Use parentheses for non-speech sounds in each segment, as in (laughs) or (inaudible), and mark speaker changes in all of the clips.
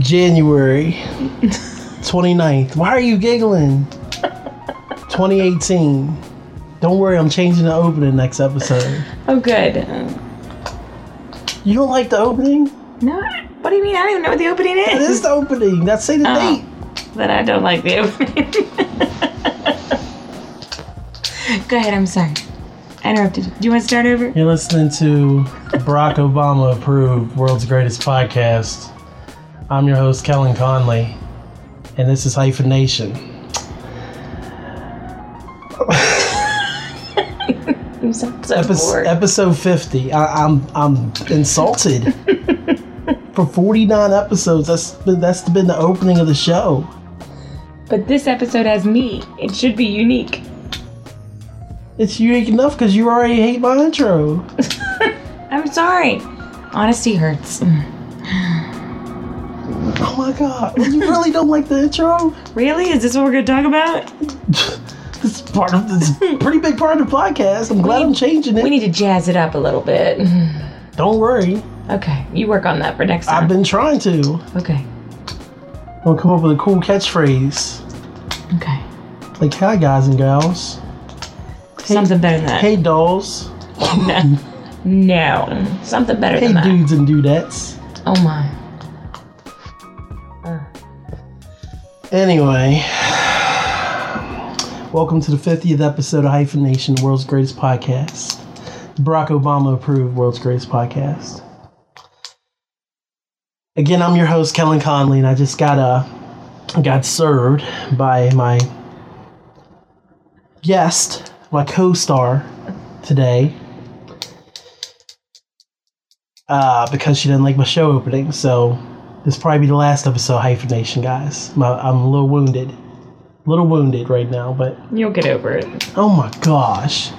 Speaker 1: January 29th. Why are you giggling? 2018. Don't worry, I'm changing the opening next episode.
Speaker 2: Oh, good.
Speaker 1: You don't like the opening?
Speaker 2: No, what do you mean? I don't even know what the opening
Speaker 1: That
Speaker 2: is.
Speaker 1: is the opening. That's say the
Speaker 2: Oh.
Speaker 1: date.
Speaker 2: But I don't like the opening. Go ahead, I'm sorry. I interrupted you. Do you want to start over?
Speaker 1: You're listening to Barack Obama approved World's Greatest Podcast. I'm your host, Kellen Conley, and this is Hyphenation.
Speaker 2: I'm so, so
Speaker 1: Epis
Speaker 2: bored.
Speaker 1: episode 50. I- I'm I'm
Speaker 2: (laughs)
Speaker 1: insulted. For 49 episodes, that's been, that's been the opening of the show.
Speaker 2: but this episode has me. It should be unique. (laughs)
Speaker 1: It's unique enough because you already hate my intro.
Speaker 2: I'm sorry. Honesty hurts.
Speaker 1: Oh my god, you really don't like the intro? (laughs)
Speaker 2: Really? Is this what we're going to talk about?
Speaker 1: This is part of this is a pretty big part of the podcast. I'm glad I'm changing
Speaker 2: We
Speaker 1: it.
Speaker 2: need to jazz it up a little bit.
Speaker 1: Don't worry,
Speaker 2: Okay, you work on that for next
Speaker 1: I've
Speaker 2: time.
Speaker 1: been trying to.
Speaker 2: okay,
Speaker 1: I'm gonna come up with a cool catchphrase
Speaker 2: okay.
Speaker 1: like "Hi guys and gals,"
Speaker 2: Something better than that.
Speaker 1: "Hey
Speaker 2: (laughs)
Speaker 1: dolls,"
Speaker 2: No. No. Something better
Speaker 1: "Hey
Speaker 2: than that.
Speaker 1: dudes and dudettes."
Speaker 2: Oh my. Uh,
Speaker 1: Anyway, welcome to the 50th episode of Hyphenation, the world's greatest podcast. Barack Obama approved world's greatest podcast. Again, I'm your host, Kellen Conley, and I just got uh, got served by my guest, my co-star today, uh, because she didn't like my show opening. So this will probably be the last episode of Hyphenation, guys. My, I'm a little wounded. A little wounded right now, but
Speaker 2: You'll get over it.
Speaker 1: oh my gosh.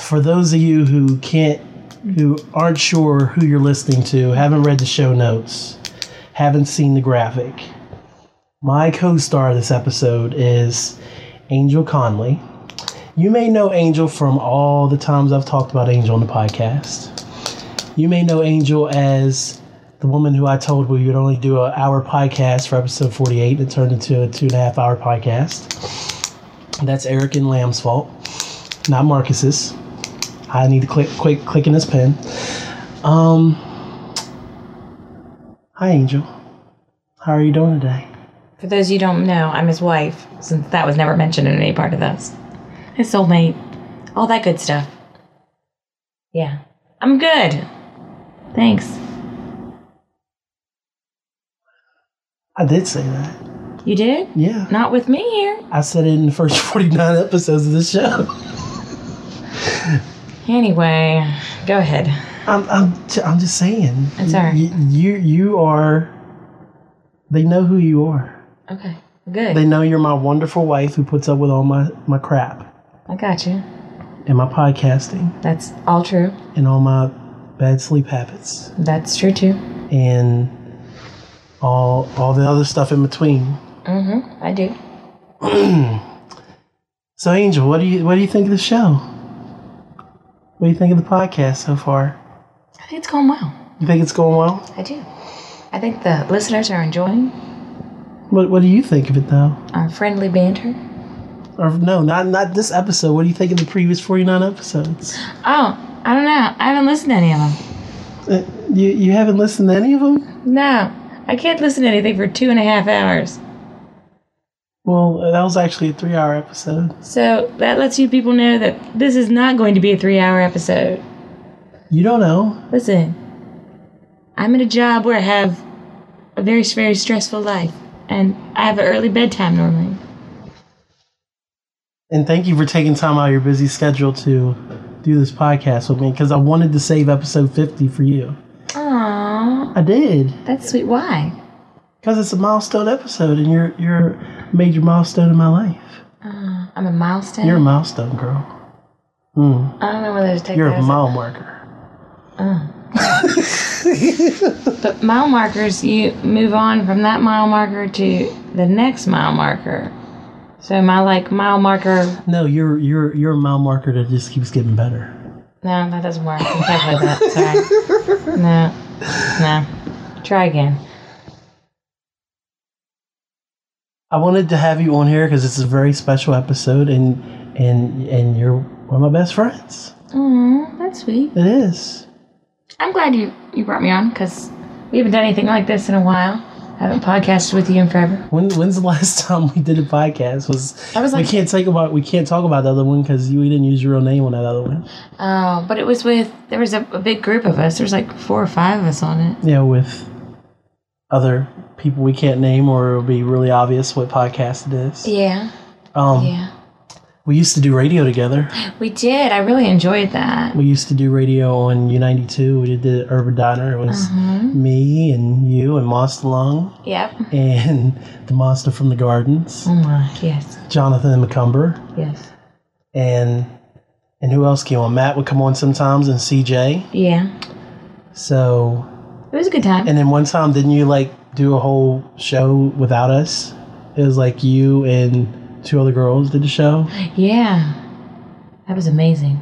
Speaker 1: (sighs) For those of you who can't, who aren't sure who you're listening to, haven't read the show notes, haven't seen the graphic, my co star this episode is Angel Conley. You may know Angel from all the times I've talked about Angel on the podcast. You may know Angel as the woman who I told we would only do an hour podcast for episode 48 and it turned into a two and a half hour podcast. That's Eric and Lamb's fault, not Marcus's. I need to click, quick, click in his pen. Um, hi, Angel. How are you doing today?
Speaker 2: For those you don't know, I'm his wife, since that was never mentioned in any part of this. His soulmate. All that good stuff. Yeah. I'm good. Thanks.
Speaker 1: I did say that.
Speaker 2: You did?
Speaker 1: Yeah.
Speaker 2: Not with me here.
Speaker 1: I said it in the first (laughs) 49 episodes of the show.
Speaker 2: Anyway, go ahead.
Speaker 1: I'm, I'm, j- I'm just saying.
Speaker 2: It's all right.
Speaker 1: You, you, you are. They know who you are.
Speaker 2: Okay. Good.
Speaker 1: They know you're my wonderful wife who puts up with all my, my crap
Speaker 2: I got you.
Speaker 1: and my podcasting
Speaker 2: That's all true.
Speaker 1: and all my bad sleep habits
Speaker 2: That's true too.
Speaker 1: and all all the other stuff in between.
Speaker 2: Mm-hmm. I do.
Speaker 1: So Angel, what do you what do you think of the show? What do you think of the podcast so far?
Speaker 2: I think it's going well.
Speaker 1: You think it's going well?
Speaker 2: I do. I think the listeners are enjoying
Speaker 1: What what do you think of it though?
Speaker 2: our friendly banter.
Speaker 1: Or no, not not this episode. What do you think of the previous 49 episodes?
Speaker 2: Oh, I don't know. I haven't listened to any of them.
Speaker 1: Uh, you you haven't listened to any of them?
Speaker 2: No, I can't listen to anything for two and a half hours.
Speaker 1: Well, that was actually a 3-hour episode.
Speaker 2: So that lets you people know that this is not going to be a three hour episode.
Speaker 1: You don't know.
Speaker 2: Listen, I'm in a job where I have a very, very stressful life, and I have an early bedtime normally.
Speaker 1: And thank you for taking time out of your busy schedule to do this podcast with me because I wanted to save episode 50 for you.
Speaker 2: Aww.
Speaker 1: I did
Speaker 2: That's sweet. Why?
Speaker 1: because it's a milestone episode, and you're you're a major milestone in my life.
Speaker 2: Uh, I'm a milestone.
Speaker 1: You're a milestone girl. Mm.
Speaker 2: I don't know whether to take
Speaker 1: You're
Speaker 2: that
Speaker 1: a
Speaker 2: as a-
Speaker 1: mile marker.
Speaker 2: But mile markers, you move on from that mile marker to the next mile marker. So my like mile marker.
Speaker 1: No, you're you're you're a mile marker that just keeps getting better.
Speaker 2: No, that doesn't work. You can't play that. Sorry. No, no. Try again.
Speaker 1: I wanted to have you on here because it's a very special episode, and and and you're one of my best friends.
Speaker 2: Oh, that's sweet.
Speaker 1: It is.
Speaker 2: I'm glad you you brought me on because we haven't done anything like this in a while. I haven't podcasted with you in forever.
Speaker 1: When when's the (laughs) last time we did a podcast? Was
Speaker 2: I was
Speaker 1: we
Speaker 2: like,
Speaker 1: can't talk about we can't talk about the other one because you we didn't use your real name on that other one.
Speaker 2: oh, but it was with there was a, a big group of us. There was like four or five of us on it.
Speaker 1: You know, with other people we can't name, or it'll be really obvious what podcast it is.
Speaker 2: Yeah,
Speaker 1: Um,
Speaker 2: yeah.
Speaker 1: we used to do radio together.
Speaker 2: We did. I really enjoyed that.
Speaker 1: We used to do radio on U ninety two. We did the Urban Diner. It was
Speaker 2: Mm-hmm.
Speaker 1: me and you and Monster Lung
Speaker 2: Yep.
Speaker 1: and the monster from the gardens.
Speaker 2: Oh my. Yes.
Speaker 1: Jonathan McCumber,
Speaker 2: Yes.
Speaker 1: and and who else came on? Matt would come on sometimes, and CJ.
Speaker 2: Yeah.
Speaker 1: So,
Speaker 2: It was a good time.
Speaker 1: and then one time, didn't you like do a whole show without us? It was like you and two other girls did the show.
Speaker 2: yeah. That was amazing.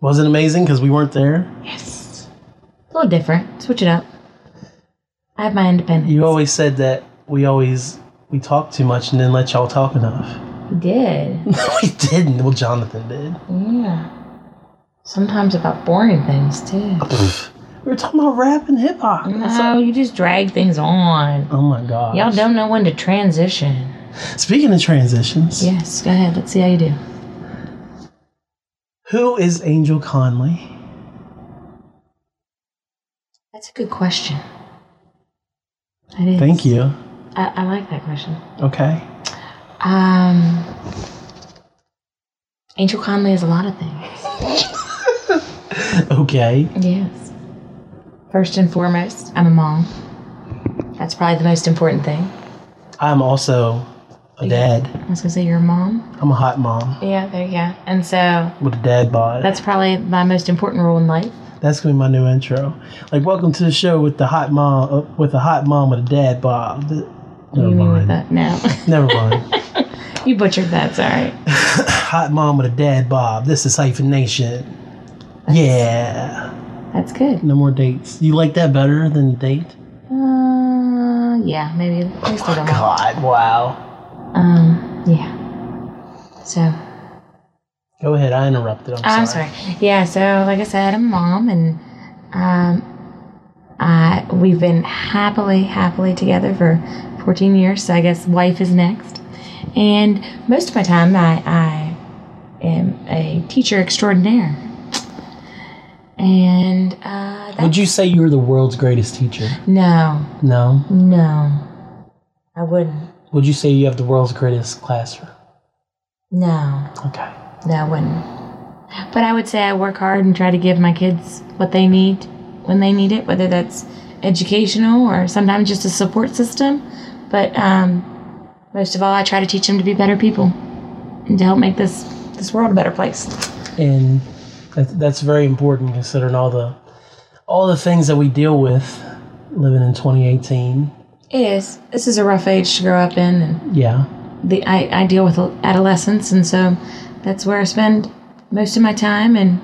Speaker 1: Was it amazing? Because we weren't there.
Speaker 2: Yes. A little different. Switch it up. I have my independence.
Speaker 1: You always said that we always we talked too much and didn't let y'all talk enough. (laughs)
Speaker 2: You did.
Speaker 1: No, we didn't. Well, Jonathan did.
Speaker 2: Yeah. Sometimes about boring things too.
Speaker 1: Pfft. we were talking about rap and hip hop.
Speaker 2: No, you just drag things on.
Speaker 1: Oh my god!
Speaker 2: Y'all don't know when to transition.
Speaker 1: Speaking of transitions,
Speaker 2: Yes, go ahead. Let's see how you do.
Speaker 1: who is Angel Conley?
Speaker 2: That's a good question. That is.
Speaker 1: Thank you.
Speaker 2: I, I like that question.
Speaker 1: Okay. (laughs)
Speaker 2: Um, Angel Conley is a lot of things.
Speaker 1: Okay.
Speaker 2: Yes. First and foremost, I'm a mom. That's probably the most important thing.
Speaker 1: I'm also a dad.
Speaker 2: I was gonna say you're a mom.
Speaker 1: I'm a hot mom
Speaker 2: Yeah, there you go. And so
Speaker 1: with a dad bod. That's,
Speaker 2: that's probably my most important rule in life.
Speaker 1: gonna be my new intro. Like, welcome to the show with the hot mom, uh, with a hot mom with a dad bod. Th-
Speaker 2: What
Speaker 1: Never
Speaker 2: do you mean with
Speaker 1: mind.
Speaker 2: that? No, (laughs)
Speaker 1: Never mind. (laughs)
Speaker 2: you butchered that. Sorry.
Speaker 1: Hot mom with a dad bob. This is Hyphen Nation. Yeah.
Speaker 2: That's good.
Speaker 1: No more dates. You like that better than date?
Speaker 2: Uh, yeah, maybe at least a little.
Speaker 1: God, wow.
Speaker 2: Um, yeah. So
Speaker 1: Go ahead. I interrupted. I'm sorry.
Speaker 2: I'm sorry. Yeah, so like I said, I'm a mom, and um, I we've been happily, happily together for 14 years. So I guess wife is next. And most of my time, I, I am a teacher extraordinaire. And uh, that,
Speaker 1: Would you say you're the world's greatest teacher?
Speaker 2: no,
Speaker 1: No.
Speaker 2: no, I wouldn't.
Speaker 1: Would you say you have the world's greatest classroom?
Speaker 2: No,
Speaker 1: Okay.
Speaker 2: no, I wouldn't. But I would say I work hard and try to give my kids what they need when they need it, whether that's educational or sometimes just a support system. But um, most of all, I try to teach them to be better people and to help make this this world a better place.
Speaker 1: and that, that's very important considering all the all the things that we deal with living in 2018
Speaker 2: It is. This is a rough age to grow up in, and
Speaker 1: yeah
Speaker 2: the I, I deal with adolescence, and so that's where I spend most of my time. And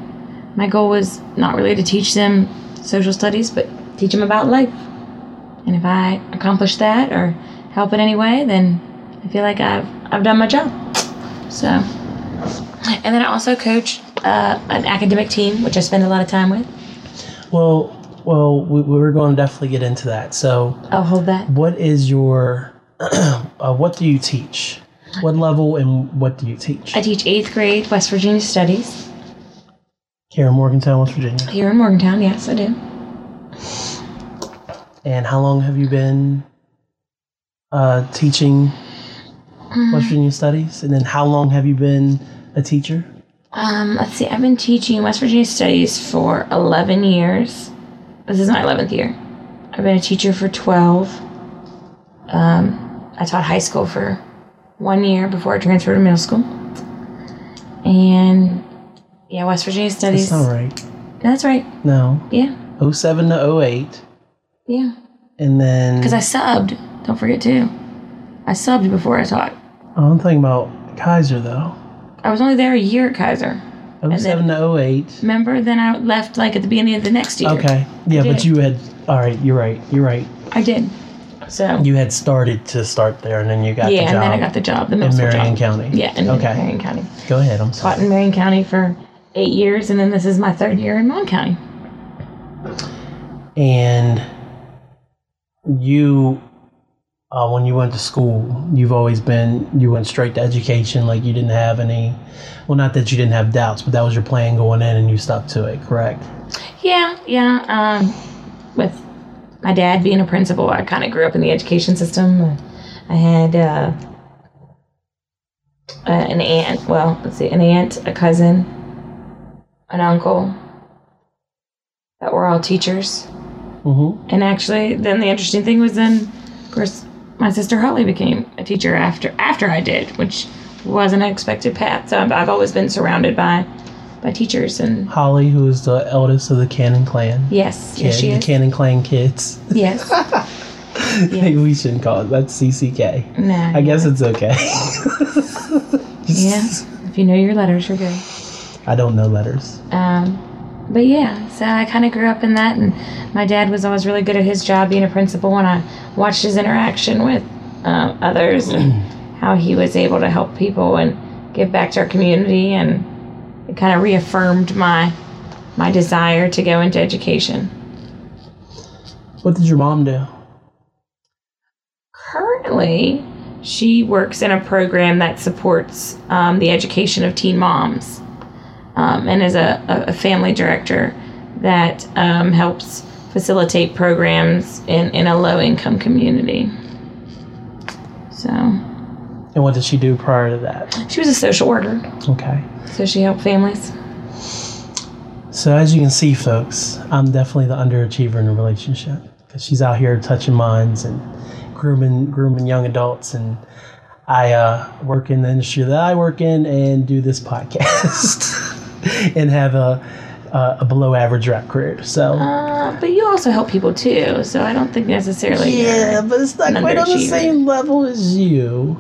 Speaker 2: my goal was not really to teach them social studies, but teach them about life. And if I accomplish that or help in any way, then I feel like I've I've done my job. So, and then I also coach uh, an academic team, which I spend a lot of time with.
Speaker 1: well well we, we we're going to definitely get into that so
Speaker 2: I'll hold that.
Speaker 1: what is your (clears throat) uh, what do you teach what level and what do you teach
Speaker 2: I teach eighth grade West Virginia studies.
Speaker 1: here in morgantown west virginia
Speaker 2: Here in Morgantown, yes, I do.
Speaker 1: and how long have you been uh, teaching
Speaker 2: Mm-hmm.
Speaker 1: west virginia studies and then how long have you been a teacher
Speaker 2: Um, let's see, I've been teaching West Virginia Studies for 11 years. This is my 11th year. I I've been a teacher for 12. Um, I taught high school for one year before I transferred to middle school. And yeah, West Virginia
Speaker 1: That's
Speaker 2: Studies.
Speaker 1: not right.
Speaker 2: That's right.
Speaker 1: No.
Speaker 2: Yeah.
Speaker 1: 07 to 08.
Speaker 2: Yeah.
Speaker 1: And then.
Speaker 2: Because I subbed. Don't forget, too. I subbed before I taught.
Speaker 1: Oh, I'm thinking about Kaiser, though.
Speaker 2: I was only there a year at Kaiser.
Speaker 1: 07 to 08.
Speaker 2: Remember? Then I left like at the beginning of the next year.
Speaker 1: Okay. Yeah,
Speaker 2: did
Speaker 1: but
Speaker 2: it.
Speaker 1: you had. All right, you're right. You're right.
Speaker 2: I did. So.
Speaker 1: You had started to start there, and then you got
Speaker 2: yeah,
Speaker 1: the
Speaker 2: and
Speaker 1: job
Speaker 2: then I got the job, the middle
Speaker 1: in
Speaker 2: school
Speaker 1: Marion
Speaker 2: job.
Speaker 1: County.
Speaker 2: Yeah, in
Speaker 1: okay.
Speaker 2: Marion County.
Speaker 1: Go ahead. I'm sorry.
Speaker 2: Taught in Marion County for eight years, and then this is my third year in Mon County.
Speaker 1: And you, uh, when you went to school, you've always been you went straight to education. Like you didn't have any. Well, not that you didn't have doubts, but that was your plan going in, and you stuck to it. Correct.
Speaker 2: Yeah, yeah. Um, with my dad being a principal, I kind of grew up in the education system. I had uh, uh, an aunt, well, let's see, an aunt, a cousin, an uncle that were all teachers.
Speaker 1: Mm-hmm.
Speaker 2: And actually, then the interesting thing was then, of course, my sister Holly became a teacher after after I did, which was an expected path. So I've, I've always been surrounded by by teachers, and
Speaker 1: Holly, who is the eldest of the Cannon clan.
Speaker 2: yes, yes, she
Speaker 1: the
Speaker 2: is.
Speaker 1: Cannon clan kids. (laughs)
Speaker 2: Yes. Yeah.
Speaker 1: Maybe we shouldn't call it. That's CCK.
Speaker 2: No.
Speaker 1: I guess it's okay. (laughs)
Speaker 2: Yeah. If you know your letters, you're good.
Speaker 1: I don't know letters.
Speaker 2: Um, but yeah, so I kind of grew up in that, and my dad was always really good at his job being a principal, and I watched his interaction with uh, others and how he was able to help people and give back to our community, and it kind of reaffirmed my my desire to go into education.
Speaker 1: What did your mom do?
Speaker 2: Currently, she works in a program that supports um, the education of teen moms um, and is a, a a family director that um, helps facilitate programs in, in a low income community. So,
Speaker 1: And what did she do prior to that?
Speaker 2: she was a social worker,
Speaker 1: Okay.
Speaker 2: so she helped families.
Speaker 1: So as you can see, folks, I'm definitely the underachiever in a relationship because she's out here touching minds and grooming grooming young adults, and I uh, work in the industry that I work in and do this (laughs) podcast (laughs) and have a a, a below average rap career. So.
Speaker 2: Uh, but you also help people too, so I don't think necessarily. you're-
Speaker 1: yeah, but it's not quite on the
Speaker 2: underachiever.
Speaker 1: same level as you.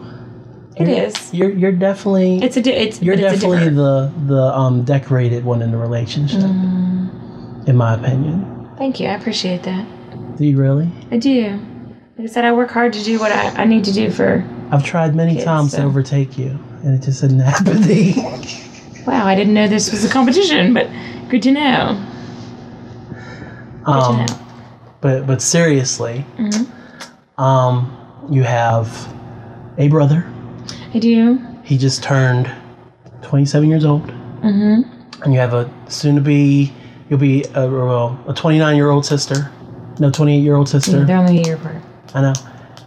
Speaker 2: It is.
Speaker 1: You're you're definitely
Speaker 2: It's a di- it's
Speaker 1: You're
Speaker 2: but it's a
Speaker 1: definitely
Speaker 2: different-
Speaker 1: the the um, decorated one in the relationship,
Speaker 2: Mm-hmm.
Speaker 1: in my opinion.
Speaker 2: Thank you. I appreciate that.
Speaker 1: Do you really?
Speaker 2: I do. Like I said, I work hard to do what I, I need to do for.
Speaker 1: I've tried many
Speaker 2: Kids,
Speaker 1: times to
Speaker 2: so-
Speaker 1: overtake you, and it just didn't (laughs) happen. to you.
Speaker 2: Wow, I didn't know this was a competition, but good to know. Good
Speaker 1: um,
Speaker 2: to know.
Speaker 1: but but seriously,
Speaker 2: Mhm.
Speaker 1: um, you have a brother.
Speaker 2: I do.
Speaker 1: He just turned twenty seven years old,
Speaker 2: hmm
Speaker 1: and you have a soon to be you'll be a, well a twenty nine year old sister, no twenty eight year old sister.
Speaker 2: They're only a year apart.
Speaker 1: I know.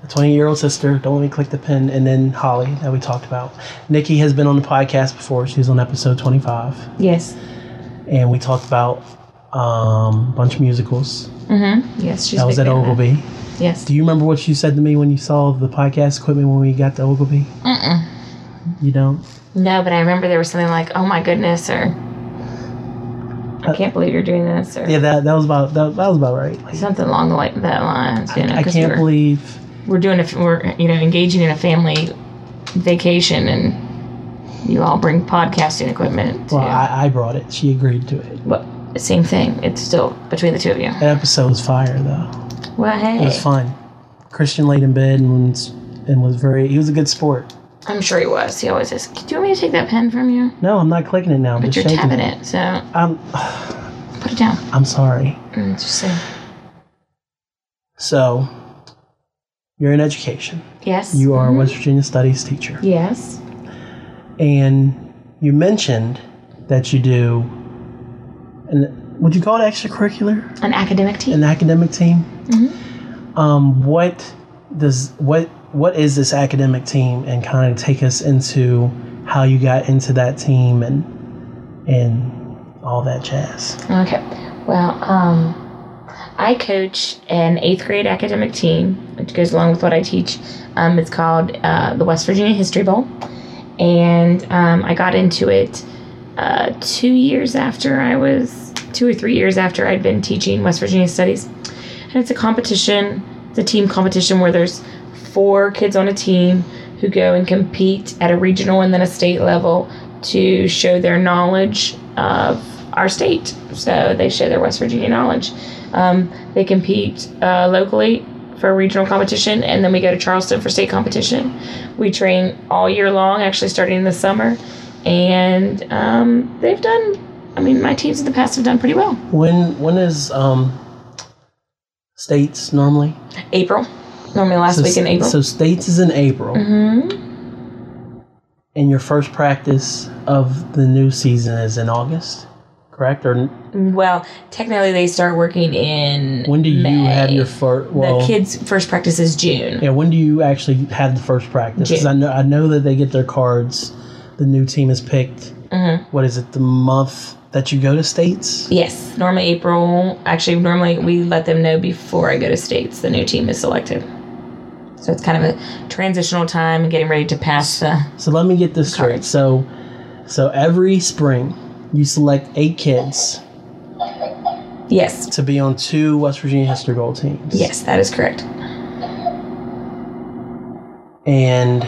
Speaker 1: A 20 year old sister, don't let me click the pin, and then Holly that we talked about. Nikki has been on the podcast before. She was on episode 25,
Speaker 2: Yes.
Speaker 1: and we talked about um, a bunch of musicals.
Speaker 2: Mm-hmm. Yes, she's.
Speaker 1: that was
Speaker 2: big
Speaker 1: at
Speaker 2: fan of that.
Speaker 1: Ogilvy.
Speaker 2: Yes.
Speaker 1: Do you remember what you said to me when you saw the podcast equipment when we got to Ogilvy?
Speaker 2: Mm-mm.
Speaker 1: You don't?
Speaker 2: No, but I remember there was something like, "Oh my goodness," or "I can't believe you're doing this," or
Speaker 1: Uh, Yeah, that, that was about that, that was about right. Like,
Speaker 2: something along the like that lines. You know,
Speaker 1: I
Speaker 2: 'cause
Speaker 1: can't
Speaker 2: we're,
Speaker 1: believe
Speaker 2: we're doing a f- we're you know engaging in a family vacation and you all bring podcasting equipment. To,
Speaker 1: well, I, I brought it. She agreed to it.
Speaker 2: Well, same thing. It's still between the two of you.
Speaker 1: That episode was fire though.
Speaker 2: Well,
Speaker 1: It was
Speaker 2: hey,
Speaker 1: fun. Christian laid in bed and was, and was very he was a good sport.
Speaker 2: I'm sure he was. He always is. Do you want me to take that pen from you?
Speaker 1: No, I'm not clicking it now. I'm
Speaker 2: But
Speaker 1: just
Speaker 2: you're
Speaker 1: shaking
Speaker 2: tapping it, so
Speaker 1: I'm,
Speaker 2: put it down.
Speaker 1: I'm sorry.
Speaker 2: Mm, Just say
Speaker 1: So, you're in education.
Speaker 2: yes. Mm-hmm.
Speaker 1: You are a West Virginia Studies teacher.
Speaker 2: Yes.
Speaker 1: And you mentioned that you do an, would you call it extracurricular?
Speaker 2: An academic team.
Speaker 1: An academic team?
Speaker 2: Mm-hmm.
Speaker 1: Um, what does, what, what is this academic team and kind of take us into how you got into that team and, and all that jazz?
Speaker 2: Okay. Well, um, I coach an eighth grade academic team, which goes along with what I teach. Um, it's called uh, the West Virginia History Bowl, and um, I got into it uh, two years after I was two or three years after I'd been teaching West Virginia Studies, and it's a competition. It's a team competition where there's four kids on a team who go and compete at a regional and then a state level to show their knowledge of our state. So they show their West Virginia knowledge. Um, they compete uh, locally for regional competition, and then we go to Charleston for state competition. We train all year long, actually starting this summer, and um, they've done. I mean, my teams in the past have done pretty well.
Speaker 1: When when is um, states normally?
Speaker 2: April, normally last
Speaker 1: so,
Speaker 2: week in April.
Speaker 1: So states is in April,
Speaker 2: mm-hmm.
Speaker 1: and your first practice of the new season is in August, correct? Or n-
Speaker 2: Well, technically they start working in.
Speaker 1: when do you
Speaker 2: May.
Speaker 1: have your first? Well,
Speaker 2: the kids' first practice is June.
Speaker 1: yeah. When do you actually have the first practice? 'Cause
Speaker 2: June.
Speaker 1: I know I know that they get their cards. The new team is picked.
Speaker 2: Mhm.
Speaker 1: What is it? The month that you go to states?
Speaker 2: Yes, normally April. Actually, normally we let them know before I go to states the new team is selected. So it's kind of a transitional time and getting ready to pass the.
Speaker 1: So let me get this straight.
Speaker 2: Cards.
Speaker 1: So, so every spring you select eight kids
Speaker 2: Yes,
Speaker 1: to be on two West Virginia History Bowl teams.
Speaker 2: yes, that is correct.
Speaker 1: And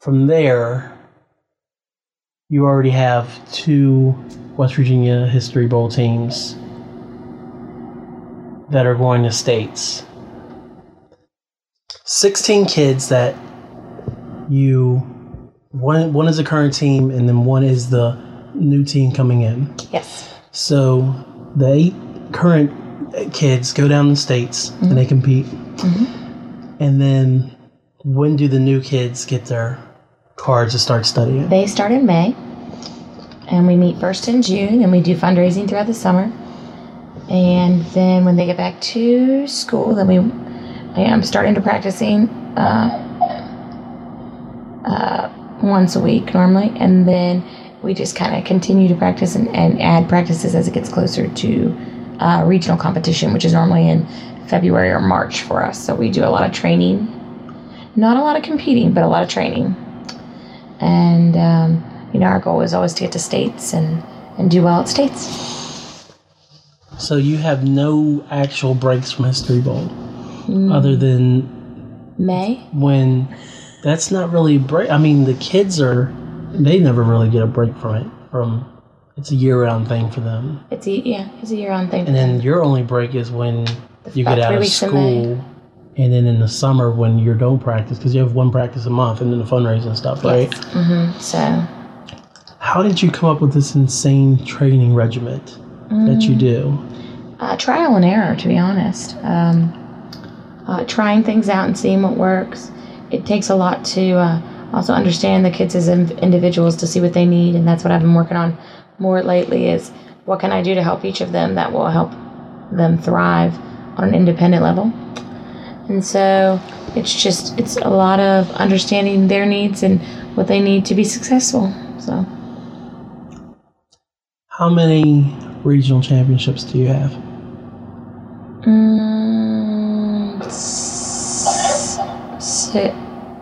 Speaker 1: from there, you already have two West Virginia History Bowl teams that are going to states. 16 kids that you one one is the current team and then one is the new team coming in.
Speaker 2: Yes.
Speaker 1: So the eight current kids go down the states and they compete. And then when do the new kids get their cards to start studying?
Speaker 2: They start in May, and we meet first in June, and we do fundraising throughout the summer. And then when they get back to school, then we, I am starting to practicing uh, uh, once a week normally, and then we just kind of continue to practice and, and add practices as it gets closer to uh, regional competition, which is normally in February or March for us. So we do a lot of training, not a lot of competing, but a lot of training and um, you know our goal is always to get to states and and do well at states
Speaker 1: So you have no actual breaks from History Bowl other than
Speaker 2: may
Speaker 1: when that's not really a break. I mean, the kids are, they never really get a break from it. From It's a year round thing for them.
Speaker 2: it's a yeah it's a year-round thing
Speaker 1: And then your only break is when you
Speaker 2: About
Speaker 1: get out
Speaker 2: three
Speaker 1: of
Speaker 2: weeks in May.
Speaker 1: school, and then in the summer when you don't practice because you have one practice a month, and then the fundraising and stuff, right?
Speaker 2: hmm so
Speaker 1: How did you come up with this insane training regiment that
Speaker 2: Mm.
Speaker 1: you do?
Speaker 2: uh, trial and error to be honest um, uh, trying things out and seeing what works it takes a lot to uh, also understand the kids as in- individuals to see what they need and that's what i've been working on more lately is what can i do to help each of them that will help them thrive on an independent level And so it's just it's a lot of understanding their needs and what they need to be successful. So
Speaker 1: How many regional championships do you have?
Speaker 2: mm, s- si-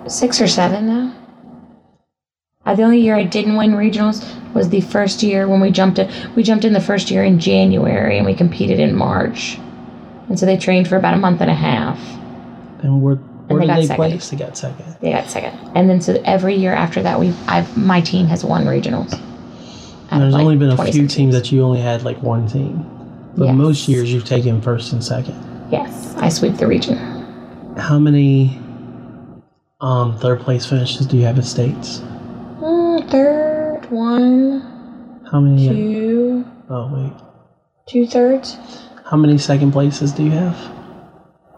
Speaker 2: six or seven now. Uh, the only year I didn't win regionals was the first year when we jumped in. We jumped in the first year in January and we competed in March. And so they trained for about a month and a half.
Speaker 1: And where where
Speaker 2: they
Speaker 1: did
Speaker 2: got
Speaker 1: they
Speaker 2: second.
Speaker 1: place? They got second.
Speaker 2: They got second, and then so every year after that, we I've my team has won regionals. Out of,
Speaker 1: And there's
Speaker 2: like,
Speaker 1: only been a
Speaker 2: 20
Speaker 1: few
Speaker 2: something.
Speaker 1: teams that you only had like one team, but
Speaker 2: Yes.
Speaker 1: most years you've taken first and second.
Speaker 2: Yes, I sweep the region.
Speaker 1: How many um, third place finishes do you have at states?
Speaker 2: Mm, third, one,
Speaker 1: How many? uh,
Speaker 2: two,
Speaker 1: Oh wait.
Speaker 2: two thirds.
Speaker 1: How many second places do you have?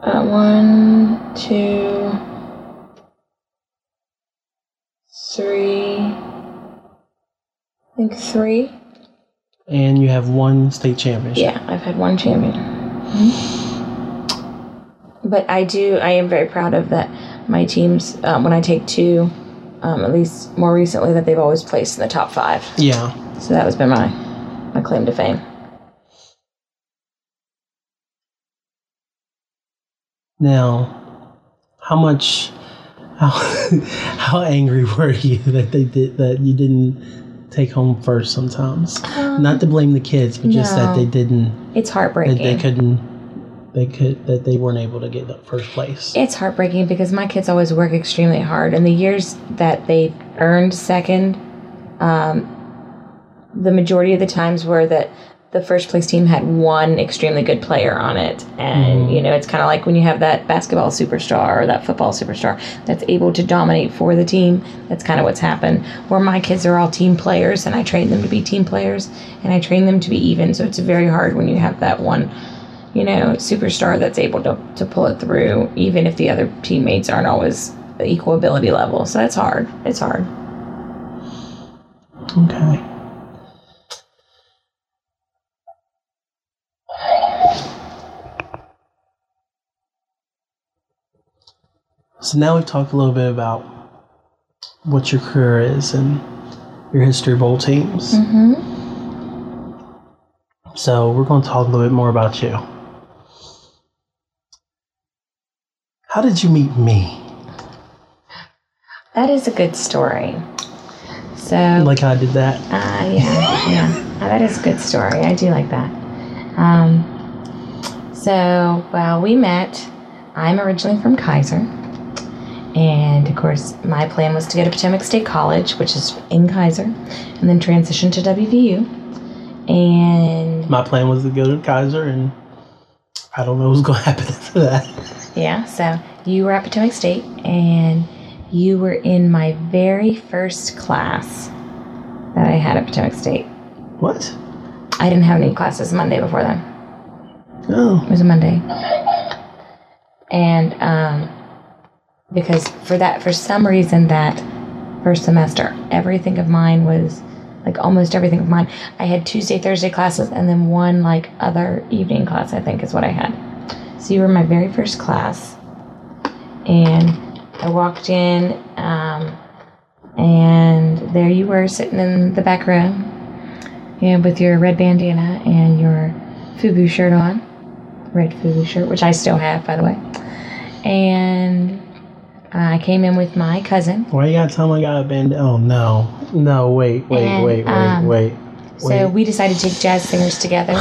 Speaker 2: Uh, one, two, three. I think three.
Speaker 1: And you have one state championship.
Speaker 2: Yeah, I've had one champion. Mm-hmm. But I do, I am very proud of that. My teams, um, when I take two, um, at least more recently, that they've always placed in the top five.
Speaker 1: Yeah.
Speaker 2: So that was been my, my claim to fame.
Speaker 1: Now, how much, how, (laughs) how angry were you (laughs) that they did that you didn't take home first? Sometimes, not to blame the kids, but just that
Speaker 2: no.
Speaker 1: they didn't,
Speaker 2: It's
Speaker 1: that
Speaker 2: heartbreaking.
Speaker 1: they couldn't, they could, that they weren't able to get the first place.
Speaker 2: It's heartbreaking because my kids always work extremely hard, and the years that they earned second, um, the majority of the times were that the first place team had one extremely good player on it, and you know it's kind of like when you have that basketball superstar or that football superstar that's able to dominate for the team. That's kind of what's happened. Where my kids are all team players, and I train them to be team players, and I train them to be even. So it's very hard when you have that one you know, superstar that's able to, to pull it through, even if the other teammates aren't always the equal ability level. So that's hard. It's hard.
Speaker 1: Okay. So now we've talked a little bit about what your career is and your history of bowl teams.
Speaker 2: Mm-hmm.
Speaker 1: So we're going to talk a little bit more about you. How did you meet me?
Speaker 2: That is a good story. So,
Speaker 1: Like I did that.
Speaker 2: uh, yeah, yeah, Uh, that is a good story. I do like that. Um, so, well, we met. I'm originally from Kaiser. And of course, my plan was to go to Potomac State College, which is in Kaiser, and then transition to WVU. And
Speaker 1: My plan was to go to Kaiser, and I don't know what's going to (laughs) happen after that.
Speaker 2: Yeah, so you were at Potomac State and you were in my very first class that I had at Potomac State.
Speaker 1: What?
Speaker 2: I didn't have any classes Monday before then.
Speaker 1: Oh.
Speaker 2: It was a Monday. And um, because for that, for some reason, that first semester, everything of mine was like almost everything of mine. I had Tuesday, Thursday classes, and then one like other evening class, I think is what I had. So you were my very first class. And I walked in, um, and there you were sitting in the back row, you know, with your red bandana and your FUBU shirt on red Fubu shirt, which I still have, by the way. And I came in with my cousin.
Speaker 1: Why you gotta tell him I got a band? Oh no, no! Wait, wait,
Speaker 2: And,
Speaker 1: wait, wait,
Speaker 2: um,
Speaker 1: wait,
Speaker 2: So
Speaker 1: wait.
Speaker 2: we decided to take jazz singers together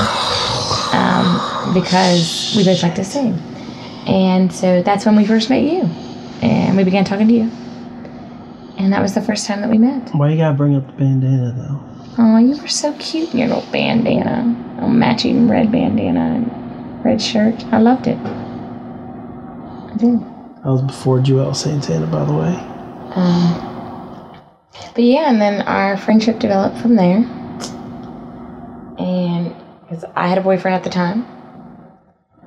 Speaker 2: um, because we both like to sing. And so that's when we first met you. And we began talking to you. And that was the first time that we met.
Speaker 1: Why you gotta bring up the bandana
Speaker 2: Oh, you were so cute in your little bandana, a matching red bandana and red shirt. I loved it. I did.
Speaker 1: though? That was before Joel Santana, by the way.
Speaker 2: Um, but yeah, and then our friendship developed from there. And because I had a boyfriend at the time,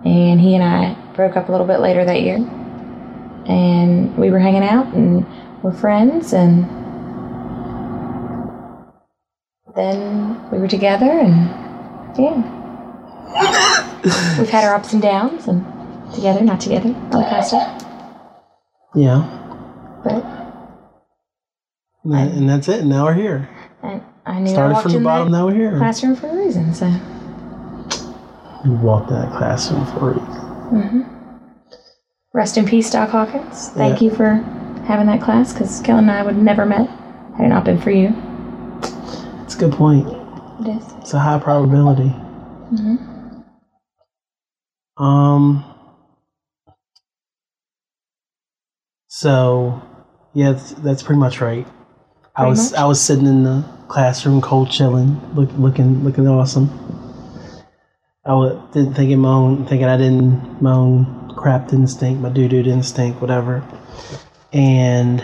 Speaker 2: and he and I broke up a little bit later that year. And we were hanging out and we're friends, and then we were together, and yeah. We've had our ups and downs, and together, not together, all that kind of stuff.
Speaker 1: Yeah,
Speaker 2: But
Speaker 1: and, that- and that's it. Now we're here.
Speaker 2: I, I knew I
Speaker 1: Started
Speaker 2: walked
Speaker 1: from the
Speaker 2: in
Speaker 1: bottom.
Speaker 2: that
Speaker 1: Now we're here.
Speaker 2: classroom for a reason. So
Speaker 1: You walked in that classroom for a reason.
Speaker 2: mm-hmm. rest in peace, Doc Hawkins. Thank
Speaker 1: Yeah.
Speaker 2: you for having that class because Kellen and I would have never met had it not been for you.
Speaker 1: It's a good point.
Speaker 2: It is.
Speaker 1: It's a high probability.
Speaker 2: Mm-hmm.
Speaker 1: Um. So, yeah, that's, that's pretty much right. I
Speaker 2: Pretty
Speaker 1: was
Speaker 2: much?
Speaker 1: I was sitting in the classroom, cold chilling, look, looking looking awesome. I wa- didn't think it my own, thinking I didn't my own crap didn't stink, my doo doo didn't stink, whatever. And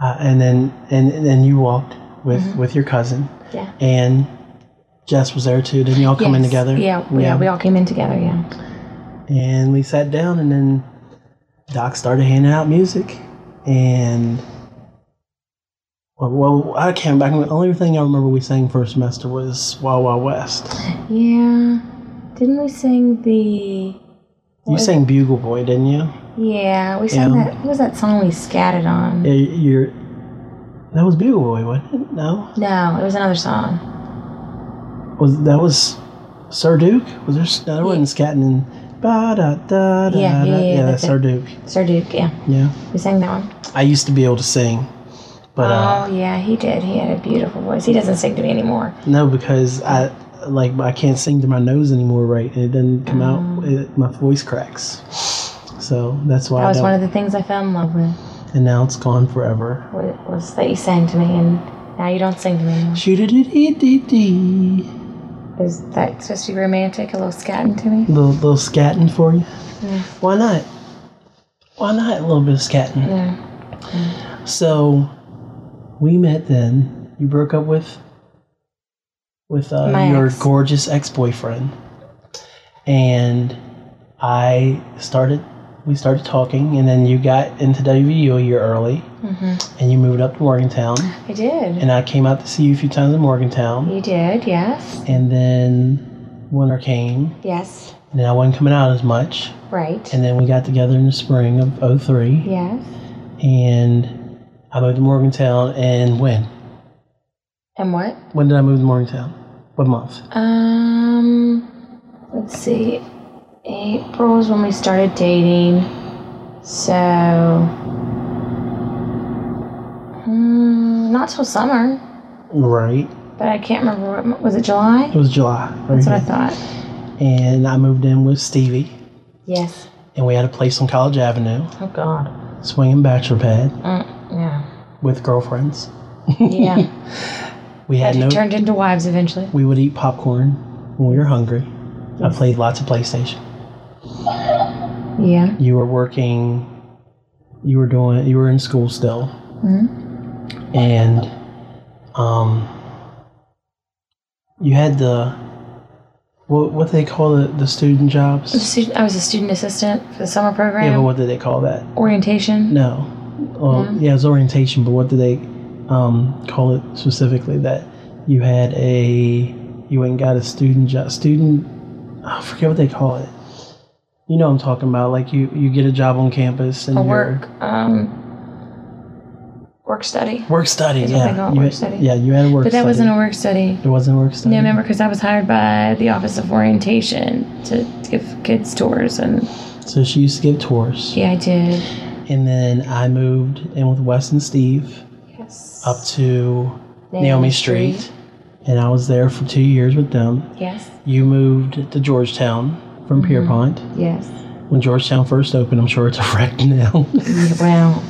Speaker 1: uh, and then and, and then you walked with with your cousin
Speaker 2: Mm-hmm. Yeah.
Speaker 1: and Jess was there too. Didn't you all come in
Speaker 2: Yes.
Speaker 1: together?
Speaker 2: Yeah, yeah. We all came in together. Yeah.
Speaker 1: and we sat down, and then Doc started handing out music, and well, well I can't. I can, the only thing I remember we sang first semester was Wild Wild West.
Speaker 2: Yeah. Didn't we sing the?
Speaker 1: You sang Bugle Boy, didn't you?
Speaker 2: Yeah, we sang
Speaker 1: Yeah.
Speaker 2: that. What was that song we scattered on?
Speaker 1: Yeah, you- you're. That was Bugle Boy, wasn't it? No,
Speaker 2: No, it was another song.
Speaker 1: was that was Sir Duke? Was there? s- No, there wasn't Scatman. Ba da da da. da.
Speaker 2: Yeah, yeah, yeah,
Speaker 1: yeah that's
Speaker 2: that's it.
Speaker 1: Sir Duke.
Speaker 2: Sir Duke, yeah.
Speaker 1: Yeah.
Speaker 2: We sang that one.
Speaker 1: I used to be able to sing, but uh,
Speaker 2: oh, yeah, he did. He had a beautiful voice. He doesn't sing to me anymore.
Speaker 1: no, because I like I can't sing to my nose anymore, right? And it doesn't come out. It, my voice cracks. So that's why
Speaker 2: Mm. That
Speaker 1: I
Speaker 2: was
Speaker 1: don't.
Speaker 2: one of the things I fell in love with,
Speaker 1: and now it's gone forever.
Speaker 2: wa- was that you sang to me, and now you don't sing to me anymore.
Speaker 1: Shoot it, dee dee dee.
Speaker 2: Is that supposed to be romantic, a little scatting to me?
Speaker 1: Little little scatting for you.
Speaker 2: Yeah.
Speaker 1: Why not? Why not a little bit of scatting?
Speaker 2: Yeah.
Speaker 1: So we met then. You broke up with with uh,
Speaker 2: My
Speaker 1: your
Speaker 2: ex.
Speaker 1: gorgeous ex-boyfriend, and I started. We started talking, and then you got into WVU a year early, and you moved up to Morgantown.
Speaker 2: I Mm-hmm. did.
Speaker 1: And I came out to see you a few times in Morgantown,
Speaker 2: You did, yes.
Speaker 1: and then winter came,
Speaker 2: Yes.
Speaker 1: and then I wasn't coming out as much.
Speaker 2: Right.
Speaker 1: And then we got together in the spring of 03,
Speaker 2: yes.
Speaker 1: and I moved to Morgantown. And when?
Speaker 2: And what?
Speaker 1: When did I move to Morgantown? What month?
Speaker 2: Um, let's see. April is when we started dating. So, mm, not till summer,
Speaker 1: Right.
Speaker 2: but I can't remember. What, was it July?
Speaker 1: It was July. Very
Speaker 2: That's what I
Speaker 1: good.
Speaker 2: thought.
Speaker 1: And I moved in with Stevie,
Speaker 2: Yes.
Speaker 1: and we had a place on College Avenue,
Speaker 2: Oh God.
Speaker 1: swinging bachelor pad
Speaker 2: Mm, yeah.
Speaker 1: with girlfriends. (laughs)
Speaker 2: Yeah.
Speaker 1: We had
Speaker 2: That
Speaker 1: no.
Speaker 2: turned into wives eventually.
Speaker 1: We would eat popcorn when we were hungry. I
Speaker 2: Mm-hmm.
Speaker 1: played lots of PlayStation.
Speaker 2: Yeah.
Speaker 1: You were working. You were doing. You were in school still.
Speaker 2: Mm-hmm.
Speaker 1: and um, you had the what what they call the the student jobs.
Speaker 2: I was a student assistant for the summer program.
Speaker 1: Yeah, but what did they call that?
Speaker 2: Orientation.
Speaker 1: No, well, yeah, it was orientation, but what did they um, call it specifically? That you had a you went and got a student job. Student, I forget what they call it. You know what I'm talking about. Like you you get a job on campus and
Speaker 2: A
Speaker 1: you're
Speaker 2: work. Um. Work study.
Speaker 1: work study.
Speaker 2: Is what
Speaker 1: yeah,
Speaker 2: they call it,
Speaker 1: you
Speaker 2: work
Speaker 1: had,
Speaker 2: study.
Speaker 1: Yeah, you had a work.
Speaker 2: But that
Speaker 1: study.
Speaker 2: wasn't a work study.
Speaker 1: It wasn't a work study.
Speaker 2: Yeah, remember because I was hired by the Office of Orientation to give kids tours, and
Speaker 1: So she used to give tours.
Speaker 2: yeah, I did.
Speaker 1: And then I moved in with Wes and Steve
Speaker 2: Yes.
Speaker 1: up to Naomi, Street. And I was there for two years with them.
Speaker 2: Yes.
Speaker 1: You moved to Georgetown from Pierpont.
Speaker 2: Yes.
Speaker 1: When Georgetown first opened, I'm sure it's a wreck now. (laughs)
Speaker 2: Yeah, wow.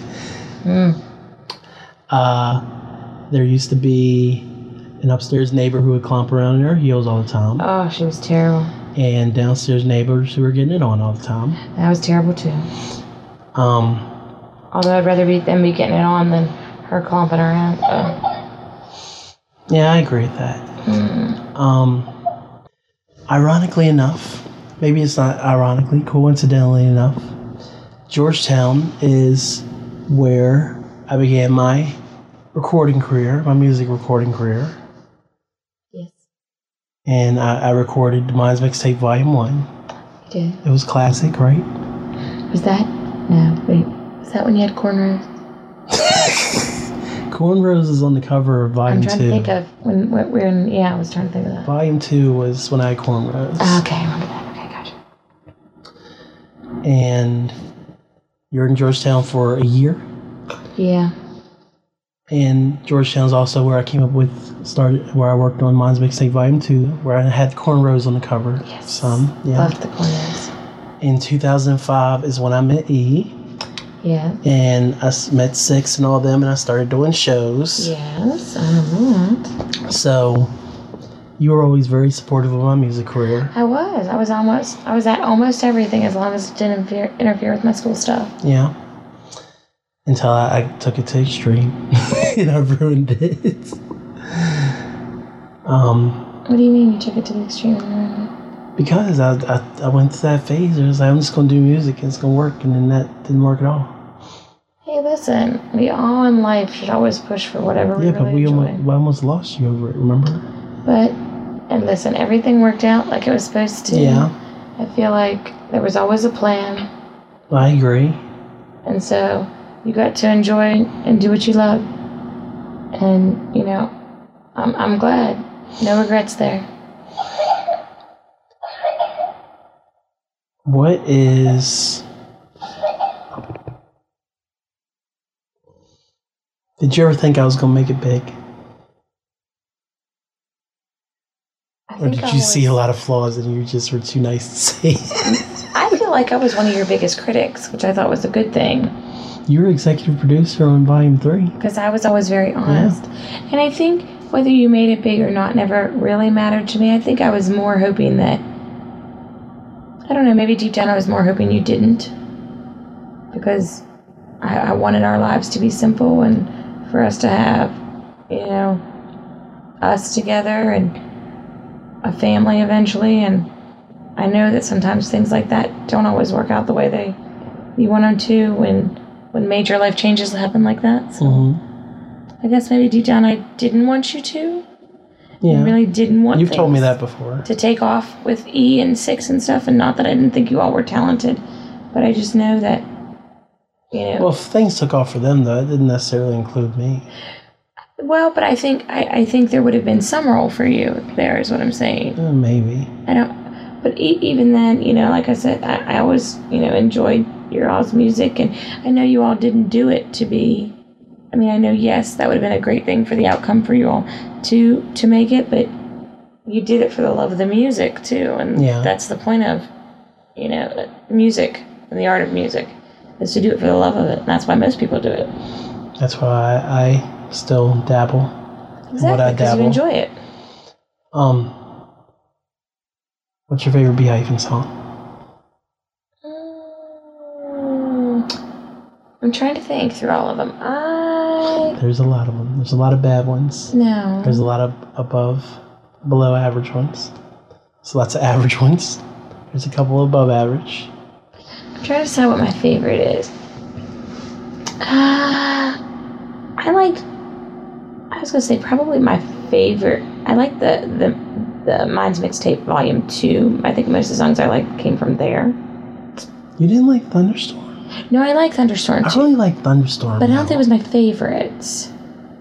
Speaker 1: Mm. uh, there used to be an upstairs neighbor who would clomp around in her heels all the time,
Speaker 2: Oh, she was terrible.
Speaker 1: and downstairs neighbors who were getting it on all the time.
Speaker 2: That was terrible too.
Speaker 1: Um,
Speaker 2: Although I'd rather be them be getting it on than her clomping around. Oh.
Speaker 1: yeah, I agree with that.
Speaker 2: mm.
Speaker 1: Um, ironically enough, maybe it's not ironically, coincidentally enough, Georgetown is where I began my recording career, my music recording career.
Speaker 2: Yes,
Speaker 1: And I, I recorded Demise Mixtape Volume 1.
Speaker 2: you did.
Speaker 1: It was classic, right?
Speaker 2: Was that? No, wait. Was that when you had cornrows?
Speaker 1: Cornrows is on the cover of Volume
Speaker 2: I'm trying
Speaker 1: 2.
Speaker 2: to think of when what we're in. Yeah, I was trying to think of that.
Speaker 1: volume 2 was when I had cornrows.
Speaker 2: Okay, I remember that. Okay, gotcha.
Speaker 1: And you're in Georgetown for a year.
Speaker 2: Yeah.
Speaker 1: And Georgetown's also where I came up with started where I worked on Mine's Mixtape Volume Two, where I had cornrows on the cover.
Speaker 2: Yes.
Speaker 1: Some. Yeah.
Speaker 2: Loved the cornrows.
Speaker 1: In 2005 is when I met E,
Speaker 2: Yeah.
Speaker 1: and I s- met Six and all them, and I started doing shows.
Speaker 2: Yes, I remember that.
Speaker 1: So you were always very supportive of my music career.
Speaker 2: I was. I was almost. I was at almost everything as long as it didn't interfere, interfere with my school stuff.
Speaker 1: Yeah. Until I, I took it to extreme, (laughs) and I ruined it. Um.
Speaker 2: What do you mean you took it to the extreme? and ruined
Speaker 1: Because I, I, I went through that phase. I was like, I'm just going to do music and it's going to work. And then that didn't work at all.
Speaker 2: it? Hey, listen. We all in life should always push for whatever we
Speaker 1: yeah,
Speaker 2: really
Speaker 1: but we
Speaker 2: enjoy.
Speaker 1: almost, we almost lost you over it, remember?
Speaker 2: But and listen, everything worked out like it was supposed to.
Speaker 1: Yeah,
Speaker 2: I feel like there was always a plan,
Speaker 1: I agree.
Speaker 2: and so you got to enjoy and do what you love. And you know, I'm I'm glad. No regrets there.
Speaker 1: What is. Did you ever think I was going to make it big?
Speaker 2: I
Speaker 1: Or
Speaker 2: think
Speaker 1: did
Speaker 2: I
Speaker 1: you see
Speaker 2: was-
Speaker 1: a lot of flaws and you just were too nice to see? (laughs)
Speaker 2: I feel like I was one of your biggest critics, which I thought was a good thing.
Speaker 1: you were executive producer on Volume 3.
Speaker 2: because I was always very honest. And I think whether you made it big or not never really mattered to me. I think I was more hoping that, I don't know, maybe deep down I was more hoping you didn't. Because I, I wanted our lives to be simple and for us to have, you know, us together and a family eventually. And I know that sometimes things like that don't always work out the way they you want them to when when major life changes happen like that. So
Speaker 1: Mm-hmm.
Speaker 2: I guess maybe deep down I didn't want you to. I
Speaker 1: Yeah.
Speaker 2: really didn't want
Speaker 1: You've told me
Speaker 2: things
Speaker 1: that before.
Speaker 2: to take off with E and six and stuff, and not that I didn't think you all were talented, but I just know that you know
Speaker 1: Well, if things took off for them, though, it didn't necessarily include me.
Speaker 2: well, but I think I, I think there would have been some role for you there is what I'm saying.
Speaker 1: Uh, maybe.
Speaker 2: I don't but e- even then, you know, like I said, I, I always, you know, enjoyed your all's music and I know you all didn't do it to be I mean, I know yes, that would have been a great thing for the outcome for you all to to make it, but you did it for the love of the music too, and
Speaker 1: Yeah.
Speaker 2: that's the point of you know uh, music and the art of music is to do it for the love of it. And that's why most people do it.
Speaker 1: That's why I, I still dabble. what I
Speaker 2: Exactly, because
Speaker 1: dabble.
Speaker 2: you enjoy it.
Speaker 1: Um, what's your favorite B hyphen song?
Speaker 2: Mm, I'm trying to think through all of them. I
Speaker 1: There's a lot of them. There's a lot of bad ones. There's a
Speaker 2: no.
Speaker 1: lot of above, below average ones. So lots of (laughs) average ones. There's a couple above average.
Speaker 2: I'm trying to decide what my favorite is. Uh, I like. I was gonna say probably my favorite. I like the the the Minds mixtape volume two. I think most of the songs I like came from there.
Speaker 1: You didn't like Thunderstorm.
Speaker 2: No, I like Thunderstorm
Speaker 1: I
Speaker 2: too,
Speaker 1: really like Thunderstorm.
Speaker 2: but I don't
Speaker 1: though.
Speaker 2: think it was my favorite.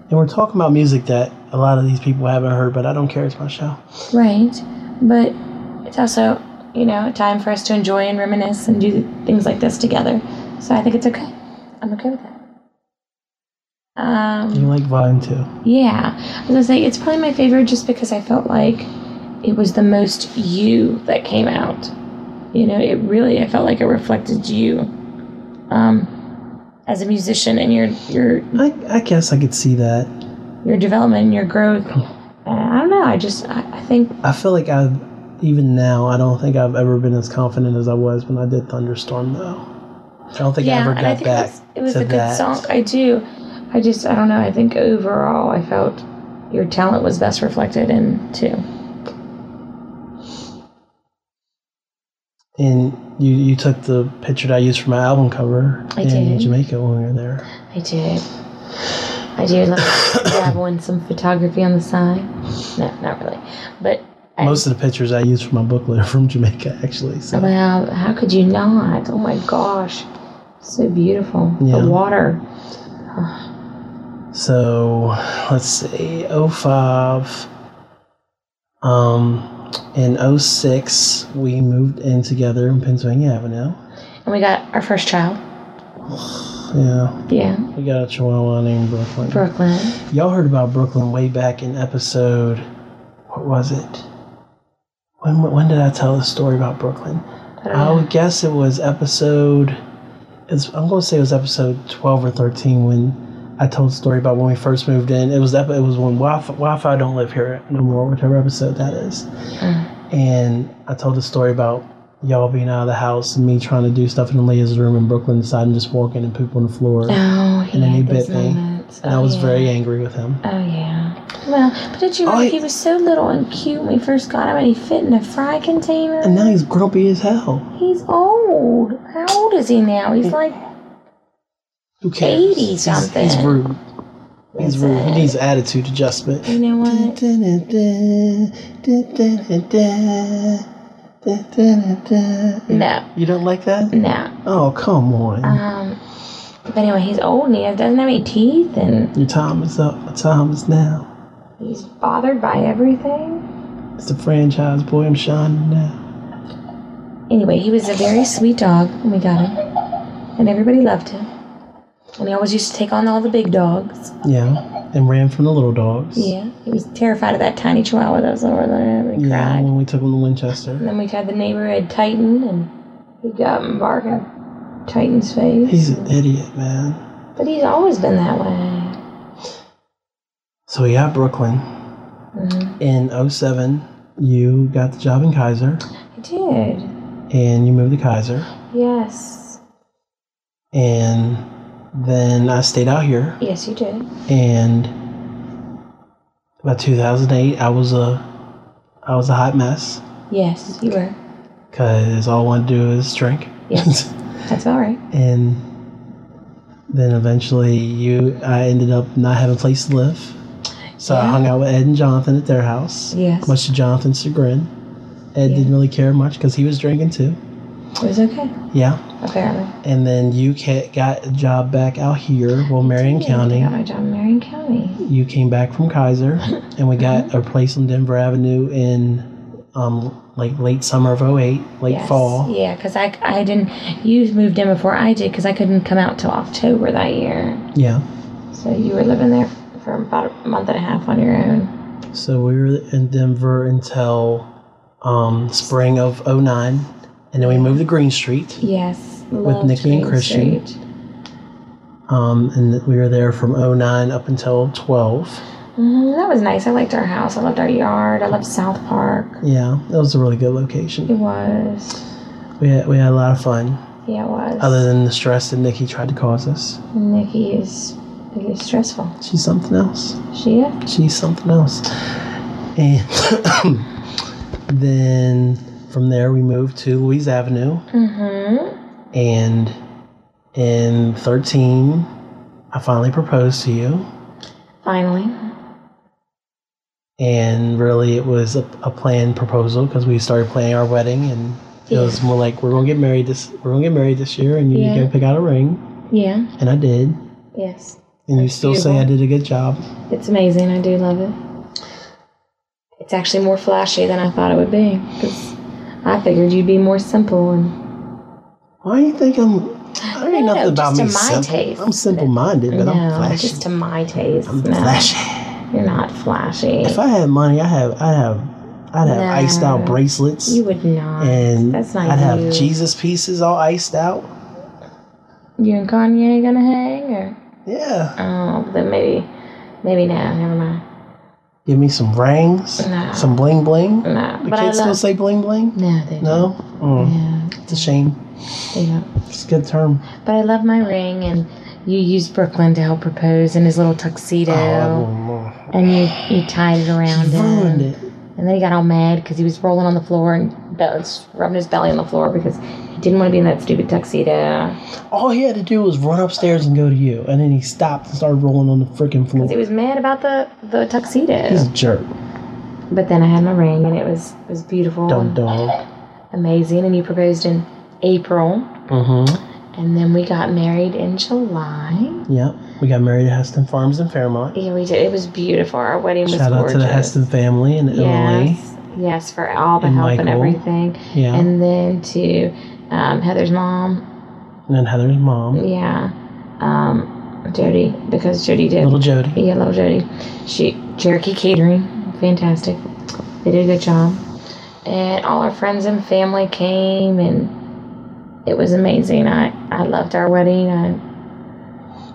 Speaker 1: And we're talking about music that a lot of these people haven't heard, but I don't care. It's my show.
Speaker 2: Right. But it's also, you know, a time for us to enjoy and reminisce and do things like this together. So I think it's okay. I'm okay with that.
Speaker 1: You
Speaker 2: Um,
Speaker 1: like Volume Two?
Speaker 2: yeah. I was going to say, it's probably my favorite just because I felt like it was the most you that came out. You know, it really, I felt like it reflected you um, as a musician and your, your
Speaker 1: I, I guess I could see that.
Speaker 2: your development and your growth. And I don't know. I just, I, I think
Speaker 1: I feel like I've even now. I don't think I've ever been as confident as I was when I did Thunderstorm, though. I don't think I ever
Speaker 2: and
Speaker 1: got
Speaker 2: I think
Speaker 1: back
Speaker 2: It was, it was
Speaker 1: to
Speaker 2: a good
Speaker 1: that.
Speaker 2: song. I do. I just, I don't know. I think overall, I felt your talent was best reflected in two.
Speaker 1: And you you took the picture that I used for my album cover
Speaker 2: I
Speaker 1: in
Speaker 2: did.
Speaker 1: Jamaica when we were there.
Speaker 2: I did. I do.
Speaker 1: (coughs)
Speaker 2: Let me dabble in some photography on the side. No, not really. But I,
Speaker 1: Most of the pictures I used for my (laughs) booklet are from Jamaica, actually. So
Speaker 2: well, how could you not? Oh my gosh, so beautiful.
Speaker 1: Yeah.
Speaker 2: The water.
Speaker 1: So let's see, 05. Um, in 06, we moved in together in Pennsylvania Avenue.
Speaker 2: And we got our first child.
Speaker 1: Yeah,
Speaker 2: Yeah,
Speaker 1: we got a chihuahua named Brooklyn.
Speaker 2: Brooklyn.
Speaker 1: Y'all heard about Brooklyn way back in episode. What was it? When, when did I tell the story about Brooklyn?
Speaker 2: I don't
Speaker 1: I
Speaker 2: know.
Speaker 1: would guess it was episode. It's, I'm going to say it was episode 12 or 13 when I told the story about when we first moved in. It was epi- it was when Wi-Fi, Wi-Fi don't live here no more, whichever episode that is. And I told the story about y'all being out of the house and me trying to do stuff in Leah's room in Brooklyn, deciding to just walk in and poop on the floor.
Speaker 2: Oh, he
Speaker 1: And then
Speaker 2: had
Speaker 1: he
Speaker 2: those
Speaker 1: bit me,
Speaker 2: moments.
Speaker 1: And I
Speaker 2: Oh,
Speaker 1: was
Speaker 2: yeah.
Speaker 1: very angry with him.
Speaker 2: Oh yeah. Well, but did you
Speaker 1: Oh,
Speaker 2: know
Speaker 1: he-
Speaker 2: he was so little and cute when we first got him, and he fit in a fry container?
Speaker 1: And now he's grumpy as hell.
Speaker 2: he's old. How old is he now? He's like
Speaker 1: Who cares?
Speaker 2: 80
Speaker 1: He's- He's,
Speaker 2: something.
Speaker 1: rude. He's
Speaker 2: That's
Speaker 1: rude. He
Speaker 2: it.
Speaker 1: needs attitude adjustment.
Speaker 2: you know what?
Speaker 1: You
Speaker 2: No,
Speaker 1: don't like that?
Speaker 2: no.
Speaker 1: Oh, come on.
Speaker 2: Um, but anyway, he's old and he doesn't have any teeth, and
Speaker 1: Your time is up. My time is now.
Speaker 2: he's bothered by everything.
Speaker 1: It's the franchise boy. I'm shining now.
Speaker 2: Anyway, he was a very sweet dog when we got him, and everybody loved him. And he always used to take on all the big dogs.
Speaker 1: Yeah, and ran from the little dogs.
Speaker 2: Yeah, he was terrified of that tiny chihuahua that was over there and he
Speaker 1: Yeah,
Speaker 2: cried.
Speaker 1: when we took him to
Speaker 2: And
Speaker 1: Winchester.
Speaker 2: then we had the neighbor Ed Titan, and he got him barking Titan's face.
Speaker 1: He's an idiot, man.
Speaker 2: but he's always been that way.
Speaker 1: So we got Brooklyn.
Speaker 2: Mhm.
Speaker 1: In 07, you got the job in Kaiser,
Speaker 2: I did.
Speaker 1: and you moved to Kaiser.
Speaker 2: Yes.
Speaker 1: And then I stayed out here.
Speaker 2: Yes, you did.
Speaker 1: And by 2008, I was a, I was a hot mess
Speaker 2: Yes, you were.
Speaker 1: because all I wanted to do is drink.
Speaker 2: Yes. That's all right.
Speaker 1: (laughs) and then eventually you I ended up not having a place to live. So I
Speaker 2: Yeah.
Speaker 1: hung out with Ed and Jonathan at their house.
Speaker 2: Yes.
Speaker 1: Much to Jonathan's chagrin. Ed
Speaker 2: Yeah.
Speaker 1: didn't really care much because he was drinking too.
Speaker 2: It was okay,
Speaker 1: Yeah.
Speaker 2: apparently.
Speaker 1: And then you ca- got a job back out here, well, Marion
Speaker 2: Yeah, I
Speaker 1: County.
Speaker 2: got my job in Marion County.
Speaker 1: You came back from
Speaker 2: (laughs)
Speaker 1: Kaiser, and we got
Speaker 2: Mm-hmm.
Speaker 1: a place on Denver Avenue in um, like late summer of 08, late
Speaker 2: Yes.
Speaker 1: fall.
Speaker 2: Yeah, because I, I didn't. You moved in before I did because I couldn't come out till October that year.
Speaker 1: Yeah.
Speaker 2: So you were living there for about a month and a half on your own.
Speaker 1: So we were in Denver until um, spring of 09, and then we moved to Green Street.
Speaker 2: Yes. loved
Speaker 1: Nikki and
Speaker 2: Green
Speaker 1: Christian.
Speaker 2: Street.
Speaker 1: Um, and we were there from 09 up until 12.
Speaker 2: Mhm, that was nice. I liked our house. I loved our yard. I loved South Park.
Speaker 1: Yeah, that was a really good
Speaker 2: It
Speaker 1: location.
Speaker 2: was.
Speaker 1: We had, we had a lot of fun,
Speaker 2: Yeah, it was.
Speaker 1: other than the stress that Nikki tried to cause us.
Speaker 2: Nikki is, Nikki is stressful.
Speaker 1: She's something else.
Speaker 2: She is.
Speaker 1: She's something else. And (coughs) then from there, we moved to Louise Avenue.
Speaker 2: Mm-hmm.
Speaker 1: And in 13, I finally proposed to you.
Speaker 2: Finally.
Speaker 1: and really it was a, a planned proposal because we started planning our wedding and it
Speaker 2: Yeah.
Speaker 1: was more like we're gonna get married this we're gonna get married this year and you
Speaker 2: Yeah.
Speaker 1: need to go pick out a ring
Speaker 2: Yeah.
Speaker 1: and I did and
Speaker 2: Yes.
Speaker 1: you still say I
Speaker 2: beautiful.
Speaker 1: did a good job
Speaker 2: It's amazing. I do love it. It's actually more flashy than I thought it would be because I figured you'd be more simple and
Speaker 1: why do you think I'm I ain't
Speaker 2: No,
Speaker 1: nothing
Speaker 2: no,
Speaker 1: about
Speaker 2: just
Speaker 1: me
Speaker 2: to my
Speaker 1: simple
Speaker 2: taste.
Speaker 1: I'm simple minded but I'm
Speaker 2: no,
Speaker 1: flashy
Speaker 2: just to my taste.
Speaker 1: I'm
Speaker 2: no,
Speaker 1: flashy
Speaker 2: you're not flashy.
Speaker 1: if I had money I have I have I'd have
Speaker 2: No.
Speaker 1: iced out bracelets
Speaker 2: you would not.
Speaker 1: and
Speaker 2: That's not
Speaker 1: I'd have
Speaker 2: you.
Speaker 1: Jesus pieces all iced out
Speaker 2: You and Kanye gonna hang or?
Speaker 1: yeah
Speaker 2: Oh, then maybe, maybe no. Never mind.
Speaker 1: give me some rings
Speaker 2: No.
Speaker 1: some bling bling
Speaker 2: No,
Speaker 1: the
Speaker 2: but I
Speaker 1: kids still
Speaker 2: love.
Speaker 1: say bling bling
Speaker 2: no, they
Speaker 1: No?
Speaker 2: Don't.
Speaker 1: Mm.
Speaker 2: Yeah,
Speaker 1: It's a shame.
Speaker 2: they don't.
Speaker 1: It's a good term.
Speaker 2: But I love my ring, and you used Brooklyn to help propose in his little tuxedo,
Speaker 1: Oh,
Speaker 2: and you you tied it around
Speaker 1: He
Speaker 2: him.
Speaker 1: ruined it.
Speaker 2: And then he got all mad because he was rolling on the floor and bells, rubbing his belly on the floor because he didn't want to be in that stupid tuxedo.
Speaker 1: All he had to do was run upstairs and go to you, and then he stopped and started rolling on the freaking floor.
Speaker 2: He was mad about the the tuxedo.
Speaker 1: He's a jerk.
Speaker 2: But then I had my ring, and it was it was beautiful,
Speaker 1: Dumb
Speaker 2: and
Speaker 1: dog.
Speaker 2: amazing. And you proposed in April,
Speaker 1: Mm-hmm.
Speaker 2: and then we got married in July.
Speaker 1: Yep. We got married at Heston Farms in Fairmont.
Speaker 2: Yeah, we did. It was beautiful. Our wedding was
Speaker 1: Shout out
Speaker 2: gorgeous.
Speaker 1: to the Heston family and Emily.
Speaker 2: Yes, yes, for all the
Speaker 1: And
Speaker 2: help and
Speaker 1: Michael.
Speaker 2: everything.
Speaker 1: Yeah. And,
Speaker 2: And then to um, Heather's mom,
Speaker 1: then Heather's mom,
Speaker 2: yeah, um, Jody, because Jody did.
Speaker 1: little Jody.
Speaker 2: yeah, little Jody. She, Cherokee Catering, fantastic. They did a good job. And all our friends and family came, and it was amazing. I, I loved our wedding. I,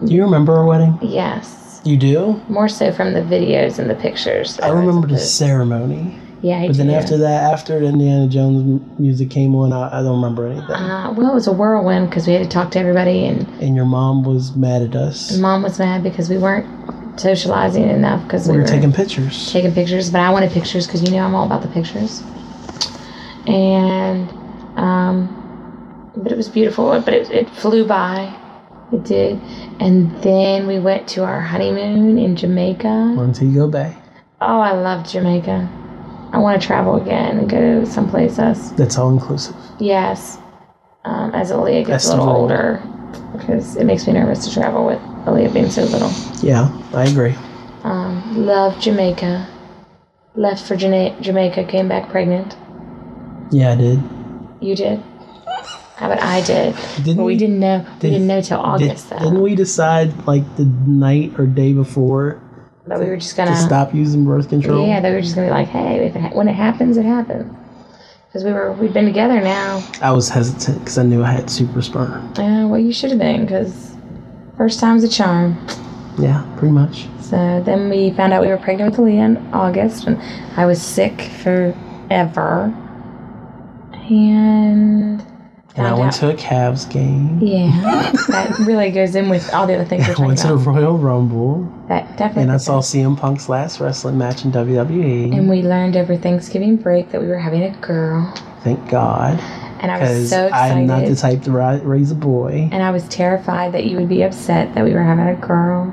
Speaker 1: Do you remember our wedding?
Speaker 2: yes,
Speaker 1: You do?
Speaker 2: more so from the videos and the pictures.
Speaker 1: I remember the
Speaker 2: this.
Speaker 1: ceremony.
Speaker 2: Yeah, I
Speaker 1: But then
Speaker 2: do.
Speaker 1: after that, after the Indiana Jones m- music came on, I, I don't remember anything.
Speaker 2: Uh, well, it was a whirlwind because we had to talk to everybody, and
Speaker 1: And your mom was mad at us.
Speaker 2: mom was mad because we weren't socializing enough because we
Speaker 1: We
Speaker 2: were
Speaker 1: were taking pictures.
Speaker 2: taking pictures. But I wanted pictures because you know I'm all about the pictures. And, um, but it was beautiful. But it, it flew by. It did. And then we went to our honeymoon in Jamaica.
Speaker 1: Montego Bay.
Speaker 2: Oh, I love Jamaica. I want to travel again and go someplace else.
Speaker 1: That's all inclusive.
Speaker 2: Yes. Um, as Aaliyah gets a
Speaker 1: That's
Speaker 2: little
Speaker 1: the-
Speaker 2: older, because it makes me nervous to travel with Aaliyah being so little.
Speaker 1: Yeah, I agree.
Speaker 2: Um, love Jamaica. Left for Jana- Jamaica, came back pregnant.
Speaker 1: Yeah, I did.
Speaker 2: You did? How about I did?
Speaker 1: Didn't
Speaker 2: But we didn't know. we
Speaker 1: did-
Speaker 2: didn't know till August,
Speaker 1: Did,
Speaker 2: though.
Speaker 1: didn't we decide like the night or day before
Speaker 2: But we were just gonna.
Speaker 1: to stop using birth control?
Speaker 2: Uh-huh. Yeah, they were just gonna be like, hey, if it ha- when it happens, it happens. Because we were we've been together now.
Speaker 1: I was hesitant because I knew I had super sperm.
Speaker 2: Uh, well, you should have been, because first time's a charm.
Speaker 1: Yeah, pretty much.
Speaker 2: So then we found out we were pregnant with Aaliyah in August, and I was sick forever. And
Speaker 1: And I
Speaker 2: Found
Speaker 1: went
Speaker 2: out.
Speaker 1: to a Cavs game. (laughs)
Speaker 2: yeah, that really goes in with all the other things
Speaker 1: I
Speaker 2: we're talking
Speaker 1: went to the
Speaker 2: about.
Speaker 1: Royal Rumble.
Speaker 2: That definitely.
Speaker 1: And I
Speaker 2: goes
Speaker 1: saw
Speaker 2: in.
Speaker 1: CM Punk's last wrestling match in E. WWE.
Speaker 2: And we learned over Thanksgiving break that we were having a girl,
Speaker 1: Thank God.
Speaker 2: and I was
Speaker 1: Because
Speaker 2: so excited.
Speaker 1: I'm not the type to ri- raise a boy.
Speaker 2: and I was terrified that you would be upset that we were having a girl.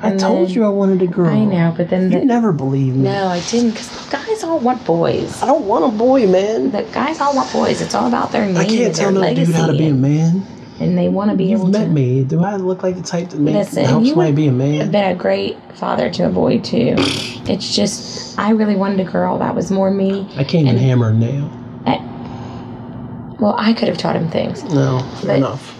Speaker 1: I
Speaker 2: And
Speaker 1: told
Speaker 2: then-
Speaker 1: you I wanted a girl.
Speaker 2: I know, but then
Speaker 1: You
Speaker 2: the,
Speaker 1: never believed me.
Speaker 2: no, I didn't, because guys all want boys.
Speaker 1: I don't want a boy, man.
Speaker 2: The guys all want boys. It's all about their name.
Speaker 1: I
Speaker 2: and
Speaker 1: can't
Speaker 2: their
Speaker 1: tell no
Speaker 2: legacy,
Speaker 1: dude how to be a man.
Speaker 2: and they want to be
Speaker 1: You've
Speaker 2: able
Speaker 1: met
Speaker 2: to.
Speaker 1: me. Do I look like the type that makes
Speaker 2: Listen,
Speaker 1: helps
Speaker 2: you
Speaker 1: somebody
Speaker 2: would-
Speaker 1: be a
Speaker 2: I've
Speaker 1: man?
Speaker 2: been a great father to a boy too. It's just I really wanted a girl that was more me.
Speaker 1: I can't even
Speaker 2: and-
Speaker 1: hammer a nail.
Speaker 2: Well, I could have taught him things,
Speaker 1: No, fair
Speaker 2: But-
Speaker 1: enough.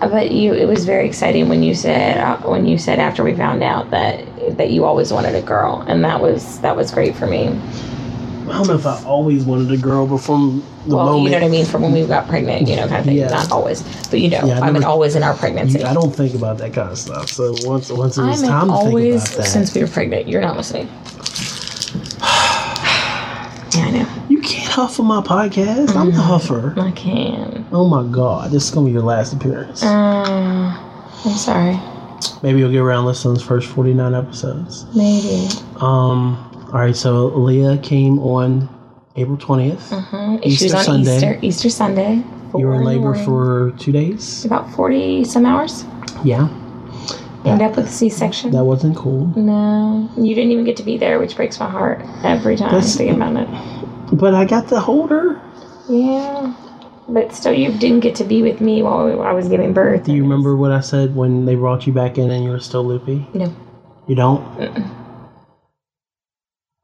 Speaker 2: but you. It was very exciting when you said uh, when you said after we found out that that you always wanted a girl, and that was that was great for me.
Speaker 1: I don't know if I always wanted a girl, but from the
Speaker 2: well,
Speaker 1: moment,
Speaker 2: you know what I mean, from when we got pregnant, you know, kind of thing.
Speaker 1: Yeah.
Speaker 2: Not always, but you know,
Speaker 1: Yeah, I
Speaker 2: I've been
Speaker 1: never-
Speaker 2: always in our pregnancy.
Speaker 1: you- I don't think about that kind of stuff. So once once it was
Speaker 2: I'm
Speaker 1: time to
Speaker 2: always
Speaker 1: think about that,
Speaker 2: since we were pregnant. You're not listening. (sighs) yeah, I know.
Speaker 1: you can't huff on my podcast. I'm
Speaker 2: Mm-hmm.
Speaker 1: the huffer.
Speaker 2: I can.
Speaker 1: Oh my god, this is gonna be your last appearance.
Speaker 2: Mm. Uh, I'm sorry.
Speaker 1: Maybe you'll get around listening to those first 49 episodes.
Speaker 2: Maybe.
Speaker 1: Um, all right, so Leah came on April 20th.
Speaker 2: Uh-huh.
Speaker 1: Easter
Speaker 2: she was on
Speaker 1: Sunday.
Speaker 2: Easter Easter Sunday.
Speaker 1: You were
Speaker 2: Four
Speaker 1: in
Speaker 2: the
Speaker 1: labor
Speaker 2: morning.
Speaker 1: for two days.
Speaker 2: about forty some hours.
Speaker 1: Yeah,
Speaker 2: End up with a C-section.
Speaker 1: that wasn't cool.
Speaker 2: No, you didn't even get to be there, which breaks my heart every time
Speaker 1: That's-
Speaker 2: thinking about it.
Speaker 1: But I got to hold her.
Speaker 2: Yeah, but still, you didn't get to be with me while we- while I was giving birth.
Speaker 1: Do you remember what I said when they brought you back in and you were still loopy?
Speaker 2: No.
Speaker 1: You don't?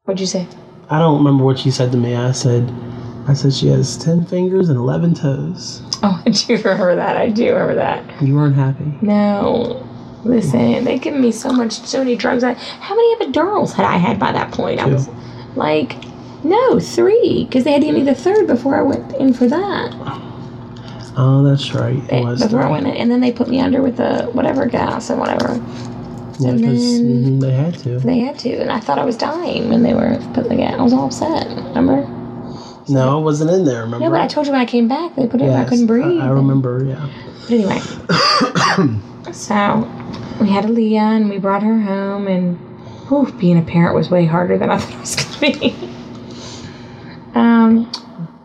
Speaker 2: What'd you say?
Speaker 1: I don't remember what she said to me. I said, I said she has 10 fingers and 11 toes.
Speaker 2: Oh, (laughs) I do remember that. I do remember that.
Speaker 1: You weren't happy.
Speaker 2: No. Listen, they give me so much, so many drugs. I, how many epidurals had I had by that point? I
Speaker 1: Two.
Speaker 2: was like, no, three, because they had to give me the third before I went in for that.
Speaker 1: Oh, that's right. It
Speaker 2: They-
Speaker 1: was.
Speaker 2: before Eh, I went in, and then they put me under with the whatever gas and whatever
Speaker 1: Yeah, because
Speaker 2: then-
Speaker 1: mhm, they had to.
Speaker 2: they had to. And I thought I was dying when they were putting the gas. I was all upset. Remember?
Speaker 1: No, I wasn't in there, remember?
Speaker 2: No, but I told you when I came back, they put it. in I
Speaker 1: Yes,
Speaker 2: couldn't breathe.
Speaker 1: I, remember, yeah.
Speaker 2: But anyway, (coughs) so we had Aaliyah and we brought her home, and whew, being a parent was way harder than I (laughs) thought it was going to be. um,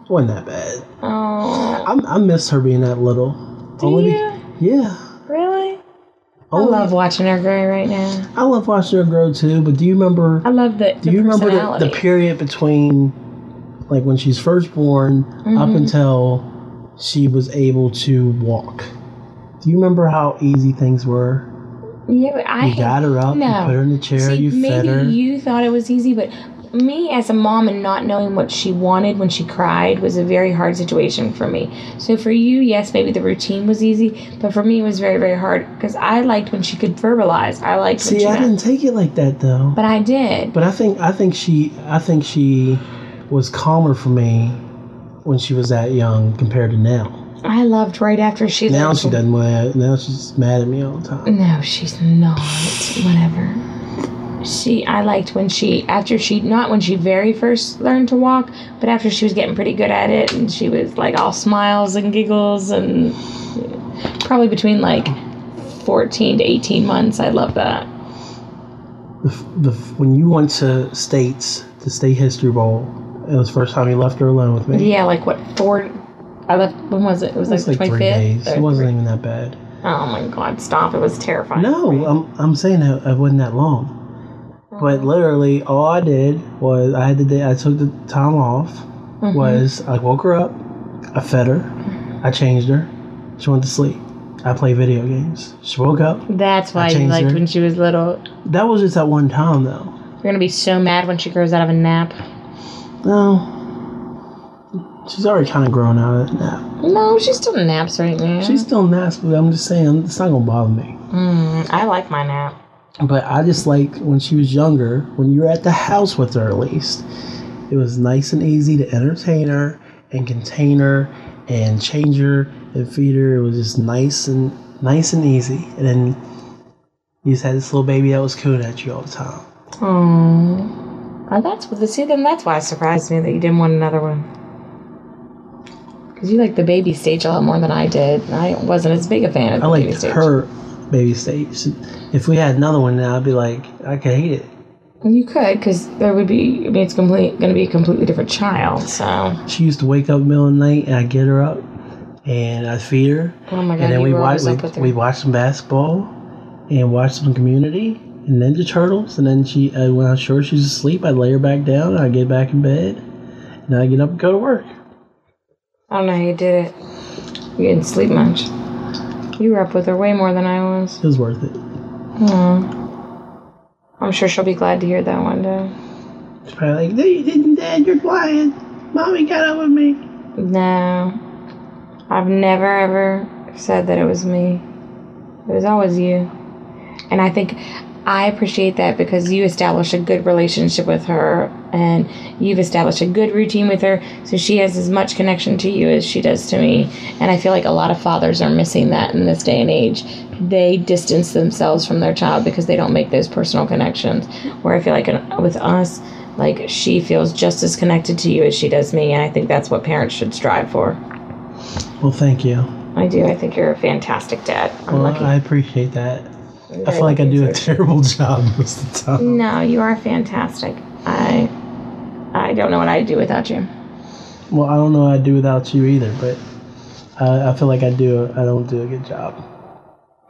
Speaker 1: It wasn't that bad.
Speaker 2: oh,
Speaker 1: I, I miss her being that little.
Speaker 2: Do
Speaker 1: Only be-
Speaker 2: you?
Speaker 1: yeah.
Speaker 2: really? I
Speaker 1: Only-
Speaker 2: love watching her grow right now.
Speaker 1: I love watching her grow too, but do you remember
Speaker 2: I love the,
Speaker 1: do
Speaker 2: the
Speaker 1: you remember the,
Speaker 2: personality.
Speaker 1: the period between like when she's first born up
Speaker 2: Mm-hmm.
Speaker 1: until she was able to walk? Do you remember how easy things were?
Speaker 2: yeah, but I
Speaker 1: You got her up, you
Speaker 2: No.
Speaker 1: put her in the chair,
Speaker 2: See,
Speaker 1: you fed
Speaker 2: maybe
Speaker 1: her.
Speaker 2: you thought it was easy, but me as a mom and not knowing what she wanted when she cried was a very hard situation for me. So for you, yes, maybe the routine was easy, but for me it was very, very hard because I liked when she could verbalize. I liked when
Speaker 1: See,
Speaker 2: she
Speaker 1: I
Speaker 2: got-
Speaker 1: didn't take it like that though.
Speaker 2: but I did.
Speaker 1: But I think I think she I think she was calmer for me when she was that young compared to now.
Speaker 2: I loved right after she
Speaker 1: Now
Speaker 2: left.
Speaker 1: she doesn't want. to- Now she's mad at me all the time.
Speaker 2: No, she's not. Whatever. She, I liked when she, after she, not when she very first learned to walk, but after she was getting pretty good at it and she was like all smiles and giggles and probably between like 14 to 18 months. I love that.
Speaker 1: The, f- the, f- when you went to states to state history bowl, it was the first time you left her alone with me.
Speaker 2: Yeah, like what, four, I left, when was it? It was
Speaker 1: It was
Speaker 2: like
Speaker 1: like
Speaker 2: the
Speaker 1: three
Speaker 2: 25th?
Speaker 1: days. It
Speaker 2: Or-
Speaker 1: wasn't even that bad.
Speaker 2: Oh my god, stop. It was terrifying.
Speaker 1: No, I'm, I'm saying it, it wasn't that long.
Speaker 2: Oh.
Speaker 1: But literally, all I did was I had the day I took the time off
Speaker 2: Mm-hmm.
Speaker 1: was I woke her up, I fed her, I changed her, she went to sleep. I played video games. She woke up.
Speaker 2: That's why you
Speaker 1: changed
Speaker 2: liked
Speaker 1: her.
Speaker 2: when she was little.
Speaker 1: That was just that one time though.
Speaker 2: You're gonna be so mad when she grows out of a nap.
Speaker 1: No, She's already kind of grown out of it now.
Speaker 2: No, she still naps right now.
Speaker 1: She's still nasty, but I'm just saying it's not gonna bother me.
Speaker 2: Mm, I like my nap.
Speaker 1: But I just like when she was younger, when you were at the house with her at least, it was nice and easy to entertain her and contain her and change her and feed her. It was just nice and nice and easy. And then you just had this little baby that was cooing at you all the time.
Speaker 2: Oh, that's what. See, then that's why it surprised me that you didn't want another one. Cause you like the baby stage a lot more than I did. I wasn't as big a fan of
Speaker 1: I
Speaker 2: the baby
Speaker 1: liked
Speaker 2: stage.
Speaker 1: her baby stage. If we had another one now, I'd be like, I could hate it.
Speaker 2: You could, cause there would be. I mean, it's complete going to be a completely different child. So, oh
Speaker 1: She used to wake up middle of the night, and I'd get her up, and I'd feed her,
Speaker 2: my god,
Speaker 1: and then
Speaker 2: you
Speaker 1: we
Speaker 2: were
Speaker 1: watched
Speaker 2: always
Speaker 1: we,
Speaker 2: up with her.
Speaker 1: we watched some basketball, and watched some Community and Ninja Turtles, and then she uh, when I was sure she was asleep, I'd lay her back down, and I'd get back in bed, and I'd get up and go to work.
Speaker 2: I don't know how Oh, you did it. You didn't sleep much. You were up with her way more than I was.
Speaker 1: It was worth it.
Speaker 2: Aw. I'm sure she'll be glad to hear that one day.
Speaker 1: She's probably like, no, you didn't, Dad. You're lying. Mommy got up with me.
Speaker 2: No. I've never ever said that it was me. It was always you. And I think I appreciate that because you established a good relationship with her and you've established a good routine with her. So she has as much connection to you as she does to me. And I feel like a lot of fathers are missing that in this day and age. They distance themselves from their child because they don't make those personal connections. Where I feel like in- with us, like she feels just as connected to you as she does me. And I think that's what parents should strive for.
Speaker 1: Well, thank you.
Speaker 2: I do. I think you're a fantastic dad. I'm
Speaker 1: Well,
Speaker 2: lucky.
Speaker 1: I appreciate that. I
Speaker 2: Very
Speaker 1: feel like I
Speaker 2: lucky
Speaker 1: do
Speaker 2: to
Speaker 1: a terrible (laughs) job most of the time.
Speaker 2: No, you are fantastic. I I don't know what I'd do without you.
Speaker 1: Well, I don't know what I'd do without you either, but I, I feel like I do. I don't do a good job.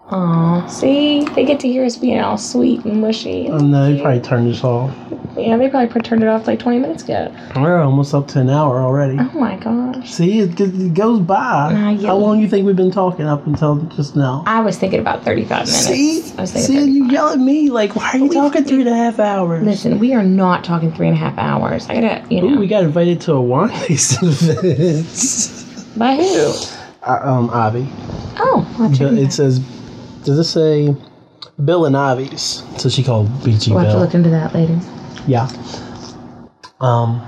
Speaker 2: Aw, see, they get to hear us being all sweet and mushy.
Speaker 1: Oh no, they probably turned this off.
Speaker 2: Yeah, they probably turned it off like 20 minutes ago.
Speaker 1: We're almost up to an hour already.
Speaker 2: Oh my gosh.
Speaker 1: See, it, g- it goes by.
Speaker 2: Ah, yeah.
Speaker 1: How long you think we've been talking up until just now?
Speaker 2: I was thinking about 35 minutes.
Speaker 1: See,
Speaker 2: I was thinking
Speaker 1: see,
Speaker 2: 30.
Speaker 1: you yell at me like, why are you talking three and a half hours?
Speaker 2: Listen, we are not talking three and a half hours. I gotta, you
Speaker 1: Ooh,
Speaker 2: know.
Speaker 1: we got invited to a wine (laughs) tasting event.
Speaker 2: by who?
Speaker 1: Uh, um, Avi.
Speaker 2: Oh, I'll check
Speaker 1: But
Speaker 2: it
Speaker 1: It
Speaker 2: out.
Speaker 1: says, does it say Bill and Avi's? So she called BG
Speaker 2: We'll have to
Speaker 1: Bill.
Speaker 2: look into that later.
Speaker 1: Yeah. Um,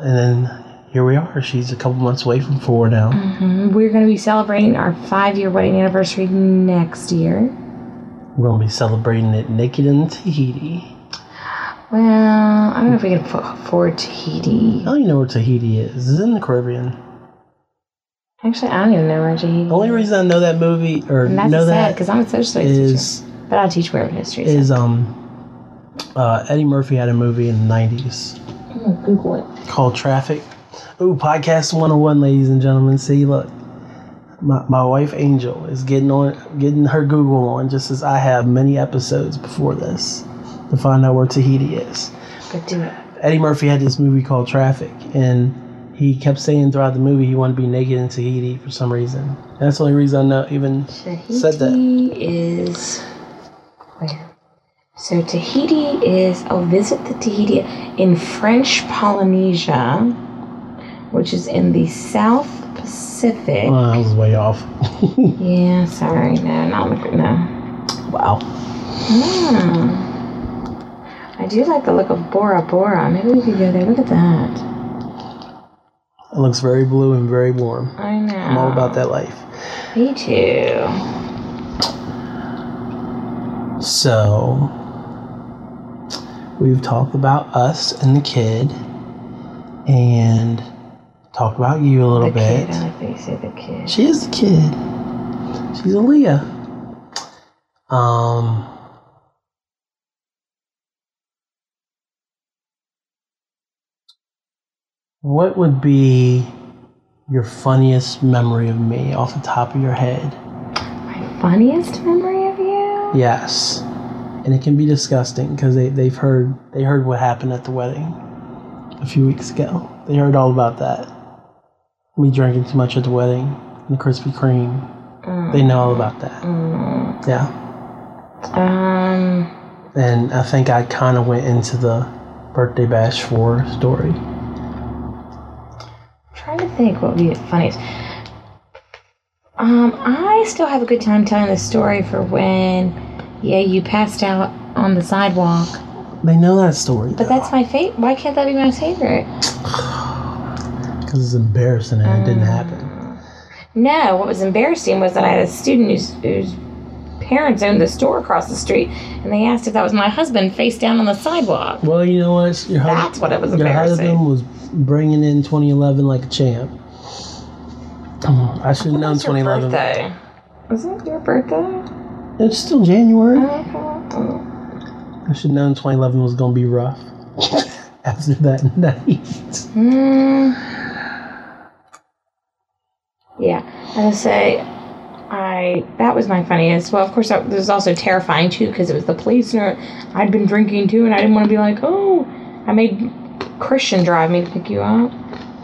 Speaker 1: and then here we are. She's a couple months away from four now.
Speaker 2: Mhm. We're gonna be celebrating our five year wedding anniversary next year.
Speaker 1: We're gonna be celebrating it naked in Tahiti.
Speaker 2: Well, I don't know if we can f- afford
Speaker 1: I
Speaker 2: Tahiti.
Speaker 1: don't even know where Tahiti is. It's in the Caribbean.
Speaker 2: Actually, I don't even know where Tahiti.
Speaker 1: The only reason I know that movie or
Speaker 2: and that's
Speaker 1: know
Speaker 2: sad
Speaker 1: that
Speaker 2: because I'm a social studies
Speaker 1: is
Speaker 2: teacher, but I teach world history. so-
Speaker 1: is um uh, Eddie Murphy had a movie in the nineties
Speaker 2: I'm gonna Google it.
Speaker 1: called Traffic. Ooh, podcast one hundred and one, ladies and gentlemen. See, look, my, my wife Angel is getting on getting her Google on just as I have many episodes before this to find out where Tahiti is.
Speaker 2: But do it.
Speaker 1: Eddie Murphy had this movie called Traffic, and he kept saying throughout the movie he wanted to be naked in Tahiti for some reason. That's the only reason I know. Even
Speaker 2: Tahiti
Speaker 1: Said that.
Speaker 2: is where? So Tahiti is. I'll visit the Tahiti in French Polynesia, which is in the South Pacific.
Speaker 1: oh, I was way off. (laughs)
Speaker 2: Yeah, sorry, no, not look- no.
Speaker 1: wow.
Speaker 2: Hmm. I do like the look of Bora Bora. Maybe we could go there. Look at that.
Speaker 1: It looks very blue and very warm.
Speaker 2: I know.
Speaker 1: I'm all about that life.
Speaker 2: Me too.
Speaker 1: So, we've talked about us and the kid, and talked about you a little
Speaker 2: The
Speaker 1: bit.
Speaker 2: kid. uh, I like that you say the kid.
Speaker 1: She is the kid. She's Aaliyah. Um. What would be your funniest memory of me off the top of your head?
Speaker 2: My funniest memory of you?
Speaker 1: Yes. And it can be disgusting because they, they've heard they heard what happened at the wedding a few weeks ago. They heard all about that. Me drinking too much at the wedding and the Krispy Kreme.
Speaker 3: Mm.
Speaker 1: They know all about that. Yeah.
Speaker 2: Um,
Speaker 1: And I think I kind of went into the birthday bash for story.
Speaker 2: trying to
Speaker 3: to think what would be the funniest. Um, I still have a good time telling the story for when, yeah, you passed out on the sidewalk.
Speaker 1: They know that story.
Speaker 3: But that's my fate. Why can't that be my favorite?
Speaker 1: Because it's embarrassing and it
Speaker 3: Mm.
Speaker 1: didn't happen.
Speaker 3: No, what was embarrassing was that I had a student whose, whose parents owned the store across the street, and they asked if that was my husband face down on the sidewalk.
Speaker 1: Well, you know what? Your hus-
Speaker 3: That's what it was
Speaker 1: your husband
Speaker 3: embarrassing.
Speaker 1: was bringing in 2011 like a champ. I should have known
Speaker 3: It's your
Speaker 1: 2011.
Speaker 3: birthday. Was it your birthday?
Speaker 1: It's still January.
Speaker 3: Oh,
Speaker 1: I should have known 2011 was going to be rough (laughs) after that night.
Speaker 3: Mm. Yeah, I would say I that was my funniest. Well, of course, that, was also terrifying too because it was the police and I'd been drinking too, and I didn't want to be like, oh, I made Christian drive me to pick you up.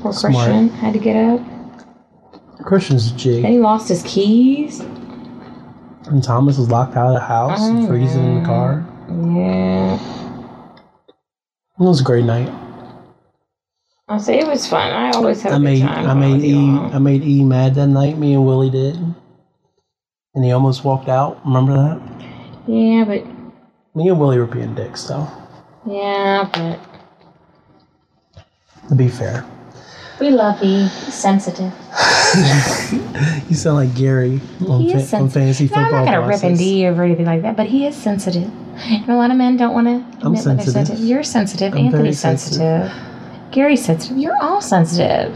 Speaker 3: Poor
Speaker 1: Smart.
Speaker 3: Christian had to get up,
Speaker 1: Christian's a
Speaker 3: and
Speaker 1: G.
Speaker 3: he lost his keys.
Speaker 1: And Thomas was locked out of the house
Speaker 3: Oh,
Speaker 1: and freezing in the car.
Speaker 3: Yeah,
Speaker 1: It was a great night.
Speaker 3: I'll say it was fun. I always have a
Speaker 1: I
Speaker 3: good
Speaker 1: made
Speaker 3: time.
Speaker 1: I
Speaker 3: when
Speaker 1: made
Speaker 3: with
Speaker 1: E
Speaker 3: you all.
Speaker 1: I made E mad that night. Me and Willie did, and he almost walked out. Remember that?
Speaker 3: Yeah, but
Speaker 1: Me and Willie were being dicks, though.
Speaker 3: yeah, but
Speaker 1: To be fair,
Speaker 2: We love you. He's sensitive.
Speaker 1: (laughs) you sound like Gary on,
Speaker 2: He is
Speaker 1: fa- on
Speaker 2: sensitive.
Speaker 1: fantasy
Speaker 2: No, I'm
Speaker 1: football.
Speaker 2: not gonna
Speaker 1: bosses.
Speaker 2: rip and D or anything like that, but he is sensitive. And a lot of men don't want to.
Speaker 1: I'm sensitive.
Speaker 2: You're sensitive.
Speaker 1: I'm very
Speaker 2: Anthony's sensitive. Gary's sensitive. You're all sensitive.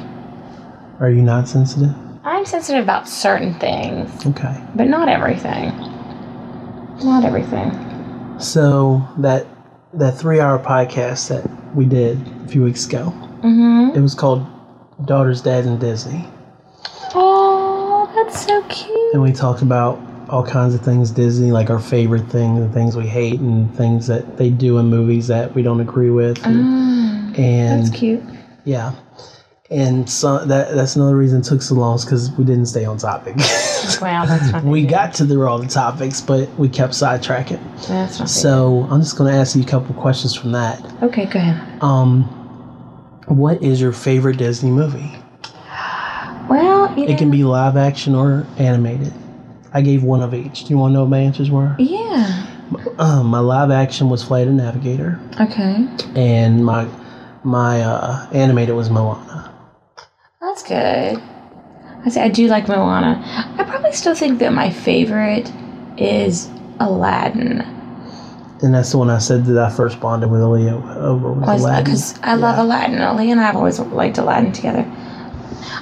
Speaker 1: Are you not sensitive?
Speaker 2: I'm sensitive about certain things,
Speaker 1: Okay.
Speaker 2: but not everything. Not everything.
Speaker 1: So that that three hour podcast that we did a few weeks ago,
Speaker 2: Mm-hmm.
Speaker 1: it was called "Daughters, Dads, and Disney,"
Speaker 2: Oh, that's so cute.
Speaker 1: and we talked about all kinds of things Disney, like our favorite things, and things we hate, and things that they do in movies that we don't agree with. and-
Speaker 2: Mm,
Speaker 1: and
Speaker 2: that's cute.
Speaker 1: yeah and so that that's another reason it took so long is because we didn't stay on topic (laughs)
Speaker 2: Wow, that's not.
Speaker 1: we got to the all the topics but we kept sidetracking
Speaker 2: That's not.
Speaker 1: so i'm just going to ask you a couple questions from that
Speaker 2: Okay, go ahead.
Speaker 1: um what is your favorite disney movie
Speaker 2: Well, you know,
Speaker 1: it can be live action or animated i gave one of each do you want to know what my answers were
Speaker 2: Yeah.
Speaker 1: um, my live action was flight of the navigator
Speaker 2: Okay.
Speaker 1: and my my uh, animated was moana
Speaker 2: That's good. I say I do like Moana. I probably still think that my favorite is Aladdin.
Speaker 1: And that's the one I said that I first bonded with Leo over with
Speaker 2: Was-
Speaker 1: Aladdin.
Speaker 2: Because I love
Speaker 1: Yeah.
Speaker 2: Aladdin. Ali and I have always liked Aladdin together.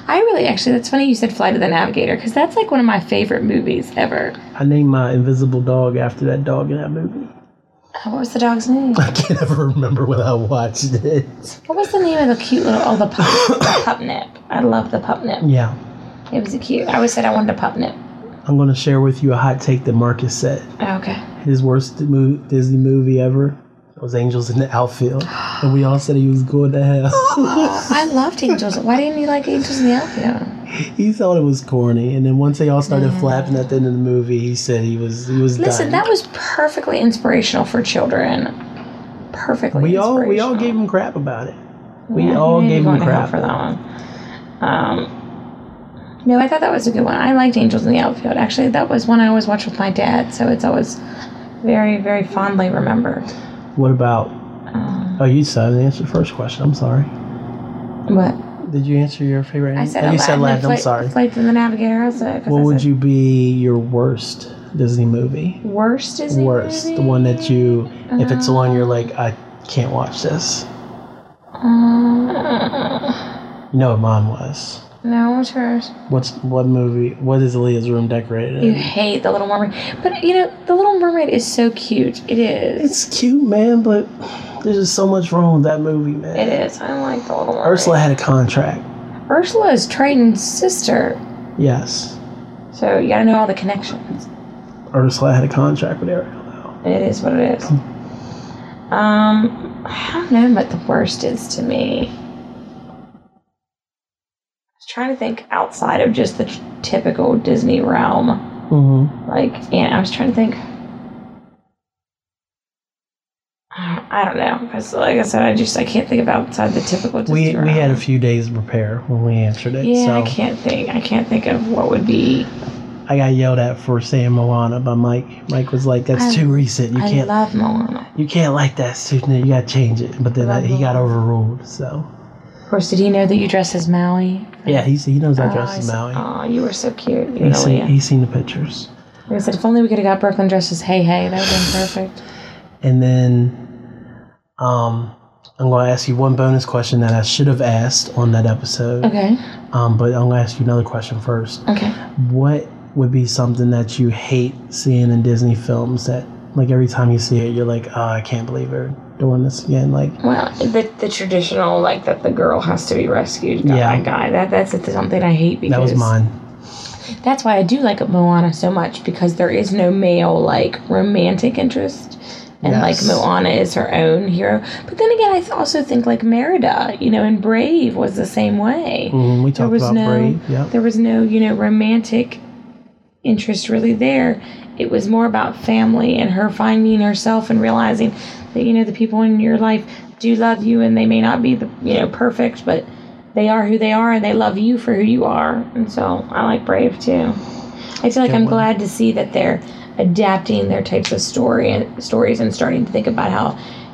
Speaker 2: I really actually, that's funny you said Flight of the Navigator because that's like one of my favorite movies ever.
Speaker 1: I named my invisible dog after that dog in that movie. (laughs)
Speaker 2: Uh, What was the dog's name?
Speaker 1: I can't ever remember when I watched it.
Speaker 2: What was the name of the cute little, oh, the pup, the pup nip. I love the pup nip.
Speaker 1: Yeah.
Speaker 2: It was a cute, I always said I wanted a pup
Speaker 1: (laughs)
Speaker 2: nip. Oh,
Speaker 1: I'm going to share with you a hot take that Marcus said.
Speaker 2: Okay.
Speaker 1: His worst mo- Disney movie ever was Angels in the Outfield. And we all said he was going to hell. (laughs)
Speaker 2: I loved Angels. Why didn't you like Angels in the Outfield?
Speaker 1: he thought it was corny. And then once they all started flapping at the end of the movie, he said he was he was
Speaker 2: Listen,
Speaker 1: done.
Speaker 2: that was perfectly inspirational for children. Perfectly
Speaker 1: we all we all
Speaker 2: inspirational.
Speaker 1: gave him crap about it. We
Speaker 2: Yeah,
Speaker 1: all
Speaker 2: you need
Speaker 1: gave
Speaker 2: to go
Speaker 1: him
Speaker 2: in hell
Speaker 1: crap.
Speaker 2: for that one. Um, no, I thought that was a good one. I liked Angels in the Outfield. Actually, that was one I always watched with my dad, so it's always very, very fondly remembered.
Speaker 1: What about
Speaker 2: Um,
Speaker 1: Oh, you said the answer to the first question. I'm sorry.
Speaker 2: what
Speaker 1: Did you answer your favorite?
Speaker 2: I said,
Speaker 1: Oh, you
Speaker 2: Aladdin,
Speaker 1: said Aladdin. I'm
Speaker 2: Flight-
Speaker 1: sorry.
Speaker 2: Flight from the Navigator. I said, 'cause
Speaker 1: What
Speaker 2: I
Speaker 1: would
Speaker 2: said
Speaker 1: you be your worst Disney movie?
Speaker 2: worst Disney
Speaker 1: worst,
Speaker 2: movie?
Speaker 1: the one that you, if it's the one you're like, I can't watch this.
Speaker 2: Uh,
Speaker 1: You know what mine was.
Speaker 2: no, what's yours?
Speaker 1: What's what movie? What is Leah's room decorated?
Speaker 2: You
Speaker 1: in?
Speaker 2: hate the Little Mermaid, but you know the Little Mermaid is so cute. It is.
Speaker 1: It's cute, man, but there's just so much wrong with that movie, man.
Speaker 2: It is. I like the Little Mermaid.
Speaker 1: Ursula had a contract.
Speaker 2: Ursula is Triton's sister,
Speaker 1: Yes,
Speaker 2: so you gotta know all the connections.
Speaker 1: Ursula had a contract with Ariel. though.
Speaker 2: It is what it is. Um, I don't know what the worst is to me. I was trying to think outside of just the t- typical Disney realm.
Speaker 1: Mhm.
Speaker 2: Like, and I was trying to think. I I don't know because, like I said, I just I can't think of outside the typical.
Speaker 1: We
Speaker 2: Disney
Speaker 1: we had a
Speaker 2: realm.
Speaker 1: few days to prepare when we answered it.
Speaker 2: Yeah,
Speaker 1: so
Speaker 2: I can't think. I can't think of what would be.
Speaker 1: I got yelled at for saying Moana by Mike. Mike was like, "That's
Speaker 2: I-
Speaker 1: too recent. You
Speaker 2: I
Speaker 1: can't
Speaker 2: love Moana.
Speaker 1: you can't like that. It's too new. You got to change it." But then
Speaker 2: I
Speaker 1: I,
Speaker 2: love
Speaker 1: he got
Speaker 2: Moana.
Speaker 1: overruled. So
Speaker 4: Of course, did he know that you dress as Maui?
Speaker 1: yeah, he he knows I
Speaker 2: Oh,
Speaker 1: dressed as
Speaker 2: I
Speaker 1: Maui.
Speaker 2: Oh, you were so cute. You
Speaker 1: He
Speaker 2: know,
Speaker 1: seen,
Speaker 2: yeah.
Speaker 1: he seen the pictures.
Speaker 4: Like I said, if only we could have got Brooklyn dressed as Hey Hey, that would have been perfect.
Speaker 1: And then um, I'm going to ask you one bonus question that I should have asked on that episode.
Speaker 2: (laughs)
Speaker 4: Okay.
Speaker 1: Um, but I'm going to ask you another question first.
Speaker 4: Okay.
Speaker 1: What would be something that you hate seeing in Disney films that, like, every time you see it, you're like, oh, I can't believe they're doing this again? Like,
Speaker 2: Well, the, the traditional like that the girl has to be rescued. Guy,
Speaker 1: Yeah.
Speaker 2: guy. That that's something I hate because
Speaker 1: that was mine.
Speaker 2: That's why I do like Moana so much because there is no male like romantic interest. And
Speaker 1: Yes.
Speaker 2: like Moana is her own hero. But then again, I th- also think like Merida, you know, and Brave was the same way.
Speaker 1: Mm, we
Speaker 2: There
Speaker 1: talked
Speaker 2: was
Speaker 1: about
Speaker 2: no-
Speaker 1: Brave. Yep.
Speaker 2: There was no, you know, romantic interest really there. It was more about family and her finding herself and realizing that, you know, the people in your life do love you and they may not be the, you know, perfect, but they are who they are and they love you for who you are. And so I like Brave too. I feel like
Speaker 1: Good
Speaker 2: I'm
Speaker 1: one.
Speaker 2: glad to see that they're adapting their types of story and stories and starting to think about how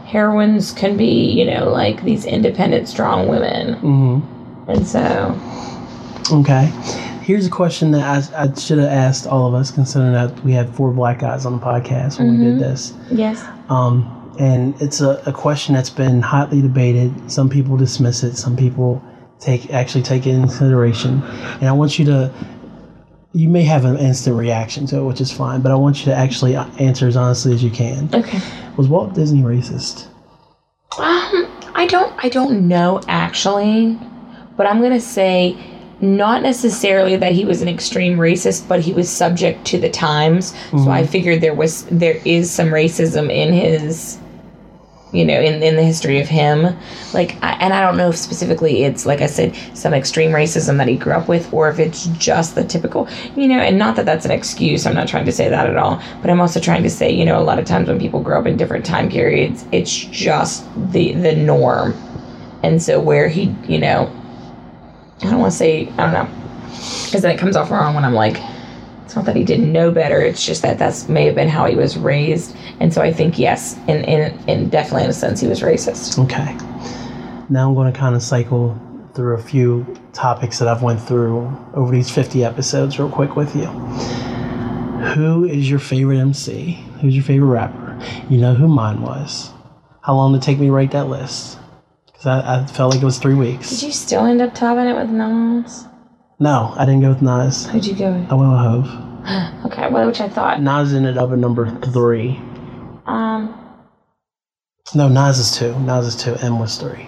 Speaker 2: heroines can be, you know, like these independent, strong women.
Speaker 1: hmm
Speaker 2: And so
Speaker 1: Okay. Here's a question that I, I should have asked all of us, considering that we had four black guys on the podcast when we did this.
Speaker 2: yes.
Speaker 1: Um, and it's a, a question that's been hotly debated. Some people dismiss it. Some people take actually take it into consideration. And I want you to, you may have an instant reaction to it, which is fine. But I want you to actually answer as honestly as you can.
Speaker 2: Okay.
Speaker 1: Was Walt Disney racist?
Speaker 2: Um, I don't I don't know actually, but I'm gonna say not necessarily that he was an extreme racist, but he was subject to the times. So I figured there was there is some racism in his you know, in, in the history of him. Like I, and I don't know if specifically it's like I said, some extreme racism that he grew up with or if it's just the typical you know, and not that that's an excuse. I'm not trying to say that at all, but I'm also trying to say, you know, a lot of times when people grow up in different time periods, it's just the the norm. And so where he, you know, I don't want to say, I don't know, because then it comes off wrong when I'm like, it's not that he didn't know better. It's just that that's may have been how he was raised. And so I think yes, in in, in definitely in a sense he was racist.
Speaker 1: Okay. Now I'm going to kind of cycle through a few topics that I've went through over these 50 episodes real quick with you. Who is your favorite MC? Who's your favorite rapper? You know who mine was. How long did it take me to write that list? Because I, I felt like it was three
Speaker 2: Did
Speaker 1: weeks.
Speaker 2: you still end up topping it with Nas?
Speaker 1: No, I didn't go with Nas.
Speaker 2: Who'd you go with?
Speaker 1: I went with Hove.
Speaker 2: Okay, well, which I thought.
Speaker 1: Nas ended up at number three.
Speaker 2: Um,
Speaker 1: No, Nas is two. Nas is two. M was three.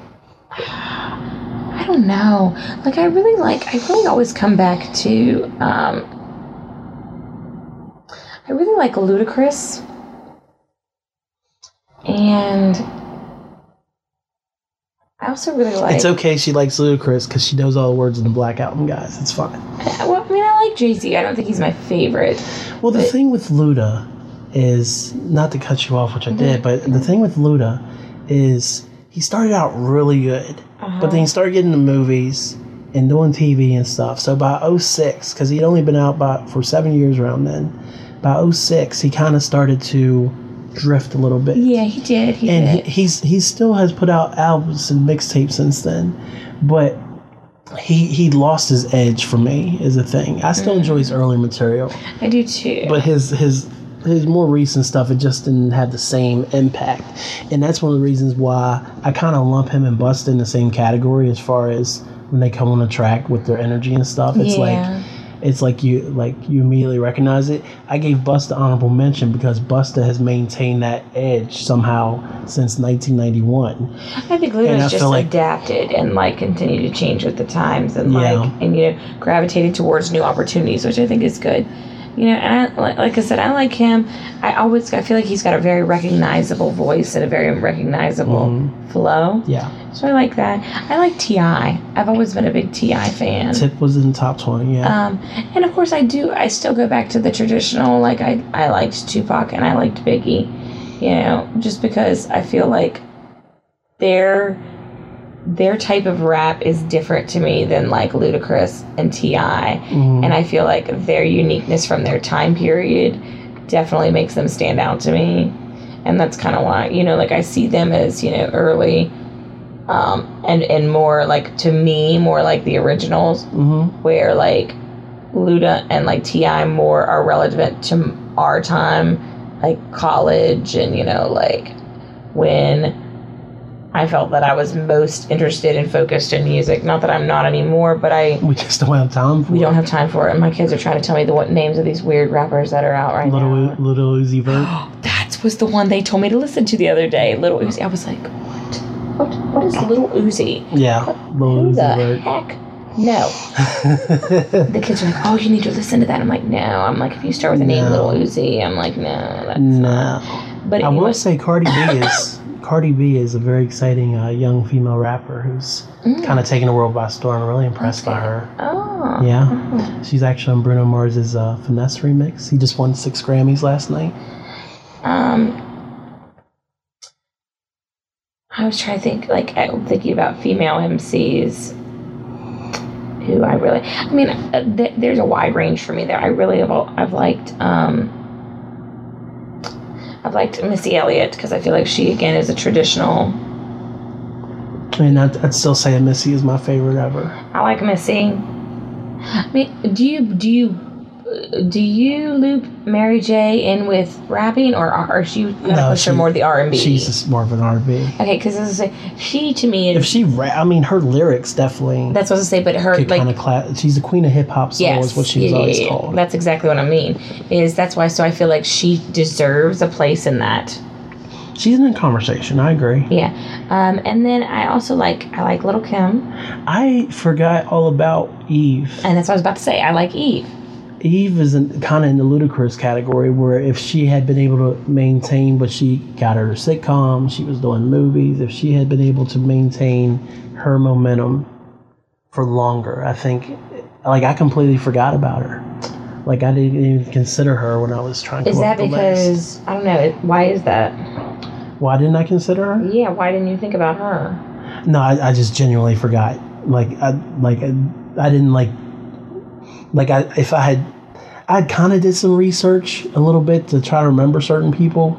Speaker 2: I don't know. Like I really like. I really always come back to. Um, I really like Ludacris. And I also really like.
Speaker 1: It's okay. She likes Ludacris because she knows all the words in the Black Album, guys. It's fine.
Speaker 2: Well, I mean, I like Jay Z. I don't think he's my favorite.
Speaker 1: Well, the
Speaker 2: But-
Speaker 1: thing with Luda is not to cut you off, which I
Speaker 2: Mm-hmm.
Speaker 1: did, but the thing with Luda is he started out really good, but then he started getting the movies and doing TV and stuff. So by 06, because he'd only been out by, for seven years around then, by 06, he kind of started to drift a little bit.
Speaker 2: Uh, Yeah, he did. He
Speaker 1: And he,
Speaker 2: did.
Speaker 1: he's he still has put out albums and mixtapes since then, but he he lost his edge for me is a thing. I still enjoy
Speaker 2: Mm.
Speaker 1: his early material
Speaker 2: I do too.
Speaker 1: but his his his more recent stuff it just didn't have the same impact and that's one of the reasons why i kind of lump him and bust in the same category as far as when they come on a track with their energy and stuff it's
Speaker 2: Yeah.
Speaker 1: like it's like you like you immediately recognize it i gave busta honorable mention because busta has maintained that edge somehow since 1991
Speaker 2: I think
Speaker 1: and I
Speaker 2: Luda's just
Speaker 1: feel like-
Speaker 2: adapted and like continued to change with the times and
Speaker 1: Yeah.
Speaker 2: like and you know gravitated towards new opportunities, which I think is good. You know, and I, like- like I said, I like him. I always I feel like he's got a very recognizable voice and a very recognizable flow.
Speaker 1: Mm-hmm. yeah
Speaker 2: So I like that. I like Ti. I've always been a big Ti fan.
Speaker 1: tip was in the top 20 yeah
Speaker 2: Um, and of course, I do. I still go back to the traditional. Like I, I liked Tupac and I liked Biggie, you know, just because I feel like their their type of rap is different to me than like Ludacris and Ti,
Speaker 1: Mm-hmm.
Speaker 2: and I feel like their uniqueness from their time period definitely makes them stand out to me, and that's kind of why you know, like I see them as you know early. Um, and, and more like to me more like the originals
Speaker 1: Mm-hmm.
Speaker 2: where like Luda and like Ti more are relevant to m- our time, like college, and you know, like when I felt that I was most interested and focused in music. Not that I'm not anymore, but I
Speaker 1: We just don't have time for
Speaker 2: we
Speaker 1: it.
Speaker 2: don't have time for it. And my kids are trying to tell me the what names of these weird rappers that are out right
Speaker 1: little
Speaker 2: now.
Speaker 1: little Uzi
Speaker 2: (gasps)
Speaker 1: Vert.
Speaker 2: That was the one they told me to listen to the other day. Little Uzi. I was like, what? What? What is Little Uzi?
Speaker 1: Yeah, little
Speaker 2: Who the
Speaker 1: Uzi
Speaker 2: heck? No.
Speaker 1: Vert.
Speaker 2: the kids are like, "Oh, you need to listen to that." I'm like, "No." I'm like, "If you start with the name
Speaker 1: No.
Speaker 2: Little Uzi, I'm like, no." That,
Speaker 1: no,
Speaker 2: but
Speaker 1: I will
Speaker 2: anyway,
Speaker 1: say Cardi B
Speaker 2: (coughs)
Speaker 1: is Cardi B is a very exciting uh, young female rapper who's
Speaker 2: Mm.
Speaker 1: kind of taking the world by storm. I'm really impressed by her.
Speaker 2: Oh,
Speaker 1: Yeah, she's actually on Bruno Mars's uh, finesse remix. He just won six Grammys last night.
Speaker 2: Um, I was trying to think, like, I'm thinking about female MCs who I really, I mean, uh, th- there's a wide range for me there. I really have, al- I've liked, um, I've liked Missy Elliott because I feel like she again is a traditional.
Speaker 1: And I'd, I'd still say Missy is my favorite ever.
Speaker 2: I like Missy. I mean, do you do you uh, do you loop Mary J in with rapping, or are she gonna
Speaker 1: No,
Speaker 2: push
Speaker 1: she-
Speaker 2: her more the R and B?
Speaker 1: She's just more of an R&B.
Speaker 2: Okay, because she to me
Speaker 1: If
Speaker 2: is
Speaker 1: she rap, I mean, her lyrics definitely
Speaker 2: that's what I was gonna say, but her
Speaker 1: could kind
Speaker 2: like
Speaker 1: of class. She's the queen of hip hop soul,
Speaker 2: yes,
Speaker 1: is what she was
Speaker 2: yeah, yeah,
Speaker 1: always
Speaker 2: yeah.
Speaker 1: called.
Speaker 2: That's exactly what I mean. Is that's why so I feel like she deserves a place in that.
Speaker 1: She's in a conversation. I agree.
Speaker 2: Yeah, um, and then I also like I like Little Kim,
Speaker 1: I forgot all about Eve.
Speaker 2: and that's what I was about to say. I like Eve.
Speaker 1: Eve is kind of in the ludicrous category where if she had been able to maintain, but she got her sitcom, she was doing movies, if she had been able to maintain her momentum for longer, I think, like, I completely forgot about her. Like, I didn't even consider her when I was trying to.
Speaker 2: Is
Speaker 1: come
Speaker 2: that
Speaker 1: up with the list.
Speaker 2: because I don't know? it- Why is that?
Speaker 1: Why didn't I consider her?
Speaker 2: Yeah, why didn't you think about her?
Speaker 1: No, I, I just genuinely forgot. Like, I, like, I, I didn't like, like, I, if I had I kind of did some research a little bit to try to remember certain people,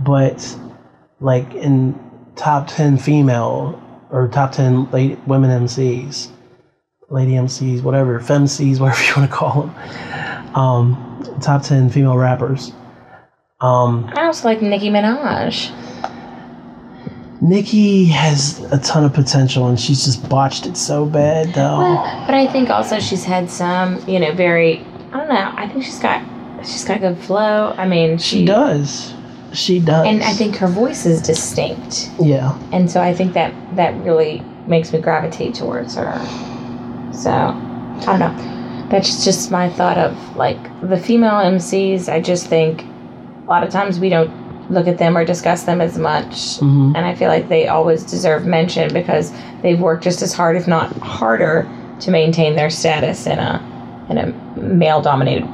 Speaker 1: but like in top 10 female or top 10 lady, women MCs, lady MCs, whatever, femcs, whatever (laughs) you want to call them, um, top 10 female rappers. Um,
Speaker 2: I also like Nicki Minaj.
Speaker 1: Nikki has a ton of potential and she's just botched it so bad though.
Speaker 2: Well, but I think also she's had some, you know, very. I don't know. I think she's got she's got good flow. I mean, she,
Speaker 1: she does. She does.
Speaker 2: and I think her voice is distinct,
Speaker 1: yeah.
Speaker 2: and so I think that that really makes me gravitate towards her. So I don't know. That's just my thought of like the female MCs. I just think a lot of times we don't look at them or discuss them as much.
Speaker 1: hmm
Speaker 2: and I feel like they always deserve mention because they've worked just as hard, if not harder, to maintain their status in a in a male dominated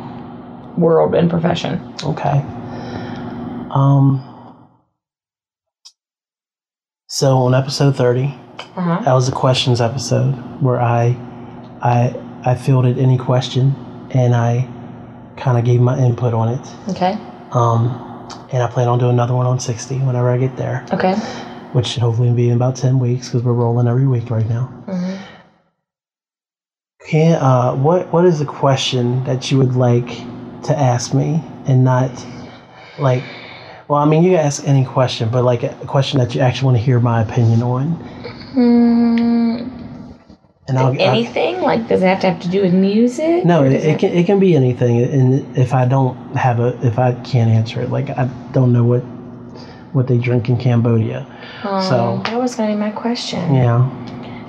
Speaker 2: world and profession.
Speaker 1: Okay. Um. So on episode thirty,
Speaker 2: Uh-huh.
Speaker 1: that was a questions episode where I, I, I fielded any question and I, kind of gave my input on it.
Speaker 2: Okay.
Speaker 1: Um, and I plan on doing another one on sixty whenever I get there,
Speaker 2: Okay.
Speaker 1: which should hopefully be in about ten weeks because we're rolling every week right now.
Speaker 2: Mhm.
Speaker 1: Can uh, what what is a question that you would like to ask me and not like well i mean you can ask any question but like a question that you actually want to hear my opinion on
Speaker 2: Hmm.
Speaker 1: and i'll, I'll
Speaker 2: Anything like does it have to have to do with music?
Speaker 1: uh, no
Speaker 2: Or
Speaker 1: it,
Speaker 2: does
Speaker 1: it can it can be anything and if i don't have a if i can't answer it like i don't know what what they drink in cambodia
Speaker 2: Um,
Speaker 1: so-
Speaker 2: that was gonna be my question.
Speaker 1: yeah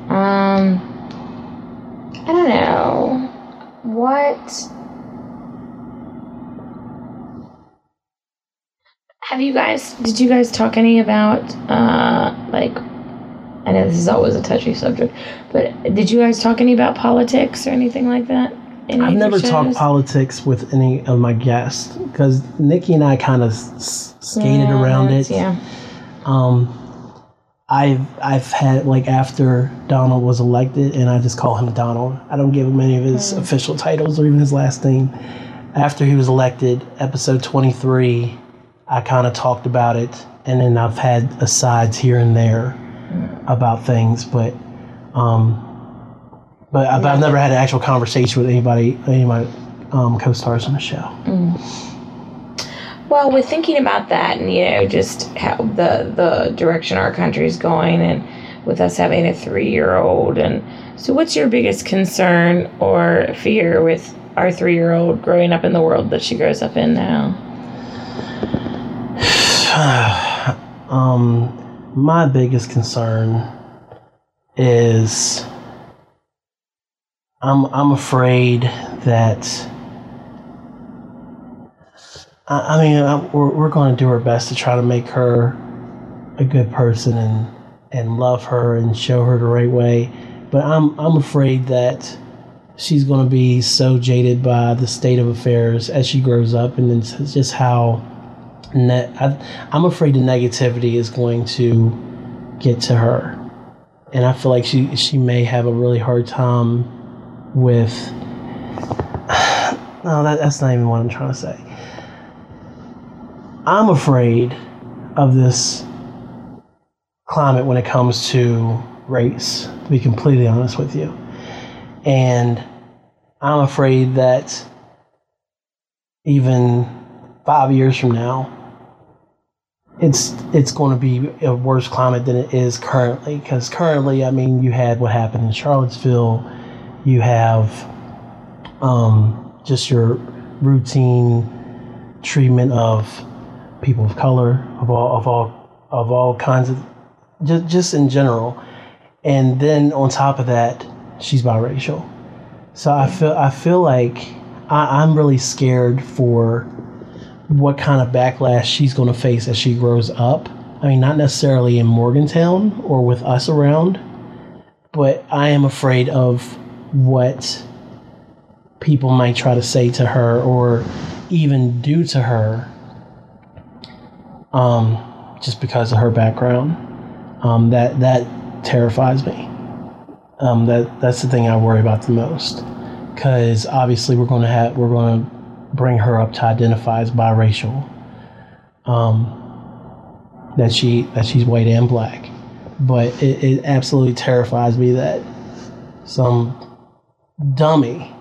Speaker 2: Um, I don't know. What have you guys? Did you guys talk any about uh, like? I know this is always a touchy subject, but did you guys talk any about politics or anything like that? in
Speaker 1: I've
Speaker 2: either
Speaker 1: never
Speaker 2: shows?
Speaker 1: talked politics with any of my guests because Nikki and I kind of s- skated
Speaker 2: Yeah,
Speaker 1: around it.
Speaker 2: Yeah.
Speaker 1: Um, I've I've had like after Donald was elected, and I just call him Donald. I don't give him any of his official titles or even his last name. After he was elected, episode twenty three, I kind of talked about it, and then I've had asides here and there about things, but um, but I've, I've never had an actual conversation with anybody, any of my um, co-stars on the show.
Speaker 2: Mm. Well, we're thinking about that, and you know, just how the the direction our country is going, and with us having a three year old, and so what's your biggest concern or fear with our three year old growing up in the world that she grows up in now?
Speaker 1: (sighs) Um, my biggest concern is I'm I'm afraid that I, I mean i we're we're going to do our best to try to make her a good person and and love her and show her the right way, but I'm I'm afraid that she's going to be so jaded by the state of affairs as she grows up and then it's just how ne- I, I'm afraid the negativity is going to get to her, and I feel like she she may have a really hard time with. (sighs) No, that, that's not even what I'm trying to say. I'm afraid of this climate when it comes to race. To be completely honest with you, and I'm afraid that even five years from now, it's it's going to be a worse climate than it is currently. Because currently, I mean, you had what happened in Charlottesville, you have um, just your routine treatment of people of color, of all of all of all kinds of just just in general, and then on top of that, she's biracial. So I feel I feel like I, I'm really scared for what kind of backlash she's going to face as she grows up. I mean, not necessarily in Morgantown or with us around, but I am afraid of what people might try to say to her or even do to her um, just because of her background. Um, that, that terrifies me. Um, that, that's the thing I worry about the most. Because obviously we're going to have, we're going to bring her up to identify as biracial. Um, that she that she's white and black, but it, it absolutely terrifies me that some dummy,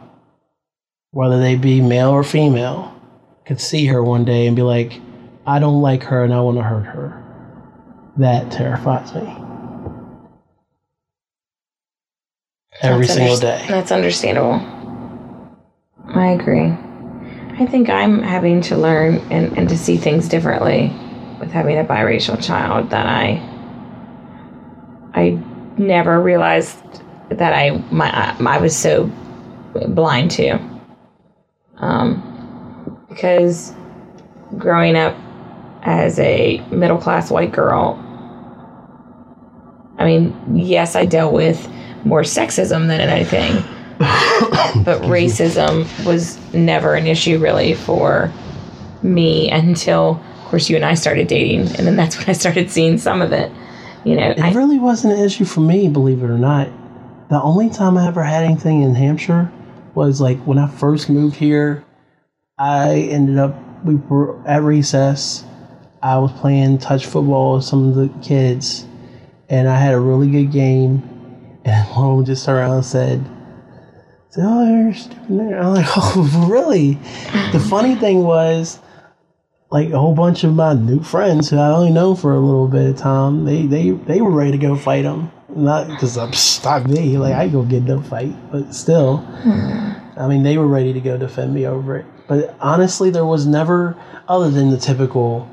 Speaker 1: whether they be male or female, could see her one day and be like, "I don't like her and I want to hurt her." That terrifies me. Every
Speaker 2: That's
Speaker 1: single
Speaker 2: underst-
Speaker 1: day.
Speaker 2: That's understandable. I agree. I think I'm having to learn and, and to see things differently with having a biracial child that I I never realized that I my I was so blind to. Um, because growing up as a middle class white girl, I mean, yes, I dealt with more sexism than anything,
Speaker 1: (laughs)
Speaker 2: but racism was never an issue really for me until, of course, you and I started dating, and then that's (laughs) when I started seeing some of it. You know,
Speaker 1: It
Speaker 2: I,
Speaker 1: really wasn't an issue for me, believe it or not. The only time I ever had anything in Hampshire was like when I first moved here. I ended up we were at recess. I was playing touch football with some of the kids, and I had a really good game. (laughs) And one of them just turned around and said, said, "Oh, you're stupid." nigger." I'm like, (laughs) "Oh, really?" The funny thing was, like a whole bunch of my new friends who I only know for a little bit of time, they they, they were ready to go fight them. Not because I'm (laughs) not me, like I go get no fight, but still,
Speaker 2: Hmm.
Speaker 1: I mean they were ready to go defend me over it. But honestly, there was never other than the typical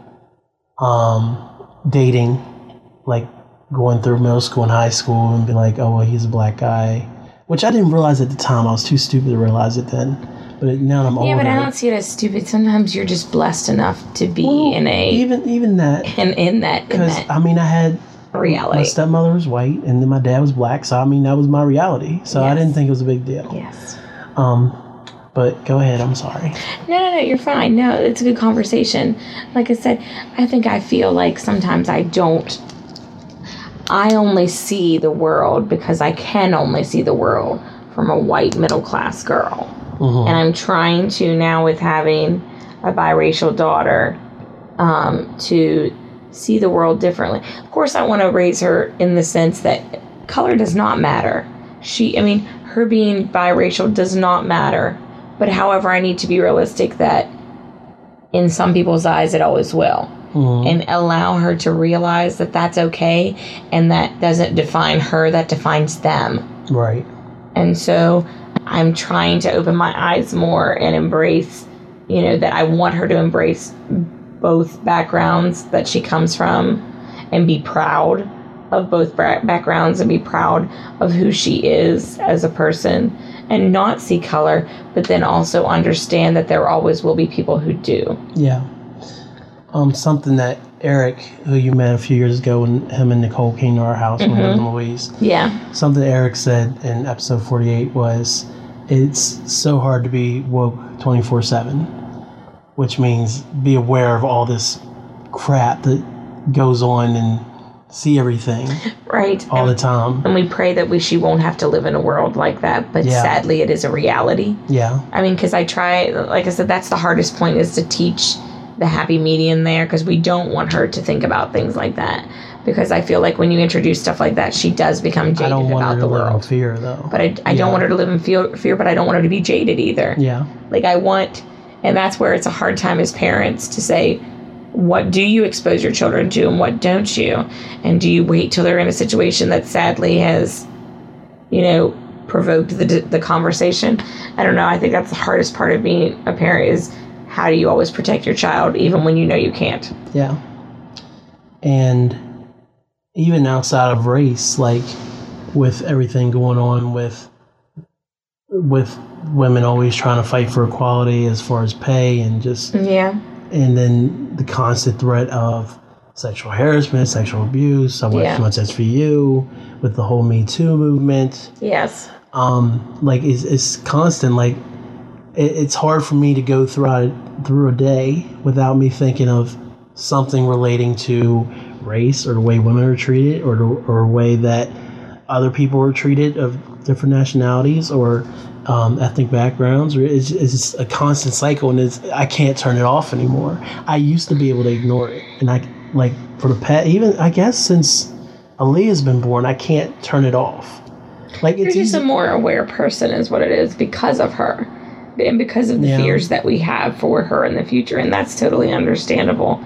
Speaker 1: um, dating, like going through middle school and high school and be like, oh well, he's a black guy, which I didn't realize at the time. I was too stupid to realize it then. But now that I'm
Speaker 2: yeah,
Speaker 1: older.
Speaker 2: but I don't see it as stupid. Sometimes you're just blessed enough to be in a
Speaker 1: even even that
Speaker 2: in, in that in
Speaker 1: Because
Speaker 2: that
Speaker 1: I mean, I had
Speaker 2: reality.
Speaker 1: my stepmother was white, and then my dad was black, so I mean, that was my reality. So I
Speaker 2: Yes.
Speaker 1: didn't think it was a big deal.
Speaker 2: yes.
Speaker 1: Um, But go ahead. I'm sorry.
Speaker 5: No, no, no, you're fine. No, it's a good conversation. Like I said, I think I feel like sometimes I don't.
Speaker 2: I only see the world because I can only see the world from a white middle class girl.
Speaker 1: Mm-hmm.
Speaker 2: And I'm trying to now, with having a biracial daughter, um, to see the world differently. Of course, I want to raise her in the sense that color does not matter. She, I mean, her being biracial does not matter. But however, I need to be realistic that in some people's eyes, it always will
Speaker 1: Mm-hmm.
Speaker 2: and allow her to realize that that's okay and that doesn't define her that defines them
Speaker 1: Right.
Speaker 2: and so i'm trying to open my eyes more and embrace you know that i want her to embrace both backgrounds that she comes from and be proud of both bra- backgrounds and be proud of who she is as a person and not see color but then also understand that there always will be people who do
Speaker 1: Yeah. Um, something that Eric, who you met a few years ago when him and Nicole came to our house when we lived
Speaker 2: Mm-hmm.
Speaker 1: in Louise,
Speaker 2: yeah
Speaker 1: something Eric said in episode 48 was, it's so hard to be woke 24 7, which means be aware of all this crap that goes on and see everything
Speaker 2: right
Speaker 1: all the time.
Speaker 2: And we pray that we she won't have to live in a world like that, but
Speaker 1: Yeah.
Speaker 2: sadly, it is a reality.
Speaker 1: Yeah.
Speaker 2: I mean, because I try, like I said, that's the hardest point is to teach the happy median there, because we don't want her to think about things like that. Because I feel like when you introduce stuff like that, she does become
Speaker 1: I
Speaker 2: jaded
Speaker 1: don't want her
Speaker 2: about
Speaker 1: to
Speaker 2: the
Speaker 1: live in
Speaker 2: world.
Speaker 1: fear, though.
Speaker 2: But I, I
Speaker 1: Yeah.
Speaker 2: don't want her to live in fear, fear, but I don't want her to be jaded either.
Speaker 1: yeah.
Speaker 2: Like I want, and that's where it's a hard time as parents to say, what do you expose your children to and what don't you? And do you wait till they're in a situation that sadly has, you know, provoked the, the conversation? I don't know. I think that's the hardest part of being a parent is how do you always protect your child even when you know you can't?
Speaker 1: Yeah. And even outside of race, like with everything going on with with women always trying to fight for equality as far as pay and just
Speaker 2: Yeah.
Speaker 1: and then the constant threat of sexual harassment, sexual abuse, I want
Speaker 2: Yeah.
Speaker 1: too much that's for you, with the whole Me Too movement.
Speaker 2: Yes.
Speaker 1: Um, like it's, it's constant, like it, it's hard for me to go throughout through a day without me thinking of something relating to race or the way women are treated or the, or a way that other people are treated of different nationalities or um, ethnic backgrounds or it's, it's just a constant cycle and it's I can't turn it off anymore I used to be able to ignore it and I like for the pet even I guess since Aaliyah's been born I can't turn it off like
Speaker 2: You're
Speaker 1: it's
Speaker 2: just
Speaker 1: easy,
Speaker 2: a more aware person, is what it is, because of her and because of the
Speaker 1: Yeah.
Speaker 2: fears that we have for her in the future. And that's totally understandable.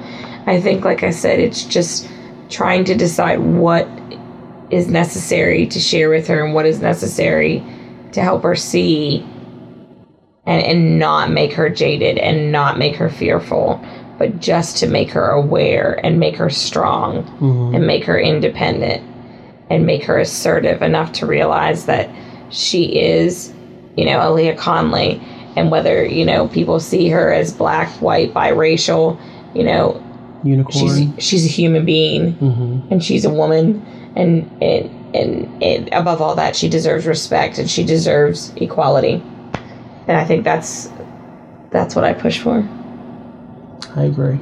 Speaker 2: I think, like I said, it's just trying to decide what is necessary to share with her and what is necessary to help her see and, and not make her jaded and not make her fearful, but just to make her aware and make her strong
Speaker 1: Mhm.
Speaker 2: and make her independent and make her assertive enough to realize that she is, you know, Aaliyah Conley. And whether, you know, people see her as black, white, biracial, you know,
Speaker 1: unicorn
Speaker 2: she's she's a human being
Speaker 1: Mhm.
Speaker 2: and she's a woman and and, and and above all that she deserves respect and she deserves equality. And I think that's that's what I push for.
Speaker 1: I agree.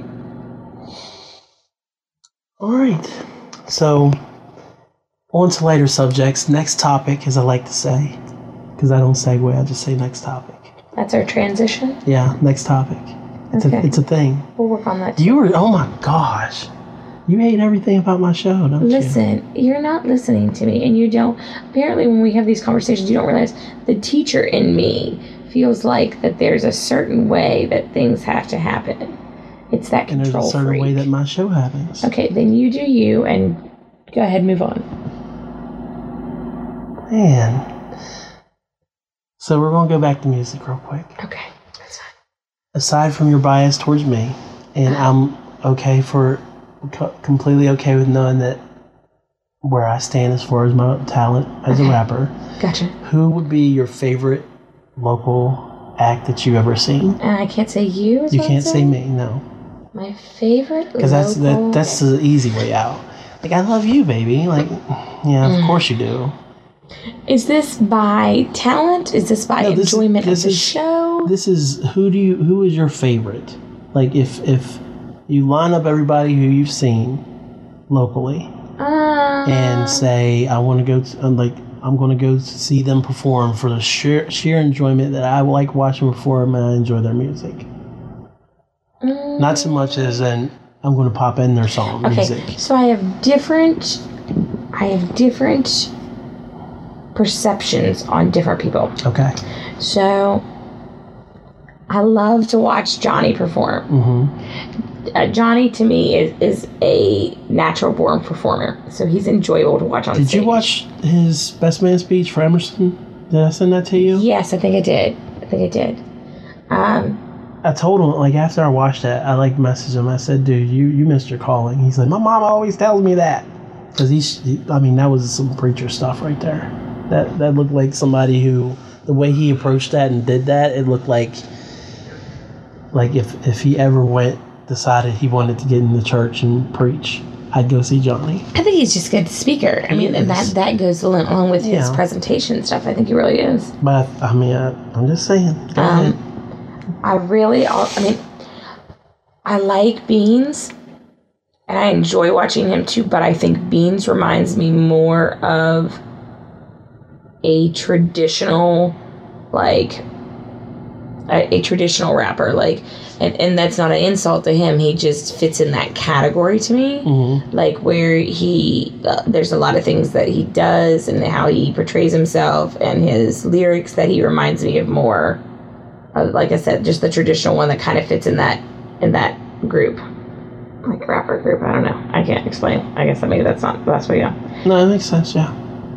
Speaker 1: All right. So, on to lighter subjects. Next topic, as I like to say, because I don't segue, I just say next topic.
Speaker 2: That's our transition.
Speaker 1: Yeah, next topic. It's, a,
Speaker 2: Okay.
Speaker 1: it's a thing.
Speaker 2: We'll work on that.
Speaker 1: You were, oh my gosh. You hate everything about my show, don't you?
Speaker 2: Listen, you're not listening to me, and you don't. Apparently, when we have these conversations, you don't realize the teacher in me feels like that there's a certain way that things have to happen. It's that
Speaker 1: And there's a
Speaker 2: control
Speaker 1: certain
Speaker 2: freak.
Speaker 1: way that my show happens.
Speaker 2: okay, then you do you, and go ahead, move on.
Speaker 1: Man. So, we're going to go back to music real quick.
Speaker 2: Okay,
Speaker 1: aside from your bias towards me, and I'm okay for co- completely okay with knowing that where I stand as far as my talent as a rapper.
Speaker 2: gotcha.
Speaker 1: Who would be your favorite local act that you've ever seen?
Speaker 2: And I can't say you. is
Speaker 1: You
Speaker 2: what I'm
Speaker 1: can't say
Speaker 2: saying?
Speaker 1: me, no,
Speaker 2: My favorite.
Speaker 1: because that's
Speaker 2: local-
Speaker 1: that, that's the easy way out. Like I love you, baby. Like yeah, of course you do.
Speaker 2: Is this by talent? Is this by
Speaker 1: No, this-
Speaker 2: enjoyment
Speaker 1: this
Speaker 2: of the
Speaker 1: is-
Speaker 2: show? know.
Speaker 1: this is who do you who is your favorite? Like if if you line up everybody who you've seen locally
Speaker 2: Uh,
Speaker 1: and say I want to go to, I'm like I'm going to go see them perform for the sheer sheer enjoyment that I like watching perform and I enjoy their music.
Speaker 2: mm,
Speaker 1: Not so much as an I'm going to pop in their song
Speaker 2: okay,
Speaker 1: music.
Speaker 2: so I have different, I have different perceptions on different people.
Speaker 1: Okay.
Speaker 2: So I love to watch Johnny perform.
Speaker 1: Mhm.
Speaker 2: Uh, Johnny to me is, is a natural born performer, so he's enjoyable to watch on
Speaker 1: Did
Speaker 2: stage.
Speaker 1: you watch his best man speech for Emerson? Did I send that to you?
Speaker 2: Yes, I think I did. I think I did. Um,
Speaker 1: I told him like after I watched that, I like messaged him. I said, "Dude, you you missed your calling." He's like, "My mom always tells me that," because he's. I mean, that was some preacher stuff right there. That that looked like somebody who the way he approached that and did that, it looked like like if if he ever went decided he wanted to get in the church and preach, I'd go see Johnny.
Speaker 2: I think he's just a good speaker. I mean, and that
Speaker 1: is.
Speaker 2: that goes along, along with his
Speaker 1: Yeah. presentation
Speaker 2: presentation stuff. I think he really is.
Speaker 1: But I mean, I, I'm just saying. Go ahead.
Speaker 2: I really, al- I mean, I like Beans, and I enjoy watching him too. But I think Beans reminds me more of a traditional, like a, a traditional rapper. Like, and and that's not an insult to him. He just fits in that category to me.
Speaker 1: Mm-hmm.
Speaker 2: Like where he, uh, there's a lot of things that he does and how he portrays himself and his lyrics that he reminds me of more uh, like I said, just the traditional one that kind of fits in that in that group, like rapper group. I don't know. I can't explain. I guess that maybe that's not the best way to go.
Speaker 1: No, that makes sense. Yeah,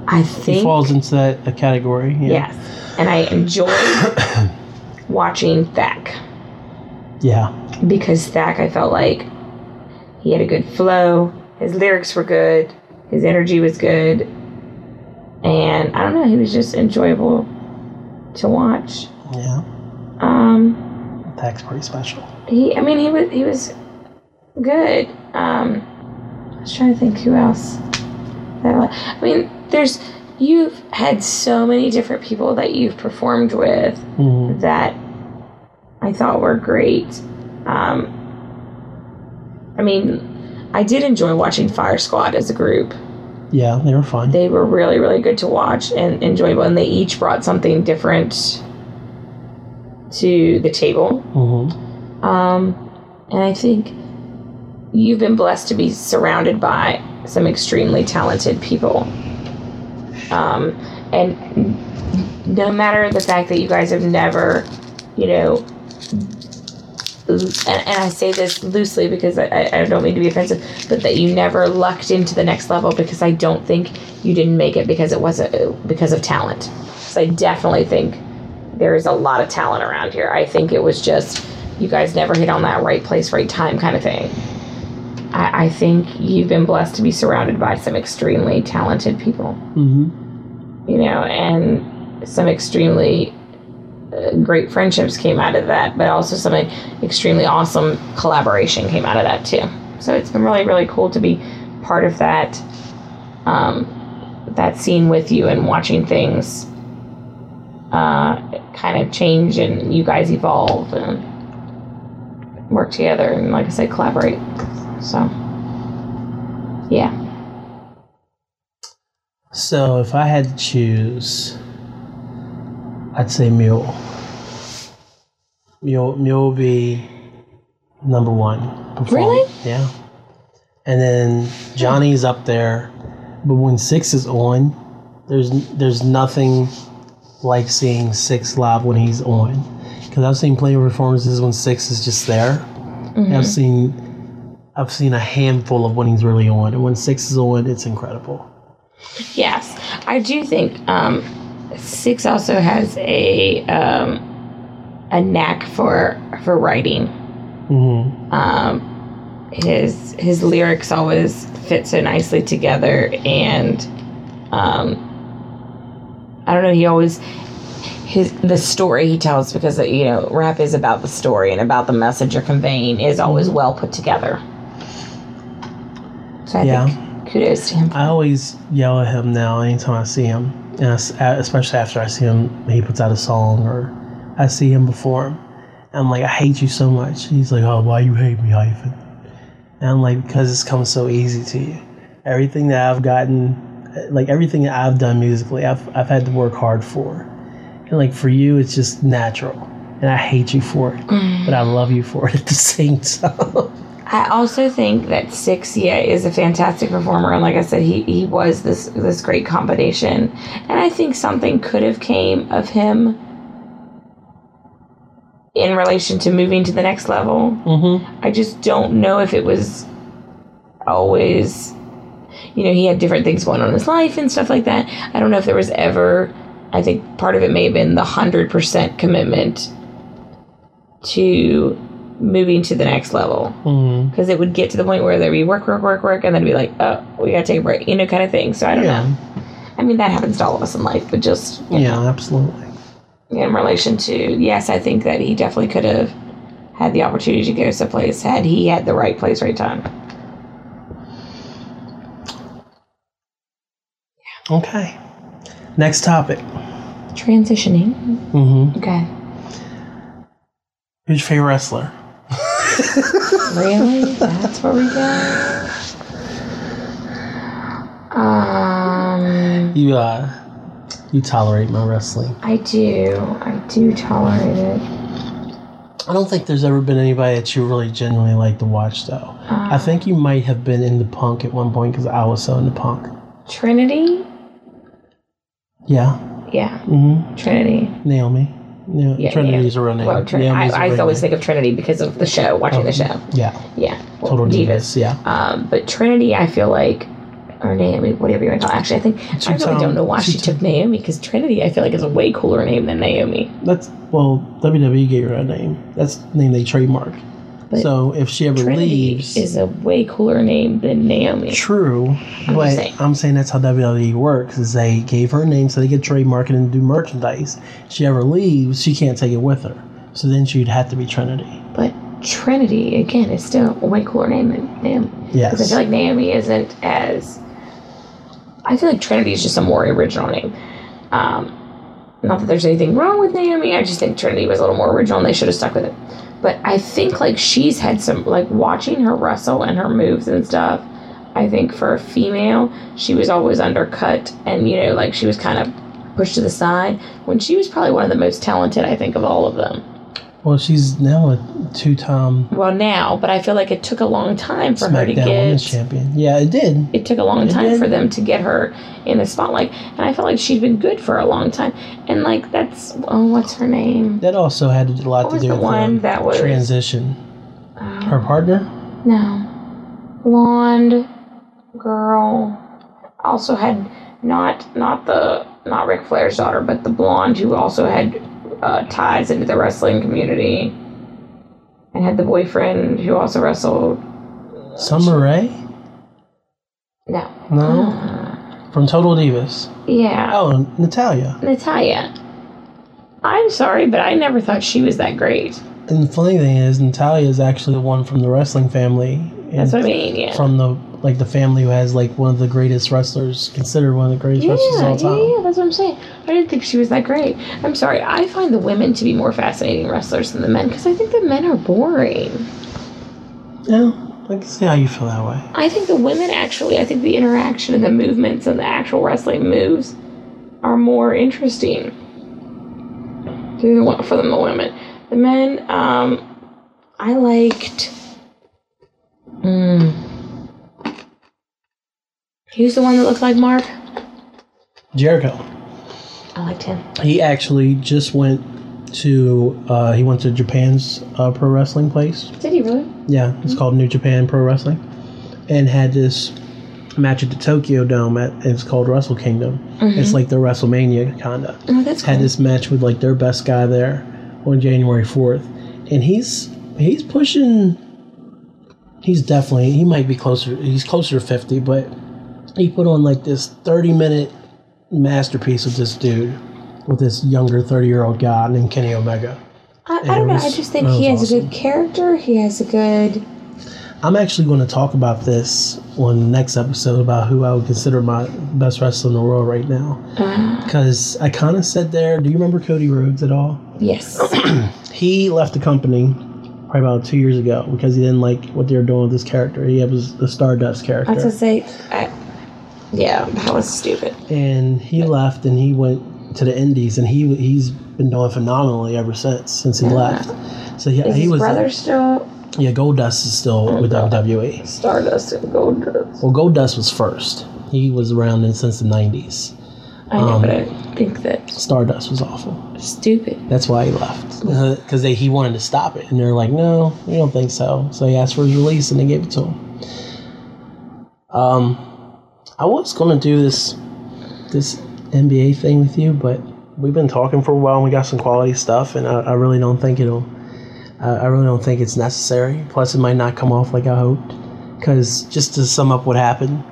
Speaker 2: I
Speaker 1: he
Speaker 2: think
Speaker 1: falls into that a category.
Speaker 2: yes, and I enjoy watching Thack
Speaker 1: (coughs) Yeah.
Speaker 2: because Thack, I felt like he had a good flow. His lyrics were good. His energy was good, and I don't know. He was just enjoyable to watch.
Speaker 1: Yeah.
Speaker 2: Um.
Speaker 1: yeah. That's pretty special.
Speaker 2: he i mean he was he was good um i was trying to think who else that I, I mean there's you've had so many different people that you've performed with
Speaker 1: Mhm.
Speaker 2: that i thought were great um i mean i did enjoy watching fire squad as a group
Speaker 1: Yeah, they were fun.
Speaker 2: they were really really good to watch and enjoyable and they each brought something different to the table
Speaker 1: mm-hmm.
Speaker 2: um, and I think you've been blessed to be surrounded by some extremely talented people. Um, and no matter the fact that you guys have never, you know, and, and I say this loosely because I, I I don't mean to be offensive, but that you never lucked into the next level because I don't think you didn't make it because it wasn't because of talent. So I definitely think there is a lot of talent around here. I think it was just you guys never hit on that right place, right time kind of thing. I, I think you've been blessed to be surrounded by some extremely talented people,
Speaker 1: Mm-hmm.
Speaker 2: you know, and some extremely uh, great friendships came out of that, but also some extremely awesome collaboration came out of that too. So it's been really, really cool to be part of that, um, that scene with you and watching things uh, kind of change and you guys evolve and work together and like I said collaborate so yeah
Speaker 1: So if I had to choose, I'd say Mule. Mule, Mule would be number one. perform-
Speaker 2: Really?
Speaker 1: Yeah. And then Johnny's up there, but when Six is on, there's there's nothing like seeing Six live when he's on, because I've seen plenty of performances when Six is just there. And I've seen I've seen a handful of when he's really on, and when Six is on, it's incredible.
Speaker 2: yes I do think um six also has a um a knack for for writing
Speaker 1: Mm-hmm.
Speaker 2: um his his lyrics always fit so nicely together and um i don't know he always his the story he tells because you know rap is about the story and about the message you're conveying is always well put together so i
Speaker 1: Yeah.
Speaker 2: think kudos to him
Speaker 1: I always yell at him now anytime I see him, and I s- especially after I see him, he puts out a song or I see him perform. I'm like, I hate you so much. He's like, oh, why you hate me, hyphen? And I'm like, because it's come so easy to you. Everything that I've gotten, like everything that I've done musically, I've, I've had to work hard for. And like for you, it's just natural. And I hate you for it, but I love you for it at the same (laughs) time.
Speaker 2: I also think that Sixia is a fantastic performer, and like I said, he, he was this this great combination. And I think something could have came of him in relation to moving to the next level.
Speaker 1: mm-hmm.
Speaker 2: I just don't know if it was always, you know, he had different things going on in his life and stuff like that. I don't know if there was ever, I think part of it may have been the 100% commitment to moving to the next level.
Speaker 1: mm
Speaker 2: Because it would get to the point where there'd be work, work, work, work, and then be like, oh, we gotta take a break, you know, kind of thing. So I don't
Speaker 1: Yeah.
Speaker 2: know. I mean, that happens to all of us in life, but just you
Speaker 1: Yeah, absolutely.
Speaker 2: in relation to yes, I think that he definitely could have had the opportunity to go someplace had he had the right place, right time.
Speaker 1: Okay. Next topic.
Speaker 2: Transitioning.
Speaker 1: Mm-hmm.
Speaker 2: Okay.
Speaker 1: Who's your favorite wrestler?
Speaker 2: Really? That's where we go. Um,
Speaker 1: You uh, you tolerate my wrestling.
Speaker 2: I do. I do tolerate it.
Speaker 1: I don't think there's ever been anybody that you really genuinely like to watch, though. I think you might have been into punk at one point because I was so into punk.
Speaker 2: Um, Trinity?
Speaker 1: Yeah.
Speaker 2: Yeah,
Speaker 1: Mm-hmm.
Speaker 2: Trinity.
Speaker 1: Naomi. Yeah.
Speaker 2: Yeah,
Speaker 1: Trinity's
Speaker 2: yeah.
Speaker 1: a real name.
Speaker 2: Well, Trin- I,
Speaker 1: Naomi's a
Speaker 2: I
Speaker 1: real
Speaker 2: always
Speaker 1: name.
Speaker 2: think of Trinity because of the show, watching the show.
Speaker 1: Yeah.
Speaker 2: Yeah. well,
Speaker 1: Oh, Total Divas. Yeah.
Speaker 2: Um, but Trinity, I feel like, or Naomi, whatever you want to call. Actually, I think I really
Speaker 1: sound-
Speaker 2: don't know why
Speaker 1: she
Speaker 2: she, took Naomi because Trinity, I feel like, is a way cooler name than Naomi.
Speaker 1: That's well, E WWE gave her a name. That's the name they trademark.
Speaker 2: But
Speaker 1: so if she ever
Speaker 2: Trinity
Speaker 1: leaves,
Speaker 2: is a way cooler name than Naomi.
Speaker 1: True, but
Speaker 2: just saying.
Speaker 1: I'm saying that's how WWE works. Is they gave her a name so they could trademark it and do merchandise. If she ever leaves, she can't take it with her. So then she'd have to be Trinity.
Speaker 2: But Trinity, again, is still a way cooler name than Naomi. 'Cause I
Speaker 1: Yes.
Speaker 2: feel like Naomi isn't as. I feel like Trinity is just a more original name. Um, not that there's anything wrong with Naomi. I just think Trinity was a little more original and they should have stuck with it. But I think like she's had some like watching her wrestle and her moves and stuff. I think for a female, she was always undercut and you know like she was kind of pushed to the side when she was probably one of the most talented I think of all of them.
Speaker 1: well, she's now a two-time
Speaker 2: Well, now, but I feel like it took a long time for her to
Speaker 1: SmackDown
Speaker 2: get
Speaker 1: Women's Champion. Yeah, it did.
Speaker 2: it took a long
Speaker 1: It
Speaker 2: time
Speaker 1: did.
Speaker 2: for them to get her in the spotlight and i felt like she'd been good for a long time and like that's oh what's her name
Speaker 1: That also had a lot
Speaker 2: What
Speaker 1: to
Speaker 2: was
Speaker 1: do
Speaker 2: the
Speaker 1: with
Speaker 2: one
Speaker 1: her
Speaker 2: that was- uh,
Speaker 1: transition. her partner.
Speaker 2: no blonde girl also had not not the not Ric Flair's daughter but the blonde who also had uh, ties into the wrestling community and had the boyfriend who also wrestled
Speaker 1: Summer Rae?
Speaker 2: no
Speaker 1: No,
Speaker 2: Oh.
Speaker 1: from Total Divas.
Speaker 2: yeah
Speaker 1: Oh, Natalia.
Speaker 2: Natalia I'm sorry but I never thought she was that great
Speaker 1: And the funny thing is, Natalia is actually the one from the wrestling family.
Speaker 2: That's what I mean. Yeah.
Speaker 1: from the like the family who has like one of the greatest wrestlers, considered one of the greatest
Speaker 2: yeah,
Speaker 1: wrestlers of all time.
Speaker 2: yeah, yeah, that's what I'm saying. I didn't think she was that great. I'm sorry. I find the women to be more fascinating wrestlers than the men because I think the men are boring.
Speaker 1: Yeah, I can see how you feel that way.
Speaker 2: I think the women actually, I think the interaction and the movements and the actual wrestling moves are more interesting through the one for them the women. The men, um, I liked. Mm. Who's the one that looked like Mark?
Speaker 1: Jericho,
Speaker 2: I liked him.
Speaker 1: he actually just went to uh, he went to Japan's uh, pro wrestling place.
Speaker 2: Did he really?
Speaker 1: Yeah, it's called New Japan Pro Wrestling, and had this match at the Tokyo Dome at and it's called Wrestle Kingdom. It's like their WrestleMania kinda.
Speaker 2: Oh, that's cool.
Speaker 1: Had this match with like their best guy there on January fourth, and he's he's pushing. He's definitely he might be closer. He's closer to fifty, but he put on like this thirty minute masterpiece of this dude with this younger thirty year old guy named Kenny Omega.
Speaker 2: I, I don't know. I
Speaker 1: was-
Speaker 2: just think
Speaker 1: that
Speaker 2: he
Speaker 1: was
Speaker 2: has a good character. He has a good.
Speaker 1: I'm actually going to talk about this on the next episode about who I would consider my best wrestler in the world right now.
Speaker 2: Uh.
Speaker 1: Because I kind of sat there. Do you remember Cody Rhodes at all?
Speaker 2: Yes.
Speaker 1: He left the company probably about two years ago because he didn't like what they were doing with his character. He was the Stardust character.
Speaker 2: I was gonna say, I, yeah, that was stupid.
Speaker 1: and he left and he went to the indies and he he's been doing phenomenally ever since since he left so he,
Speaker 2: Is
Speaker 1: he
Speaker 2: his
Speaker 1: was
Speaker 2: brother still
Speaker 1: yeah goldust is still with wwe
Speaker 2: Stardust and Gold Dust?
Speaker 1: well goldust was first he was around in, since the 90s
Speaker 2: I know,
Speaker 1: Um,
Speaker 2: but I think that's
Speaker 1: stardust was awful
Speaker 2: stupid.
Speaker 1: that's why he left because they he wanted to stop it and they're like no we don't think so so he asked for his release and they gave it to him um i was gonna do this this NBA thing with you, but we've been talking for a while and we got some quality stuff, and I, I really don't think it'll. I I really don't think it's necessary. Plus, it might not come off like I hoped. Because just to sum up what happened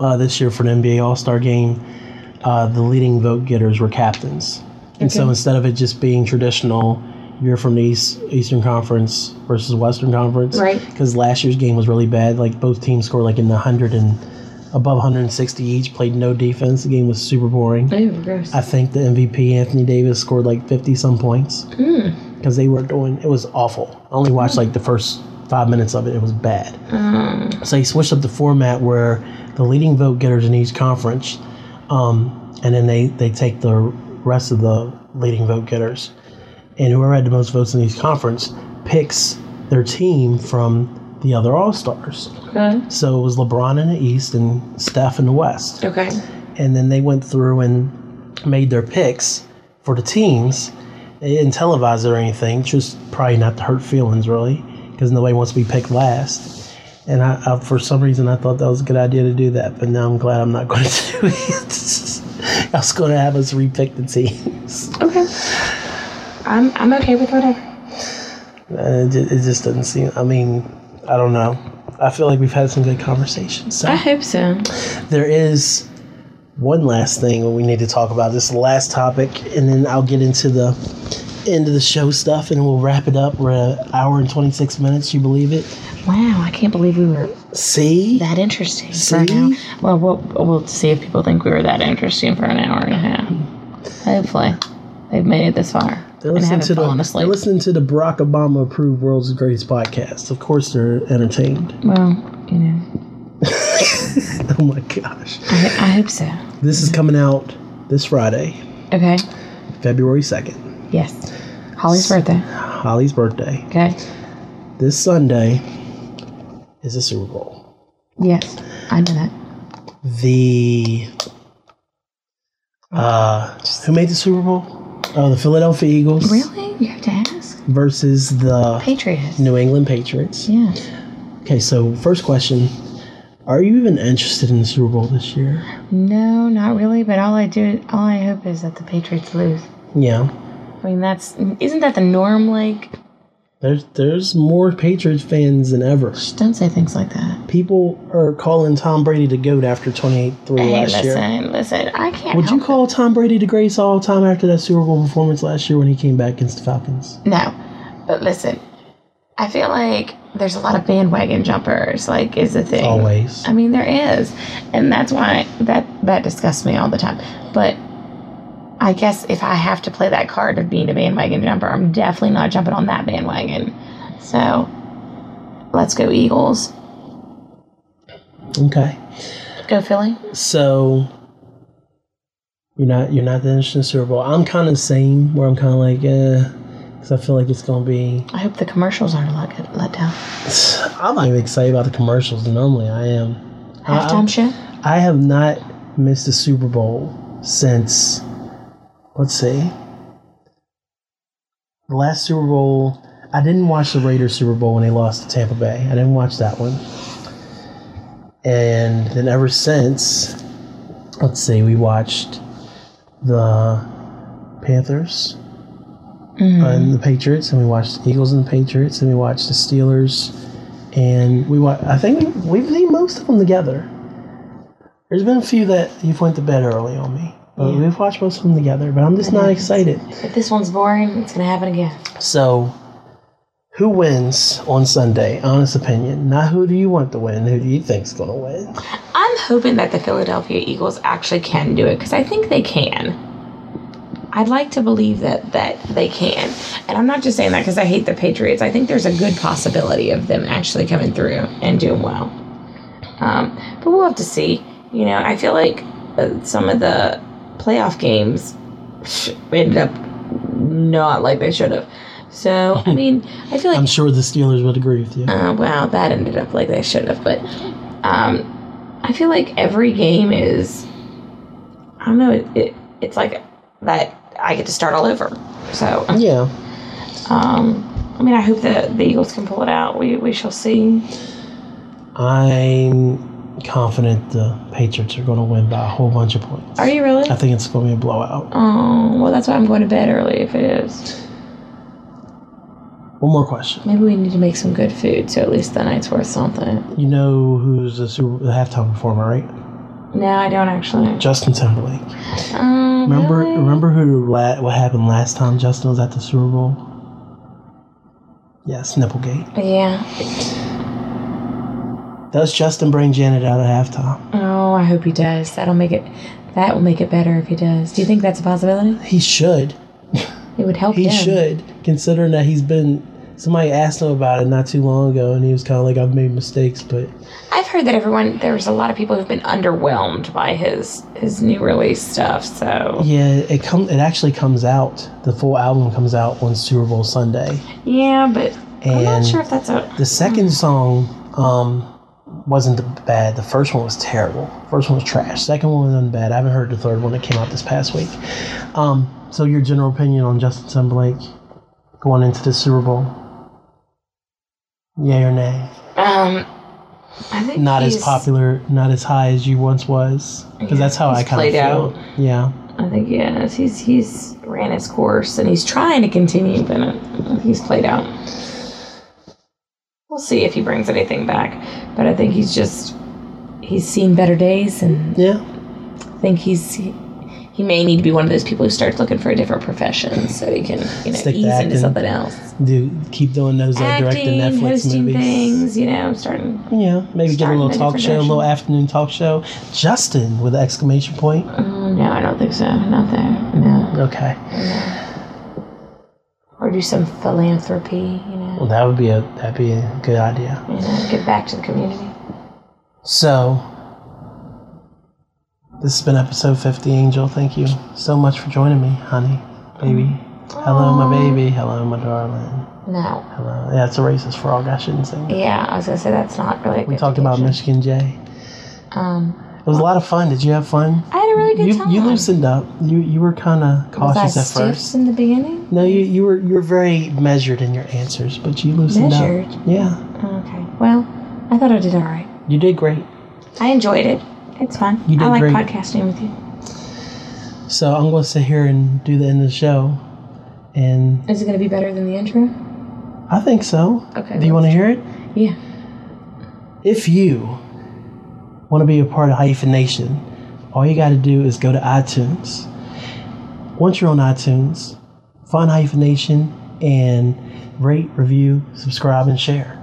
Speaker 1: uh, this year for the NBA All Star Game, uh, the leading vote getters were captains, and so instead of it just being traditional, you're from the East, Eastern Conference versus Western Conference,
Speaker 2: Right.
Speaker 1: Because last year's game was really bad. Like both teams scored like in the hundred and above 160 each, played no defense. The game was super boring.
Speaker 6: Ew, gross.
Speaker 1: I think the MVP, Anthony Davis, scored like 50 some points because they were doing it was awful. I only watched like the first five minutes of it, it was bad. So they switched up the format where the leading vote getters in each conference, um, and then they, they take the rest of the leading vote getters. And whoever had the most votes in each conference picks their team from the other All Stars. So it was LeBron in the East and Steph in the West
Speaker 2: Okay.
Speaker 1: and then they went through and made their picks for the teams. They didn't televise it or anything, just probably not to hurt feelings, really, because nobody wants to be picked last. And I, I, for some reason, I thought that was a good idea to do that, but now I'm glad I'm not (laughs) going to do it. I was going to have us repick the teams.
Speaker 2: Okay. I'm I'm okay with whatever.
Speaker 1: Uh, It, ju- it just doesn't seem. I mean, I don't know. I feel like we've had some good conversations. So.
Speaker 6: I hope so.
Speaker 1: There is one last thing we need to talk about. This is the last topic, and then I'll get into the end of the show stuff, and we'll wrap it up. We're an hour and twenty six minutes. You believe it?
Speaker 6: Wow, I can't believe we were
Speaker 1: See,
Speaker 6: that interesting for
Speaker 1: See?
Speaker 6: an hour. Well, we'll we'll see if people think we were that interesting for an hour and a half. Hopefully, they've made it this far
Speaker 1: they're
Speaker 6: and
Speaker 1: listening
Speaker 6: haven't
Speaker 1: to
Speaker 6: fallen
Speaker 1: the they're
Speaker 6: asleep.
Speaker 1: listening to the Barack Obama approved world's greatest podcast. Of course, they're entertained. (laughs)
Speaker 6: well, you know,
Speaker 1: Oh my gosh!
Speaker 6: I, I hope so.
Speaker 1: This is coming out this Friday,
Speaker 6: Okay.
Speaker 1: February second,
Speaker 6: Yes. Holly's birthday.
Speaker 1: Holly's birthday.
Speaker 6: Okay.
Speaker 1: This Sunday is the Super Bowl.
Speaker 6: Yes, I know that.
Speaker 1: the uh who made the Super Bowl? Oh, the Philadelphia Eagles
Speaker 6: Really? You have to ask.
Speaker 1: versus the
Speaker 6: Patriots.
Speaker 1: New England Patriots.
Speaker 6: Yeah.
Speaker 1: Okay, so first question, are you even interested in the Super Bowl this year?
Speaker 6: No, not really. But all I do, all I hope is that the Patriots lose.
Speaker 1: Yeah.
Speaker 6: I mean, that's isn't that the norm? Like,
Speaker 1: There's there's more Patriots fans than ever.
Speaker 6: don't say things like that.
Speaker 1: People are calling Tom Brady the GOAT after 28-3
Speaker 6: Hey,
Speaker 1: last year.
Speaker 6: listen, listen. I can't.
Speaker 1: Would you
Speaker 6: help it.
Speaker 1: call Tom Brady the greatest all time after that Super Bowl performance last year when he came back against the Falcons?
Speaker 6: No, but listen, I feel like there's a lot of bandwagon jumpers. Like, is the thing.
Speaker 1: Always.
Speaker 6: I mean, there is, and that's why that that disgusts me all the time. But I guess if I have to play that card of being a bandwagon jumper, I'm definitely not jumping on that bandwagon. So, let's go Eagles.
Speaker 1: Okay.
Speaker 6: Go Philly.
Speaker 1: So you're not you're not that interested in Super Bowl. I'm kind of the same where I'm kind of like, eh, because I feel like it's gonna be. (sighs)
Speaker 6: I hope the commercials aren't let let down.
Speaker 1: I'm not even excited about the commercials. Normally I am. I-
Speaker 6: Halftime show.
Speaker 1: I have not missed a Super Bowl since. Let's see. The last Super Bowl, I didn't watch the Raiders Super Bowl when they lost to Tampa Bay. I didn't watch that one. And then ever since, let's see, we watched the Panthers and the Patriots, and we watched the Eagles and the Patriots, and we watched the Steelers, and we wa- I think we, we've seen most of them together. There's been a few that you've went to bed early on me, but we've watched most of them together. But I'm just not excited.
Speaker 6: If this one's boring, it's gonna happen again.
Speaker 1: So Who wins on Sunday? Honest opinion. Not who do you want to win, who do you think's going to win?
Speaker 2: I'm hoping that the Philadelphia Eagles actually can do it because I think they can. I'd like to believe that that they can, and I'm not just saying that because I hate the Patriots. I think there's a good possibility of them actually coming through and doing well. Um, but we'll have to see. You know, I feel like uh, some of the playoff games ended up not like they should have. So I mean, I feel like
Speaker 1: I'm sure the Steelers would agree with you.
Speaker 2: uh, wow, that ended up like they should have. But um, I feel like every game is, I don't know, it, it, it's like that I get to start all over. So,
Speaker 1: Yeah.
Speaker 2: um, I mean, I hope that the Eagles can pull it out. We, we shall see.
Speaker 1: I'm confident the Patriots are going to win by a whole bunch of points.
Speaker 2: Are you really?
Speaker 1: I think it's going to be a blowout.
Speaker 2: Oh, well, that's why I'm going to bed early if it is.
Speaker 1: One more question.
Speaker 2: Maybe we need to make some good food so at least the night's worth something.
Speaker 1: You know who's the, super, the halftime performer, right?
Speaker 2: No, I don't actually.
Speaker 1: Justin Timberlake.
Speaker 2: Um,
Speaker 1: Remember,
Speaker 2: really?
Speaker 1: remember who la- what happened last time Justin was at the Super Bowl? Yes, Nipplegate.
Speaker 2: Yeah.
Speaker 1: Does Justin bring Janet out at halftime?
Speaker 2: Oh, I hope he does. That'll make it. That will make it better if he does. Do you think that's a possibility?
Speaker 1: He should.
Speaker 2: It would help
Speaker 1: He
Speaker 2: him.
Speaker 1: should, considering that he's been. Somebody asked him about it not too long ago, and he was kind of like, "I've made mistakes, but
Speaker 2: I've heard that everyone there's a lot of people who've been underwhelmed by his his new release stuff. So
Speaker 1: yeah, it come. It actually comes out. The full album comes out on Super Bowl Sunday,
Speaker 2: yeah, but I'm not
Speaker 1: And-
Speaker 2: sure if that's a
Speaker 1: The second song um, wasn't bad. The first one was terrible. First one was trash. Second one wasn't bad. I haven't heard the third one that came out this past week. Um, so, your general opinion on Justin Timberlake going into the Super Bowl? Yay or nay?
Speaker 2: um. I think
Speaker 1: Not as
Speaker 2: he's-
Speaker 1: popular, not as high as you once was, because that's how
Speaker 2: He's
Speaker 1: I kind of
Speaker 2: played
Speaker 1: feel.
Speaker 2: out.
Speaker 1: Yeah,
Speaker 2: I think yes, he's he's ran his course and he's trying to continue, but uh, he's played out. We'll see if he brings anything back, but I think he's just he's seen better days and
Speaker 1: yeah.
Speaker 2: I think he's. He, he may need to be one of those people who starts looking for a different profession so he can, you know,
Speaker 1: Stick to
Speaker 2: ease into
Speaker 1: acting.
Speaker 2: something else.
Speaker 1: Do keep doing those uh, direct to
Speaker 2: acting,
Speaker 1: Netflix
Speaker 2: hosting
Speaker 1: movies.
Speaker 2: things, you know, starting.
Speaker 1: Yeah, maybe get a
Speaker 2: Starting
Speaker 1: little
Speaker 2: a
Speaker 1: talk
Speaker 2: different
Speaker 1: show, a
Speaker 2: direction.
Speaker 1: little afternoon talk show. Justin with an exclamation point.
Speaker 2: Oh, no, I don't think so. Not there. No.
Speaker 1: Okay.
Speaker 2: Or do some philanthropy, you know,
Speaker 1: Well, that would be a that'd be a good idea.
Speaker 2: you know, give back to the community.
Speaker 1: So this has been episode fifty, Angel. Thank you so much for joining me, honey, baby. Hello, my baby. Hello, my darling.
Speaker 2: No.
Speaker 1: Hello. Yeah, it's a racist frog. I shouldn't sing. that.
Speaker 2: Yeah, I was going to say that's not really. a
Speaker 1: We
Speaker 2: good
Speaker 1: talked about
Speaker 2: prediction.
Speaker 1: Michigan J.
Speaker 2: Um,
Speaker 1: It was a lot of fun. Did you have fun?
Speaker 2: I had a really good
Speaker 1: You
Speaker 2: time.
Speaker 1: you loosened up. You you were kind of
Speaker 2: was I
Speaker 1: cautious at
Speaker 2: stiff
Speaker 1: first.
Speaker 2: in the beginning?
Speaker 1: No, you you were you were very measured in your answers, but you loosened
Speaker 2: Measured?
Speaker 1: up. Yeah,
Speaker 2: Okay. Well, I thought I did all right.
Speaker 1: you did great.
Speaker 2: I enjoyed it. It's fun.
Speaker 1: You
Speaker 2: I
Speaker 1: did
Speaker 2: like
Speaker 1: great.
Speaker 2: podcasting with you.
Speaker 1: So I'm gonna sit here and do the end of the show, and
Speaker 2: Is it going to be better than the intro?
Speaker 1: I think so.
Speaker 2: Okay,
Speaker 1: Do you want to hear it?
Speaker 2: Yeah.
Speaker 1: If you want to be a part of Hyphenation, all you got to do is go to iTunes. Once you're on iTunes, find Hyphenation and rate, review, subscribe, and share.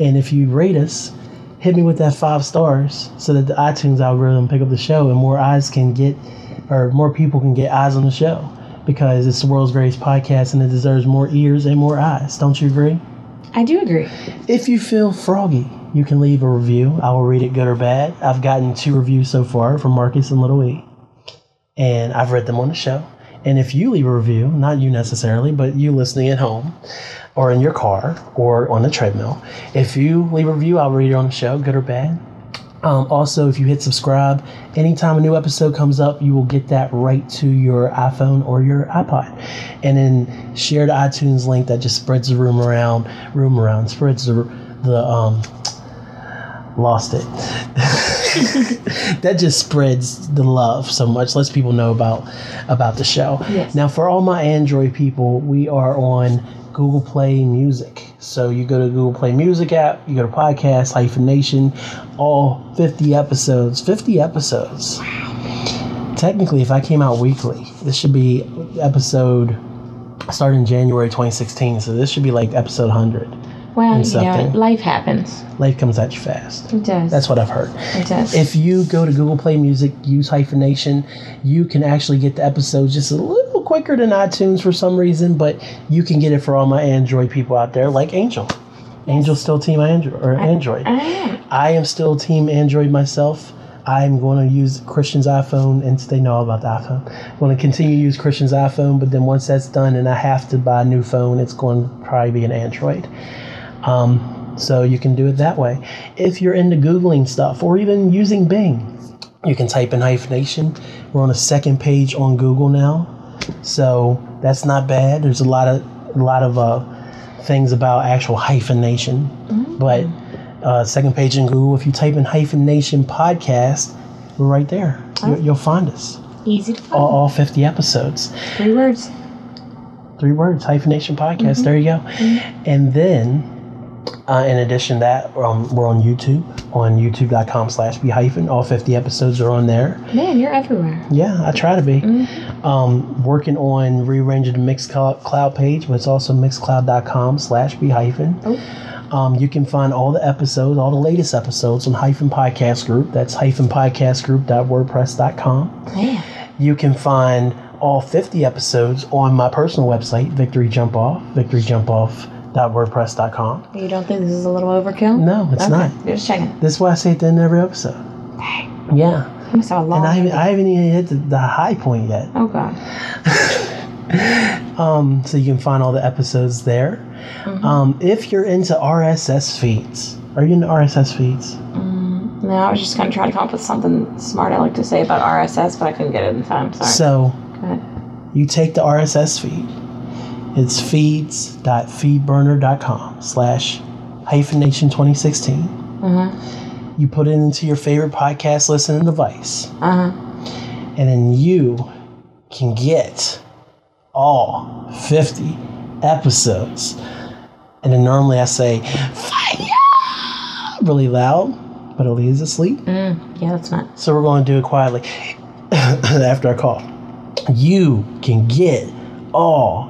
Speaker 1: And if you rate us, hit me with that five stars so that the iTunes algorithm pick up the show and more eyes can get, or more people can get eyes on the show because it's the world's greatest podcast and it deserves more ears and more eyes. Don't you agree?
Speaker 2: I do agree.
Speaker 1: If you feel froggy, you can leave a review. I will read it good or bad. I've gotten two reviews so far from Marcus and Little E, and I've read them on the show. And if you leave a review, not you necessarily, but you listening at home or in your car or on the treadmill, if you leave a review, I'll read it on the show, good or bad. Um, also, if you hit subscribe, anytime a new episode comes up, you will get that right to your iPhone or your iPod. And then share the iTunes link that just spreads the room around, room around, spreads the, the um, lost it. that just spreads the love so much, lets people know about about the show.
Speaker 2: Yes.
Speaker 1: Now, for all my Android people, we are on Google Play Music. So you go to Google Play Music app, you go to podcast hyphenation, all 50 episodes. 50 episodes. Technically, if I came out weekly, this should be episode starting January 2016. So this should be like episode 100.
Speaker 6: Well,
Speaker 1: And
Speaker 6: you know,
Speaker 1: something.
Speaker 6: life happens.
Speaker 1: Life comes at you fast.
Speaker 6: It does.
Speaker 1: That's what I've heard.
Speaker 6: it does.
Speaker 1: If you go to Google Play Music, use hyphenation, you can actually get the episodes just a little quicker than iTunes for some reason, but you can get it for all my Android people out there, like Angel. Angel's still Team Android or Android.
Speaker 6: I am.
Speaker 1: I am still Team Android myself. I'm going to use Christian's iPhone, and they know all about the iPhone. I'm going to continue to use Christian's iPhone, but then once that's done and I have to buy a new phone, it's going to probably be an Android. Um, so you can do it that way. If you're into Googling stuff or even using Bing, you can type in hyphenation. We're on a second page on Google now, so that's not bad. There's a lot of a lot of uh, things about actual hyphenation, but uh, second page in Google, if you type in hyphenation podcast, we're right there. You, you'll find us.
Speaker 6: Easy to find.
Speaker 1: All, all 50 episodes
Speaker 6: Three words.
Speaker 1: three words hyphenation podcast there you go and then uh, in addition to that um, we're on youtube on youtube.com slash be hyphen all 50 episodes are on there
Speaker 6: Man, you're everywhere.
Speaker 1: yeah i try to be um, working on rearranging the mixcloud cloud page but it's also mixcloud.com slash be hyphen um, you can find all the episodes all the latest episodes on hyphen podcast group that's hyphen podcast group.wordpress.com
Speaker 6: Man.
Speaker 1: you can find all 50 episodes on my personal website, Victory Jump Off, victoryjumpoff.wordpress.com.
Speaker 6: You don't think this is a little overkill?
Speaker 1: No, it's
Speaker 6: Okay,
Speaker 1: not.
Speaker 6: Just checking.
Speaker 1: That's why I say at the end of every episode. Yeah.
Speaker 6: I must have a long.
Speaker 1: And I haven't, I haven't even hit the, the high point yet.
Speaker 6: oh god.
Speaker 1: Um, so you can find all the episodes there. Um, if you're into RSS feeds, are you into RSS feeds?
Speaker 6: Mm, No, I was just gonna try to come up with something smart I like to say about RSS, but I couldn't get it in time. Sorry.
Speaker 1: So
Speaker 6: Go ahead.
Speaker 1: you take the RSS feed. It's feeds.feedburner.com slash hyphenation 2016. You put it into your favorite podcast listening device.
Speaker 2: Uh-huh.
Speaker 1: And then you can get all 50 episodes. And then normally I say, fire! Really loud, but Aaliyah's asleep.
Speaker 6: Yeah, that's not.
Speaker 1: So we're going to do it quietly (coughs) after I call. You can get all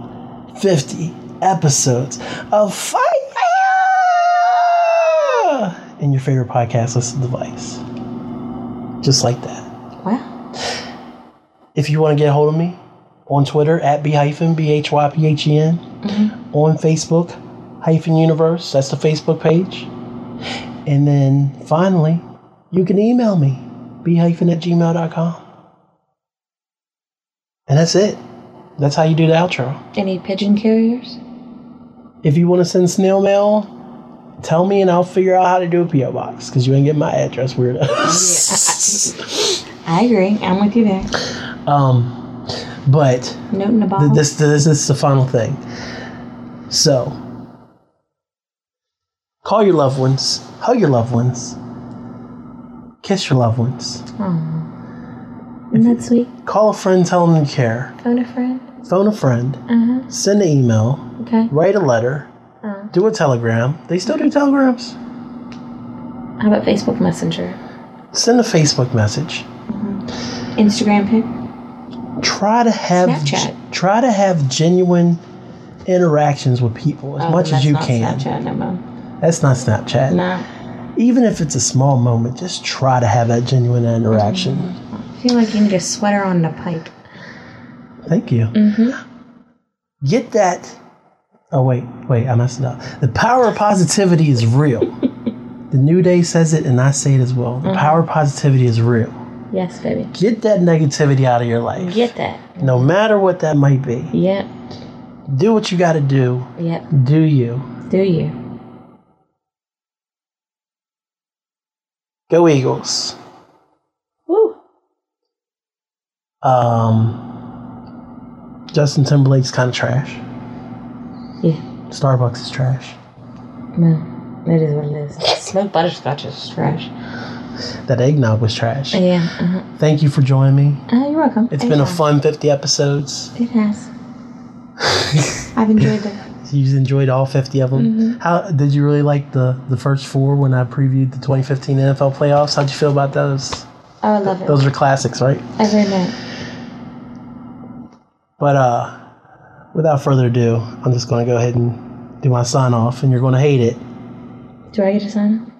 Speaker 1: 50 episodes of Fire in your favorite podcast listen device. Just like that.
Speaker 6: Wow.
Speaker 1: If you want to get a hold of me on Twitter at B hyphen B H Y P H E N, on Facebook hyphen universe, that's the Facebook page. And then finally, you can email me b hyphen at gmail.com. And that's it. That's how you do the outro.
Speaker 6: Any pigeon carriers?
Speaker 1: If you want to send snail mail, tell me and I'll figure out how to do a P.O. box because you ain't get my address, weirdos.
Speaker 6: I agree. I'm with you there.
Speaker 1: (laughs) um, but
Speaker 6: Note in the
Speaker 1: Th-
Speaker 6: bottle.
Speaker 1: this this is the final thing. So, call your loved ones, hug your loved ones, kiss your loved ones,
Speaker 2: Isn't that sweet?
Speaker 1: call a friend, tell them you care,
Speaker 2: Phone a friend.
Speaker 1: phone a friend,
Speaker 2: Uh-huh.
Speaker 1: send an email,
Speaker 2: Okay.
Speaker 1: write a letter,
Speaker 6: Oh.
Speaker 2: Uh-huh.
Speaker 1: do a telegram. They still do telegrams.
Speaker 2: How about Facebook Messenger?
Speaker 1: Send a Facebook message.
Speaker 6: Instagram
Speaker 2: Oh,
Speaker 6: pic.
Speaker 1: Try to have
Speaker 6: Snapchat.
Speaker 1: try to have genuine interactions with people as
Speaker 6: Oh,
Speaker 1: much
Speaker 6: then
Speaker 1: as you
Speaker 6: that's
Speaker 1: can.
Speaker 6: not Snapchat, no more.
Speaker 1: That's not Snapchat.
Speaker 6: No.
Speaker 1: even if it's a small moment, just try to have that genuine interaction.
Speaker 6: Mm-hmm.
Speaker 2: I feel like you need a sweater on and a pipe.
Speaker 1: Thank you.
Speaker 6: Mm-hmm.
Speaker 1: Get that. Oh, wait, wait, I messed it up. The power of positivity is real.
Speaker 6: (laughs)
Speaker 1: the New Day says it, and I say it as well.
Speaker 6: Mm-hmm.
Speaker 1: The power of positivity is real.
Speaker 2: Yes, baby.
Speaker 1: Get that negativity out of your life.
Speaker 2: Get that.
Speaker 1: No matter what that might be,
Speaker 2: Yep.
Speaker 1: do what you got to do.
Speaker 2: Yep.
Speaker 1: Do you.
Speaker 2: Do you?
Speaker 1: Go Eagles.
Speaker 2: Woo.
Speaker 1: Um, Justin Timberlake's kind of trash.
Speaker 2: Yeah.
Speaker 1: Starbucks is trash.
Speaker 2: No. That is what it is.
Speaker 6: Smoked butterscotch is trash.
Speaker 1: That eggnog was trash.
Speaker 2: Yeah. Uh-huh.
Speaker 1: Thank you for joining me.
Speaker 2: Uh, you're welcome.
Speaker 1: It's been a fun 50 episodes. (laughs)
Speaker 2: It has.
Speaker 6: I've enjoyed it.
Speaker 1: You've enjoyed all 50 of them.
Speaker 2: Mm-hmm.
Speaker 1: How did you really like the the first four when I previewed the 2015 NFL playoffs? How'd you feel about those?
Speaker 6: Oh, I love it.
Speaker 1: Those are classics, right?
Speaker 6: Every night.
Speaker 1: But uh without further ado, I'm just going to go ahead and do my sign off, and you're going to hate it.
Speaker 2: Do I get to sign?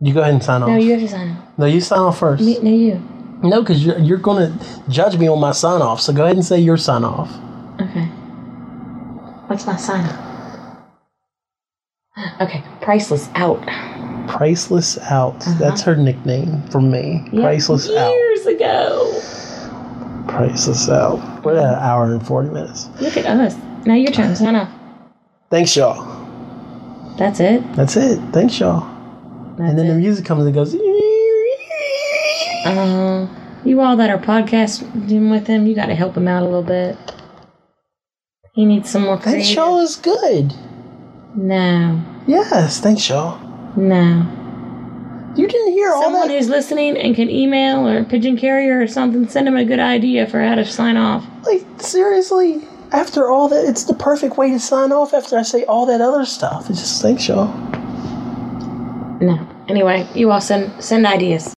Speaker 1: You go ahead and sign off.
Speaker 2: No, you have to sign.
Speaker 1: No, you sign off first.
Speaker 2: Me, no, you.
Speaker 1: No, because you're, you're going to judge me on my sign off. So go ahead and say your sign off.
Speaker 2: Okay. What's my sign? Okay, priceless out.
Speaker 1: Priceless out.
Speaker 2: Uh-huh.
Speaker 1: That's her nickname from me. Priceless out.
Speaker 2: Years ago.
Speaker 1: Priceless out. We're at an hour and 40 minutes.
Speaker 2: Look at us. Now your turn. Sign off.
Speaker 1: Thanks, y'all.
Speaker 2: That's it.
Speaker 1: That's it. Thanks, y'all.
Speaker 2: That's
Speaker 1: and then the
Speaker 2: it.
Speaker 1: music comes and goes.
Speaker 2: Uh, you all that are podcasting with him, you got to help him out a little bit. He needs some more
Speaker 1: That
Speaker 2: creative.
Speaker 1: show is good.
Speaker 2: No,
Speaker 1: Yes, thanks, y'all.
Speaker 2: no.
Speaker 1: You didn't hear all
Speaker 2: Someone
Speaker 1: that.
Speaker 2: who's listening and can email or pigeon carrier or something, send him a good idea for how to sign off.
Speaker 1: Like, seriously, after all that, it's the perfect way to sign off after I say all that other stuff. It's just thanks, y'all.
Speaker 2: No. Anyway, you all send send ideas.